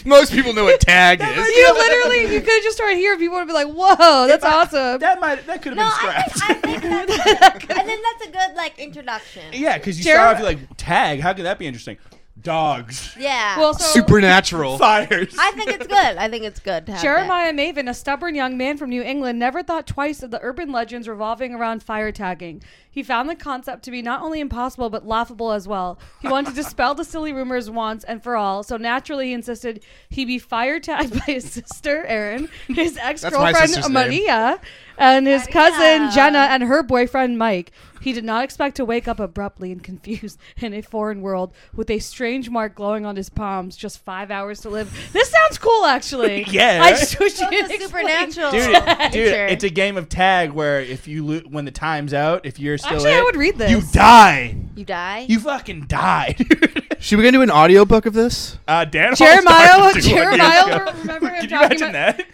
[SPEAKER 3] Most people know what tag is.
[SPEAKER 4] You literally, you could have just started here. People would have been like, "Whoa, that's awesome."
[SPEAKER 5] That might. That could have
[SPEAKER 1] No,
[SPEAKER 5] been
[SPEAKER 1] I
[SPEAKER 5] scrapped.
[SPEAKER 1] think, I think that's, I think that's a good like introduction.
[SPEAKER 5] yeah, because you
[SPEAKER 4] Jer-
[SPEAKER 5] start off you're like tag. How could that be interesting? Dogs,
[SPEAKER 1] Yeah.
[SPEAKER 4] well, so
[SPEAKER 3] Supernatural.
[SPEAKER 5] fires.
[SPEAKER 1] I think it's good. I think it's good. To have
[SPEAKER 4] Jeremiah Maven, a stubborn young man from New England, never thought twice of the urban legends revolving around fire tagging. He found the concept to be not only impossible but laughable as well. He wanted to dispel the silly rumors once and for all, so naturally he insisted he be fire tagged by his sister Erin, his ex
[SPEAKER 3] sister's
[SPEAKER 4] girlfriend
[SPEAKER 3] name.
[SPEAKER 4] Maria, and his
[SPEAKER 1] Maria.
[SPEAKER 4] cousin Jenna and her boyfriend Mike. He did not expect to wake up abruptly and confused in a foreign world with a strange mark glowing on his palms. Just five hours to live. This sounds cool, actually.
[SPEAKER 5] Yeah,
[SPEAKER 4] I
[SPEAKER 5] right?
[SPEAKER 4] just wish you
[SPEAKER 1] That.
[SPEAKER 4] didn't
[SPEAKER 1] It's a
[SPEAKER 4] explain.
[SPEAKER 1] supernatural.
[SPEAKER 5] Dude, it- dude,
[SPEAKER 1] Sure.
[SPEAKER 5] it's a game of tag where if you lo- when the time's out, if you're still
[SPEAKER 4] Actually,
[SPEAKER 5] in,
[SPEAKER 4] I would read this.
[SPEAKER 5] You die.
[SPEAKER 1] You die.
[SPEAKER 5] You fucking die. dude.
[SPEAKER 3] Should we gonna do an audiobook of this?
[SPEAKER 5] uh, Dan Hall
[SPEAKER 4] Jeremiah,
[SPEAKER 5] started
[SPEAKER 4] will-
[SPEAKER 5] to do one years
[SPEAKER 4] Jeremiah
[SPEAKER 5] ago.
[SPEAKER 4] will remember him
[SPEAKER 5] Can you
[SPEAKER 4] talking
[SPEAKER 5] imagine
[SPEAKER 4] about.
[SPEAKER 5] that?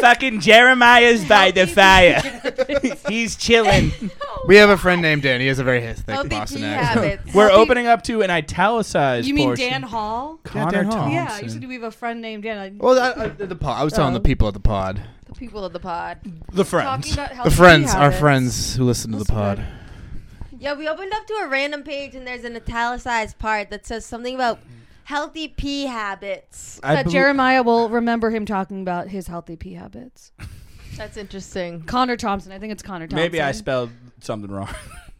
[SPEAKER 5] Fucking Jeremiah's by the fire. He's chilling.
[SPEAKER 3] We have a friend named Dan. He has a very thick Boston
[SPEAKER 1] OBT
[SPEAKER 3] accent.
[SPEAKER 1] habits.
[SPEAKER 5] We're opening up to an italicized.
[SPEAKER 4] You mean
[SPEAKER 5] portion.
[SPEAKER 4] Dan Hall?
[SPEAKER 5] Connor
[SPEAKER 3] Dan Hall.
[SPEAKER 4] Yeah, you
[SPEAKER 5] Thompson.
[SPEAKER 4] said we have a friend named Dan.
[SPEAKER 3] Well, that, uh, the pod. I was telling the people at the pod,
[SPEAKER 1] the people of the pod.
[SPEAKER 4] Talking
[SPEAKER 5] the friends.
[SPEAKER 4] about healthy
[SPEAKER 3] the friends, our
[SPEAKER 4] habits.
[SPEAKER 3] friends who listen to the pod.
[SPEAKER 1] Yeah, we opened up to a random page and there's an italicized part that says something about healthy pee habits.
[SPEAKER 5] I
[SPEAKER 4] That
[SPEAKER 5] bel-
[SPEAKER 4] Jeremiah will remember him talking about his healthy pee habits.
[SPEAKER 1] That's interesting.
[SPEAKER 4] Connor Thompson, I think it's Connor Thompson.
[SPEAKER 5] Maybe I spelled something wrong.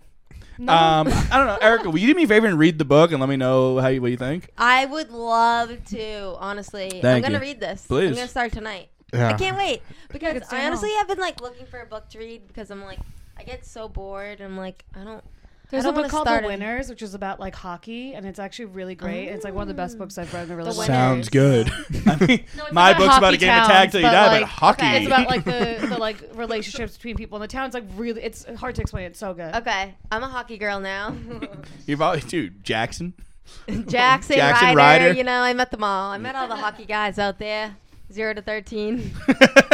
[SPEAKER 4] No.
[SPEAKER 5] Um, I don't know, Erica. Will you do me a favor and read the book and let me know how you, what you think?
[SPEAKER 1] I would love to, honestly. I'm
[SPEAKER 5] Thank
[SPEAKER 1] gonna
[SPEAKER 5] you.
[SPEAKER 1] read this.
[SPEAKER 5] Please. Uh-huh.
[SPEAKER 1] I'm gonna start tonight.
[SPEAKER 3] Yeah.
[SPEAKER 1] I can't wait because
[SPEAKER 4] it's
[SPEAKER 1] I
[SPEAKER 4] Dan
[SPEAKER 1] honestly
[SPEAKER 4] Hall.
[SPEAKER 1] have been like looking for a book to read because I'm like I get so bored. I'm like I don't.
[SPEAKER 4] There's
[SPEAKER 1] I
[SPEAKER 4] a
[SPEAKER 1] don't
[SPEAKER 4] book
[SPEAKER 1] wanna
[SPEAKER 4] called
[SPEAKER 1] start
[SPEAKER 4] The
[SPEAKER 1] in-
[SPEAKER 4] Winners, which is about like hockey, and it's actually really great. It's like one of the best books I've read in a really
[SPEAKER 1] The
[SPEAKER 4] long
[SPEAKER 1] Winner.
[SPEAKER 4] time.
[SPEAKER 1] Sounds
[SPEAKER 3] good.
[SPEAKER 5] I mean,
[SPEAKER 4] No, it's
[SPEAKER 5] my
[SPEAKER 4] about
[SPEAKER 5] book's about
[SPEAKER 4] hockey
[SPEAKER 5] a game
[SPEAKER 4] towns,
[SPEAKER 5] of tag till you
[SPEAKER 4] but,
[SPEAKER 5] die,
[SPEAKER 4] like-
[SPEAKER 5] but hockey.
[SPEAKER 1] okay.
[SPEAKER 4] It's about like the, the like relationships between people in the town. It's like really, it's hard to explain. It's so good.
[SPEAKER 1] Okay, I'm a hockey girl now.
[SPEAKER 5] You've always, dude, Jackson.
[SPEAKER 1] Jackson,
[SPEAKER 5] Jackson
[SPEAKER 1] Ryder,
[SPEAKER 5] Ryder.
[SPEAKER 1] You know, I met them all. I met all the hockey guys out there, zero to thirteen.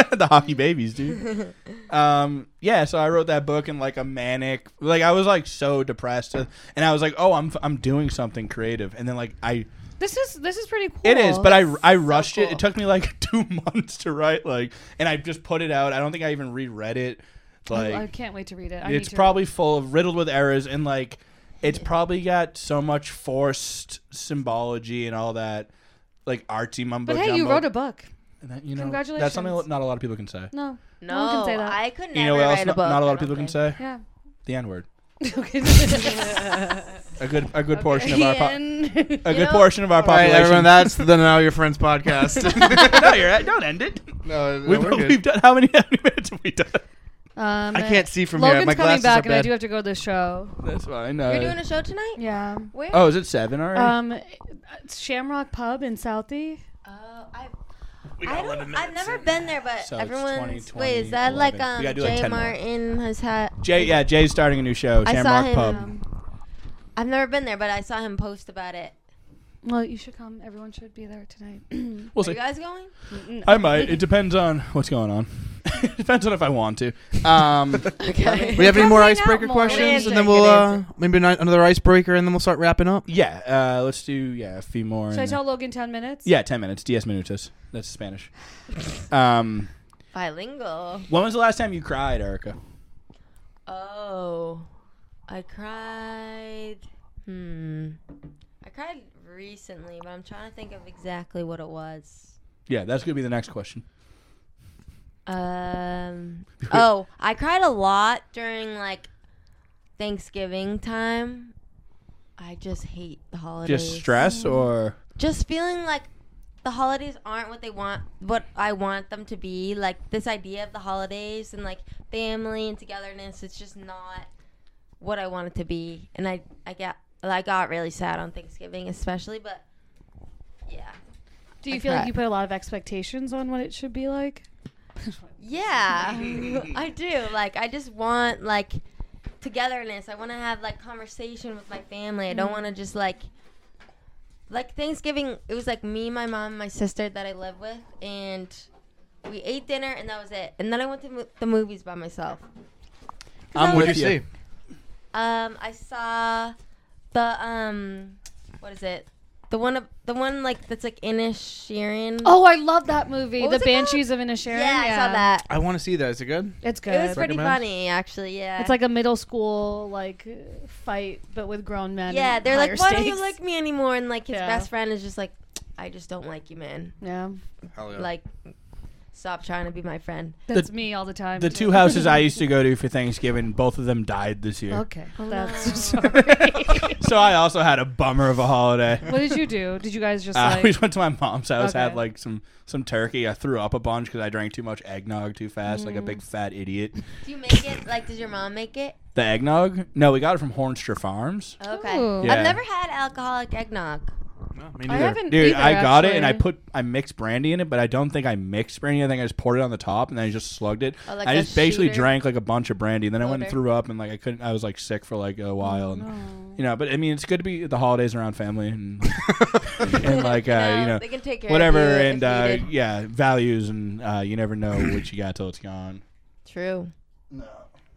[SPEAKER 5] the hockey babies, dude. Um, yeah, so I wrote that book in like a manic, like I was like so depressed, uh, and I was like, oh, I'm I'm doing something creative, and then like I,
[SPEAKER 4] This is this is pretty cool.
[SPEAKER 5] it is, but I I rushed it.
[SPEAKER 4] cool.
[SPEAKER 5] It took me like two months to write, like, and I just put it out. I don't think I even reread it. Like,
[SPEAKER 4] I can't wait to read it. Oh, I
[SPEAKER 5] it's
[SPEAKER 4] need to
[SPEAKER 5] probably full of riddled with errors and like it's probably got so much forced symbology and all that like artsy mumbo
[SPEAKER 4] But hey,
[SPEAKER 5] jumbo.
[SPEAKER 4] you wrote a book.
[SPEAKER 5] and that, you know, That's
[SPEAKER 4] Congratulations.
[SPEAKER 5] something that not a lot of people can say.
[SPEAKER 4] No,
[SPEAKER 1] No,
[SPEAKER 4] one can say that.
[SPEAKER 1] I could never
[SPEAKER 5] you know what
[SPEAKER 1] write
[SPEAKER 5] else
[SPEAKER 1] a
[SPEAKER 5] not,
[SPEAKER 1] book.
[SPEAKER 5] not a
[SPEAKER 1] I
[SPEAKER 5] lot of
[SPEAKER 1] don't
[SPEAKER 5] people can
[SPEAKER 1] think.
[SPEAKER 5] say?
[SPEAKER 4] yeah.
[SPEAKER 5] The N word.
[SPEAKER 4] okay.
[SPEAKER 5] A good a good portion of our po-
[SPEAKER 4] Ian.
[SPEAKER 5] a
[SPEAKER 1] You
[SPEAKER 5] good
[SPEAKER 1] know-
[SPEAKER 5] portion of
[SPEAKER 3] All
[SPEAKER 5] our
[SPEAKER 3] right,
[SPEAKER 5] population.
[SPEAKER 3] everyone. That's the Now Your Friends podcast.
[SPEAKER 5] no, you're right. Don't end it.
[SPEAKER 3] no, no,
[SPEAKER 5] we've,
[SPEAKER 3] we're good.
[SPEAKER 5] we've done how many, how many minutes have we done?
[SPEAKER 4] Um,
[SPEAKER 3] I can't see from here.
[SPEAKER 4] Logan's
[SPEAKER 3] My
[SPEAKER 4] coming
[SPEAKER 3] glasses
[SPEAKER 4] back,
[SPEAKER 3] are
[SPEAKER 4] and I
[SPEAKER 3] bad.
[SPEAKER 4] do have to go to this show.
[SPEAKER 5] That's fine.
[SPEAKER 1] You're doing a show tonight?
[SPEAKER 4] Yeah.
[SPEAKER 1] Where?
[SPEAKER 5] oh, is it seven already?
[SPEAKER 4] Um, it's Shamrock Pub in Southie.
[SPEAKER 1] Oh, I, I don't, I've never been there, but
[SPEAKER 5] So it's
[SPEAKER 1] everyone's.
[SPEAKER 5] 20,
[SPEAKER 1] Wait, is that
[SPEAKER 5] 11.
[SPEAKER 1] like
[SPEAKER 5] We
[SPEAKER 1] um,
[SPEAKER 5] gotta do like
[SPEAKER 1] Jay
[SPEAKER 5] 10 more.
[SPEAKER 1] Martin has had?
[SPEAKER 5] Jay, yeah, Jay's starting a new show,
[SPEAKER 1] I
[SPEAKER 5] Shamrock
[SPEAKER 1] saw him.
[SPEAKER 5] Pub.
[SPEAKER 1] um, I've never been there, but I saw him post about it.
[SPEAKER 4] Well, you should come. Everyone should be there tonight.
[SPEAKER 5] We'll
[SPEAKER 1] Are
[SPEAKER 5] see.
[SPEAKER 1] you guys going?
[SPEAKER 5] I might. It depends on what's going on. it depends on if I want to. Um,
[SPEAKER 1] Okay.
[SPEAKER 3] We have any more
[SPEAKER 4] Probably not
[SPEAKER 3] icebreaker
[SPEAKER 4] more.
[SPEAKER 3] questions,
[SPEAKER 1] Good
[SPEAKER 3] and
[SPEAKER 1] answer,
[SPEAKER 3] then we'll
[SPEAKER 1] good
[SPEAKER 3] uh,
[SPEAKER 1] answer.
[SPEAKER 3] maybe not another icebreaker, and then we'll start wrapping up.
[SPEAKER 5] yeah, uh, let's do yeah a few more.
[SPEAKER 4] Should I
[SPEAKER 5] and-
[SPEAKER 4] tell Logan ten minutes?
[SPEAKER 5] yeah, ten minutes. Diez minutos. That's Spanish. um,
[SPEAKER 1] Bilingual.
[SPEAKER 5] when was the last time you cried, Erica?
[SPEAKER 1] Oh, I cried. Hmm. I cried recently, but I'm trying to think of exactly what it was.
[SPEAKER 5] Yeah, that's gonna be the next question.
[SPEAKER 1] Um. oh, I cried a lot during like Thanksgiving time. I just hate the holidays.
[SPEAKER 5] Just stress or
[SPEAKER 1] Just feeling like the holidays aren't what they want, what I want them to be. Like this idea of the holidays and like family and togetherness. It's just not what I want it to be. And I, I get, I got really sad on Thanksgiving, especially. But yeah,
[SPEAKER 4] Do you feel like
[SPEAKER 1] Okay.
[SPEAKER 4] you put a lot of expectations on what it should be like?
[SPEAKER 1] Yeah, I do. Like, I just want like togetherness. I want to have like conversation with my family. I
[SPEAKER 4] Mm.
[SPEAKER 1] don't want to just like like Thanksgiving. It was like me, my mom, my sister that I live with, and we ate dinner, and that was it. And then I went to mo- the movies by myself.
[SPEAKER 5] I'm
[SPEAKER 3] What'd
[SPEAKER 5] with
[SPEAKER 3] you
[SPEAKER 5] you.
[SPEAKER 3] see?
[SPEAKER 1] Um, I saw the um, what is it? The one of the one like that's like Inish Sheeran.
[SPEAKER 4] Oh, I love that movie,
[SPEAKER 1] What
[SPEAKER 4] The
[SPEAKER 1] was it called?
[SPEAKER 4] Banshees of Inisherin.
[SPEAKER 1] yeah, I saw that.
[SPEAKER 3] I want to see that. Is it good?
[SPEAKER 4] It's good.
[SPEAKER 1] It was pretty
[SPEAKER 3] Recommend?
[SPEAKER 1] funny, actually. Yeah,
[SPEAKER 4] It's like a middle school like uh, fight, but with grown men.
[SPEAKER 1] Yeah,
[SPEAKER 4] and
[SPEAKER 1] they're like,
[SPEAKER 4] higher
[SPEAKER 1] why don't you
[SPEAKER 4] stakes."
[SPEAKER 1] like me anymore? And like his
[SPEAKER 4] Yeah.
[SPEAKER 1] best friend is just like, I just don't like you, man.
[SPEAKER 4] Yeah,
[SPEAKER 3] Hell yeah.
[SPEAKER 1] Like, stop trying to be my friend.
[SPEAKER 4] that's me all the time.
[SPEAKER 5] The
[SPEAKER 4] too.
[SPEAKER 5] two houses I used to go to for Thanksgiving, both of them died this year.
[SPEAKER 4] Okay, that's
[SPEAKER 1] no.
[SPEAKER 4] sorry.
[SPEAKER 5] So I also had a bummer of a holiday.
[SPEAKER 4] what did you do? Did you guys just
[SPEAKER 5] Uh,
[SPEAKER 4] like?
[SPEAKER 5] we just went to my mom's house, had
[SPEAKER 4] Okay.
[SPEAKER 5] like some some turkey. I threw up a bunch because I drank too much eggnog too fast, like a
[SPEAKER 4] Mm.
[SPEAKER 5] big fat idiot.
[SPEAKER 1] Do you make it? Like, does your mom make it?
[SPEAKER 5] The eggnog? No, we got it from Hornster Farms.
[SPEAKER 4] Oh,
[SPEAKER 1] Okay.
[SPEAKER 4] Ooh.
[SPEAKER 5] Yeah.
[SPEAKER 1] I've never had alcoholic eggnog.
[SPEAKER 3] No, me
[SPEAKER 4] I
[SPEAKER 3] neither.
[SPEAKER 4] haven't
[SPEAKER 5] Dude,
[SPEAKER 4] either,
[SPEAKER 5] I got it and I
[SPEAKER 4] actually.
[SPEAKER 5] put I mixed brandy in it, but I don't think I mixed brandy. I think I just poured it on the top and then I just slugged it.
[SPEAKER 1] Oh, like
[SPEAKER 5] I
[SPEAKER 1] a
[SPEAKER 5] just basically
[SPEAKER 1] shooter?
[SPEAKER 5] drank like a bunch of brandy, and then I went and
[SPEAKER 1] Floater.
[SPEAKER 5] threw up and like I couldn't. I was like sick for like a while, and
[SPEAKER 4] no.
[SPEAKER 5] you know. But I mean, it's good to be at the holidays around family and and like uh, you know
[SPEAKER 1] they can take care
[SPEAKER 5] whatever
[SPEAKER 1] of you if
[SPEAKER 5] and uh,
[SPEAKER 1] needed.
[SPEAKER 5] yeah values and uh, you never know what you got till it's gone.
[SPEAKER 1] True.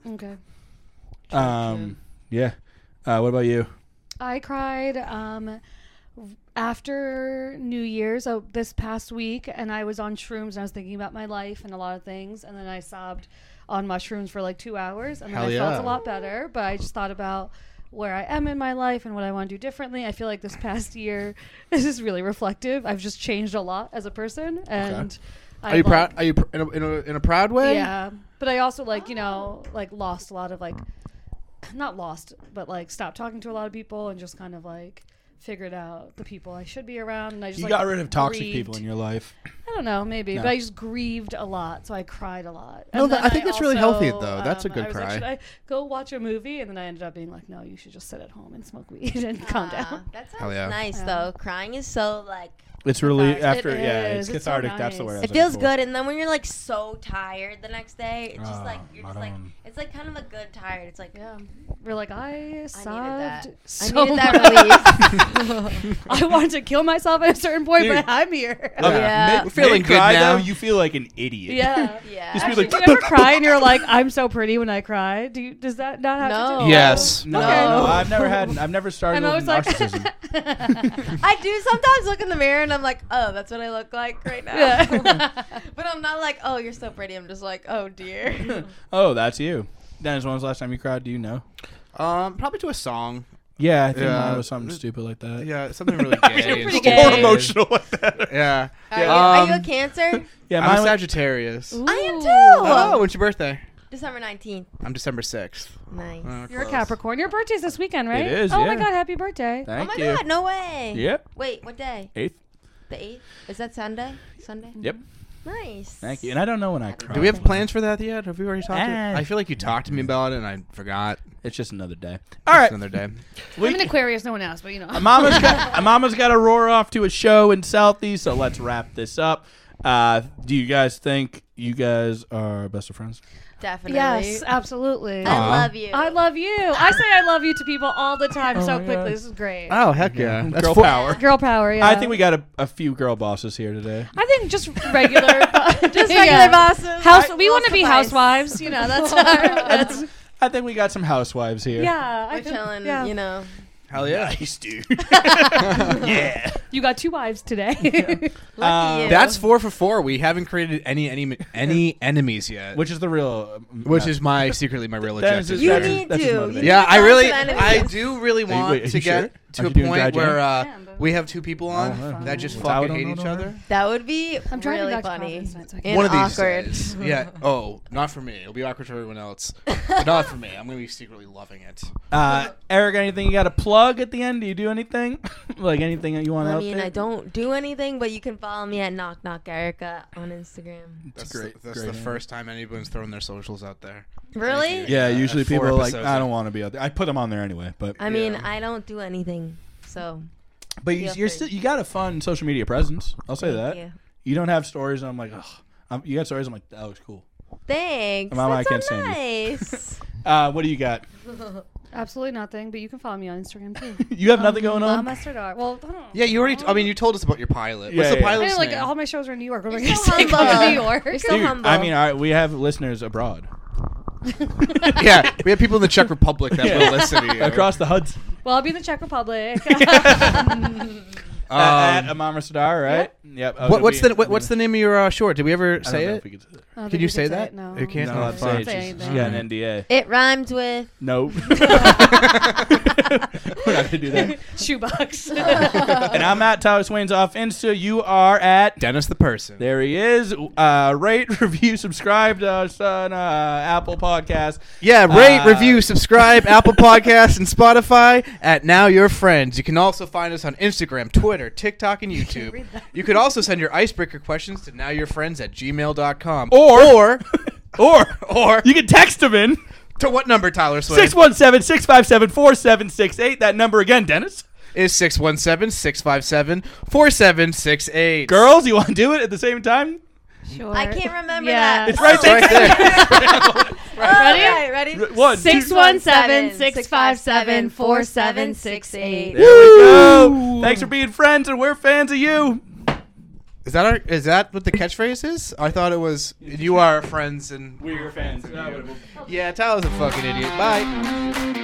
[SPEAKER 4] Okay.
[SPEAKER 5] Um, yeah. Uh, what about you?
[SPEAKER 4] I cried um, after New Year's, oh, this past week, and I was on shrooms and I was thinking about my life and a lot of things, and then I sobbed on mushrooms for like two hours, and then
[SPEAKER 3] Hell
[SPEAKER 4] I
[SPEAKER 3] yeah.
[SPEAKER 4] felt a lot better. But I just thought about where I am in my life and what I want to do differently. I feel like this past year, this is really reflective. I've just changed a lot as a person, and
[SPEAKER 3] Are you proud? Are you pr- in, a, in, a, in a proud way?
[SPEAKER 4] yeah, but I also like you know like lost a lot of like, not lost, but like stopped talking to a lot of people and just kind of like figured out the people I should be around. And I just
[SPEAKER 5] You
[SPEAKER 4] like,
[SPEAKER 5] got rid of toxic
[SPEAKER 4] grieved.
[SPEAKER 5] people in your life.
[SPEAKER 4] I don't know, maybe,
[SPEAKER 5] No.
[SPEAKER 4] but I just grieved a lot, so I cried a lot.
[SPEAKER 3] No,
[SPEAKER 4] And
[SPEAKER 3] that-
[SPEAKER 4] then
[SPEAKER 3] I think that's really
[SPEAKER 4] also, um,
[SPEAKER 3] healthy, though. That's a good
[SPEAKER 4] I was like,
[SPEAKER 3] cry.
[SPEAKER 4] should I go watch a movie? And then I ended up being like, no, you should just sit at home and smoke weed and calm
[SPEAKER 1] Ah,
[SPEAKER 4] down.
[SPEAKER 1] That
[SPEAKER 3] Hell
[SPEAKER 1] sounds
[SPEAKER 3] yeah.
[SPEAKER 1] nice
[SPEAKER 4] Yeah.
[SPEAKER 1] though. Crying is so like
[SPEAKER 5] It's really
[SPEAKER 1] Cathartic.
[SPEAKER 5] after
[SPEAKER 4] It
[SPEAKER 5] yeah,
[SPEAKER 4] is.
[SPEAKER 5] it's
[SPEAKER 4] It's so
[SPEAKER 5] cathartic. That's the
[SPEAKER 4] nice.
[SPEAKER 5] word. I was
[SPEAKER 1] it feels
[SPEAKER 5] looking for.
[SPEAKER 1] good, and then when you're like so tired the next day, it's just
[SPEAKER 5] Ah,
[SPEAKER 1] like you're just like
[SPEAKER 5] madame.
[SPEAKER 1] it's like kind of a good tired. It's like
[SPEAKER 4] Yeah, we're like I sobbed
[SPEAKER 1] that.
[SPEAKER 4] so
[SPEAKER 1] I needed
[SPEAKER 4] much.
[SPEAKER 1] that release.
[SPEAKER 4] I wanted to kill myself at a certain point,
[SPEAKER 5] Dude.
[SPEAKER 4] but I'm here.
[SPEAKER 5] Look,
[SPEAKER 1] Yeah.
[SPEAKER 5] mid-
[SPEAKER 3] We're feeling
[SPEAKER 5] mid- cry,
[SPEAKER 3] good now.
[SPEAKER 5] Though, you feel like an idiot.
[SPEAKER 4] Yeah.
[SPEAKER 1] yeah.
[SPEAKER 5] Just be
[SPEAKER 4] Actually,
[SPEAKER 5] like,
[SPEAKER 4] do you ever cry and you're like, I'm so pretty when I cry? Do you, does that not happen?
[SPEAKER 1] No.
[SPEAKER 4] To you?
[SPEAKER 3] Yes.
[SPEAKER 5] No,
[SPEAKER 4] Okay.
[SPEAKER 5] no, I've never had. I've never started
[SPEAKER 4] I'm always
[SPEAKER 5] with
[SPEAKER 4] like,
[SPEAKER 5] narcissism.
[SPEAKER 1] I do sometimes look in the mirror and I'm like, oh, that's what I look like right now.
[SPEAKER 4] Yeah.
[SPEAKER 1] but I'm not like, oh, you're so pretty. I'm just like, oh dear.
[SPEAKER 5] oh, that's you. Dennis, when was the last time you cried? Do you know?
[SPEAKER 3] Um, probably to a song.
[SPEAKER 5] Yeah, I think
[SPEAKER 3] Yeah.
[SPEAKER 5] mine was something stupid like that.
[SPEAKER 3] Yeah, something really gay.
[SPEAKER 4] pretty
[SPEAKER 3] and-
[SPEAKER 4] gay.
[SPEAKER 6] emotional like that.
[SPEAKER 3] Yeah.
[SPEAKER 1] Are, you, are you
[SPEAKER 3] Um,
[SPEAKER 1] a Cancer?
[SPEAKER 5] Yeah,
[SPEAKER 3] I'm a
[SPEAKER 5] mine was,
[SPEAKER 3] Sagittarius.
[SPEAKER 1] I am
[SPEAKER 4] Ooh.
[SPEAKER 1] too.
[SPEAKER 3] Oh, when's your birthday?
[SPEAKER 1] December Oh 19th.
[SPEAKER 3] I'm December 6th.
[SPEAKER 1] Nice.
[SPEAKER 5] Mm,
[SPEAKER 3] Uh,
[SPEAKER 4] You're a
[SPEAKER 3] close.
[SPEAKER 4] Capricorn. Your birthday's this weekend, right?
[SPEAKER 5] It is,
[SPEAKER 4] Oh my
[SPEAKER 5] yeah.
[SPEAKER 4] God, happy birthday.
[SPEAKER 1] oh
[SPEAKER 5] Thank
[SPEAKER 1] my
[SPEAKER 5] you.
[SPEAKER 1] God, no way.
[SPEAKER 5] Yep.
[SPEAKER 1] Wait, what day?
[SPEAKER 5] Eighth. Mm-hmm.
[SPEAKER 1] The 8th? Is that Sunday? Sunday?
[SPEAKER 5] Yep.
[SPEAKER 1] Nice.
[SPEAKER 5] Thank you. And I don't know when I cried.
[SPEAKER 3] Do we have plans for that yet? Have we already talked? to
[SPEAKER 5] Ah.
[SPEAKER 3] I feel like you talked to me about it and I forgot.
[SPEAKER 5] It's just another day. All right.
[SPEAKER 3] It's another day.
[SPEAKER 4] I'm an Aquarius, no one else, but you know.
[SPEAKER 5] Mama's got Mama's got to roar off to a show in Southeast, so let's wrap this up. Uh, do you guys think you guys are best of friends?
[SPEAKER 1] definitely.
[SPEAKER 4] Yes, absolutely.
[SPEAKER 1] I
[SPEAKER 3] Aw.
[SPEAKER 1] love you.
[SPEAKER 4] I love you. I say I love you to people all the
[SPEAKER 5] Oh
[SPEAKER 4] time so quickly. This is great.
[SPEAKER 3] Oh heck yeah! That's
[SPEAKER 5] Girl
[SPEAKER 3] four-
[SPEAKER 5] power.
[SPEAKER 4] Girl power. Yeah.
[SPEAKER 5] Ah. I think we got a, a few girl bosses here today.
[SPEAKER 4] I think just regular,
[SPEAKER 1] just regular bosses.
[SPEAKER 4] House.
[SPEAKER 1] like
[SPEAKER 4] we want to be
[SPEAKER 1] Rolls-Royce.
[SPEAKER 4] housewives. You know, that's our. That's,
[SPEAKER 5] I think we got some housewives here.
[SPEAKER 4] yeah, I
[SPEAKER 1] We're
[SPEAKER 4] think-
[SPEAKER 1] chilling,
[SPEAKER 4] yeah.
[SPEAKER 1] you know.
[SPEAKER 3] Hell yeah!
[SPEAKER 6] Nice, dude.
[SPEAKER 4] You got two wives today.
[SPEAKER 1] Lucky
[SPEAKER 5] Um,
[SPEAKER 1] you.
[SPEAKER 3] That's four for four. We haven't created any any any enemies yet, which,
[SPEAKER 5] Which is the real. um,
[SPEAKER 3] which
[SPEAKER 5] no.
[SPEAKER 3] is my secretly my real
[SPEAKER 5] That
[SPEAKER 3] objective.
[SPEAKER 5] is his-
[SPEAKER 1] You
[SPEAKER 5] that's his-
[SPEAKER 1] need
[SPEAKER 5] that's his
[SPEAKER 1] to.
[SPEAKER 5] motivation.
[SPEAKER 1] You
[SPEAKER 3] yeah,
[SPEAKER 1] need
[SPEAKER 3] I
[SPEAKER 1] lots
[SPEAKER 3] really,
[SPEAKER 1] of enemies.
[SPEAKER 3] I do really
[SPEAKER 5] you-
[SPEAKER 3] want
[SPEAKER 5] wait, are
[SPEAKER 3] to
[SPEAKER 5] you
[SPEAKER 3] get
[SPEAKER 5] sure?
[SPEAKER 3] to
[SPEAKER 5] Aren't
[SPEAKER 3] a
[SPEAKER 5] you doing
[SPEAKER 3] point
[SPEAKER 5] dry
[SPEAKER 3] where
[SPEAKER 5] jam?
[SPEAKER 3] uh,
[SPEAKER 4] Yeah, but-
[SPEAKER 3] we have two people on
[SPEAKER 5] Oh,
[SPEAKER 3] that just
[SPEAKER 5] I
[SPEAKER 3] fucking
[SPEAKER 5] don't
[SPEAKER 3] hate
[SPEAKER 5] know,
[SPEAKER 3] each
[SPEAKER 5] no,
[SPEAKER 3] other.
[SPEAKER 1] That would be
[SPEAKER 4] I'm trying to
[SPEAKER 1] really
[SPEAKER 4] get back to
[SPEAKER 1] funny.
[SPEAKER 4] confidence tonight so I can-
[SPEAKER 1] And
[SPEAKER 3] One of these
[SPEAKER 1] awkward.
[SPEAKER 3] days. Yeah. Oh, not for me. It'll be awkward for everyone else, but not for me. I'm gonna be secretly loving it.
[SPEAKER 5] Uh, Eric, anything you got to plug at the end? Do you do anything? like anything that you want
[SPEAKER 1] I
[SPEAKER 5] out
[SPEAKER 1] mean,
[SPEAKER 5] there?
[SPEAKER 1] I don't do anything, but you can follow me at Knock Knock Erica on Instagram.
[SPEAKER 3] That's
[SPEAKER 5] great-
[SPEAKER 3] The, that's
[SPEAKER 5] great
[SPEAKER 3] the
[SPEAKER 5] idea.
[SPEAKER 3] first time anyone's thrown their socials out there.
[SPEAKER 1] Really?
[SPEAKER 3] you.
[SPEAKER 5] Yeah,
[SPEAKER 3] Yeah,
[SPEAKER 5] usually
[SPEAKER 3] four
[SPEAKER 5] people are like,
[SPEAKER 3] episodes
[SPEAKER 5] I
[SPEAKER 3] in.
[SPEAKER 5] don't want to be out there. I put them on there anyway, but
[SPEAKER 1] I mean,
[SPEAKER 3] Yeah.
[SPEAKER 1] I don't do anything, so
[SPEAKER 5] but you,
[SPEAKER 1] feel
[SPEAKER 5] you're
[SPEAKER 1] free.
[SPEAKER 5] still you got a fun social media presence. I'll say
[SPEAKER 1] thank
[SPEAKER 5] that
[SPEAKER 1] you.
[SPEAKER 5] you don't have stories, and I'm like, ugh. I'm, you got stories. I'm like, that looks cool.
[SPEAKER 1] Thanks.
[SPEAKER 5] Mama, I
[SPEAKER 1] That's so
[SPEAKER 5] can't
[SPEAKER 1] nice.
[SPEAKER 5] Uh, what do you got?
[SPEAKER 4] Absolutely nothing, but you can follow me on Instagram too.
[SPEAKER 5] You
[SPEAKER 1] Um,
[SPEAKER 5] have nothing going on.
[SPEAKER 4] Mama Sardar. Well, I don't know.
[SPEAKER 3] Yeah, you already. I mean, you told us about your pilot.
[SPEAKER 5] Yeah,
[SPEAKER 3] What's the
[SPEAKER 5] yeah.
[SPEAKER 4] I
[SPEAKER 3] pilot's
[SPEAKER 4] know, like
[SPEAKER 3] name?
[SPEAKER 4] all my shows are in New York. What am I
[SPEAKER 1] You're
[SPEAKER 4] gonna
[SPEAKER 1] so
[SPEAKER 4] say? Go to
[SPEAKER 1] humble.
[SPEAKER 4] New York.
[SPEAKER 1] You're so
[SPEAKER 5] Dude,
[SPEAKER 1] humble.
[SPEAKER 5] I mean, all right, we have listeners abroad,
[SPEAKER 3] yeah, we have people in the Czech Republic that
[SPEAKER 5] Yeah.
[SPEAKER 3] will listen to you.
[SPEAKER 5] across the Hudson,
[SPEAKER 4] well, I'll be in the Czech Republic.
[SPEAKER 3] Um,
[SPEAKER 5] at, at Amara Sadar, right? Yep.
[SPEAKER 3] what, what's the what, what's the name of your uh, short? Did we ever
[SPEAKER 5] I don't
[SPEAKER 3] say
[SPEAKER 5] know
[SPEAKER 3] it?
[SPEAKER 5] if we could say that.
[SPEAKER 4] Can
[SPEAKER 3] Can you say that?
[SPEAKER 4] No.
[SPEAKER 3] You can't.
[SPEAKER 5] No,
[SPEAKER 3] Oh,
[SPEAKER 5] I'd
[SPEAKER 3] fuck.
[SPEAKER 5] say it's
[SPEAKER 4] Say
[SPEAKER 5] just-
[SPEAKER 4] anything.
[SPEAKER 5] she got an NDA.
[SPEAKER 1] it rhymes with
[SPEAKER 5] Nope. We're not gonna do that.
[SPEAKER 4] Shoebox.
[SPEAKER 5] And I'm at Tyler Swains off Insta. You are at
[SPEAKER 3] Dennis the person.
[SPEAKER 5] There he is. Uh, rate, review, subscribe to us on uh, Apple Podcasts.
[SPEAKER 3] Yeah, rate,
[SPEAKER 5] Uh,
[SPEAKER 3] review, subscribe, Apple Podcasts, and Spotify at Now Your Friends. You can also find us on Instagram, Twitter, TikTok, and YouTube. You could also send your icebreaker questions to nowyourfriends at gmail.com.
[SPEAKER 5] Or-
[SPEAKER 3] or,
[SPEAKER 5] Or
[SPEAKER 3] or
[SPEAKER 5] you can text him in
[SPEAKER 3] to what number, Tyler Swain?
[SPEAKER 5] 617 657 4768. That number again, Dennis.
[SPEAKER 3] is 617 657 4768.
[SPEAKER 5] Girls, you want to do it at the same time?
[SPEAKER 4] sure.
[SPEAKER 1] I can't remember that.
[SPEAKER 4] Yeah.
[SPEAKER 5] It's right
[SPEAKER 1] Oh,
[SPEAKER 5] there.
[SPEAKER 3] Right
[SPEAKER 1] Ready?
[SPEAKER 3] there.
[SPEAKER 1] Ready?
[SPEAKER 5] R- One.
[SPEAKER 4] Six
[SPEAKER 5] two-
[SPEAKER 4] one seven six five seven four seven six
[SPEAKER 5] There
[SPEAKER 4] eight.
[SPEAKER 5] we go. Thanks for being friends, and we're fans of you.
[SPEAKER 3] Is that, our, is that what the catchphrase is? I thought it was, you are our friends and.
[SPEAKER 5] We're your fans.
[SPEAKER 3] Yeah, Tyler's a fucking idiot. Bye.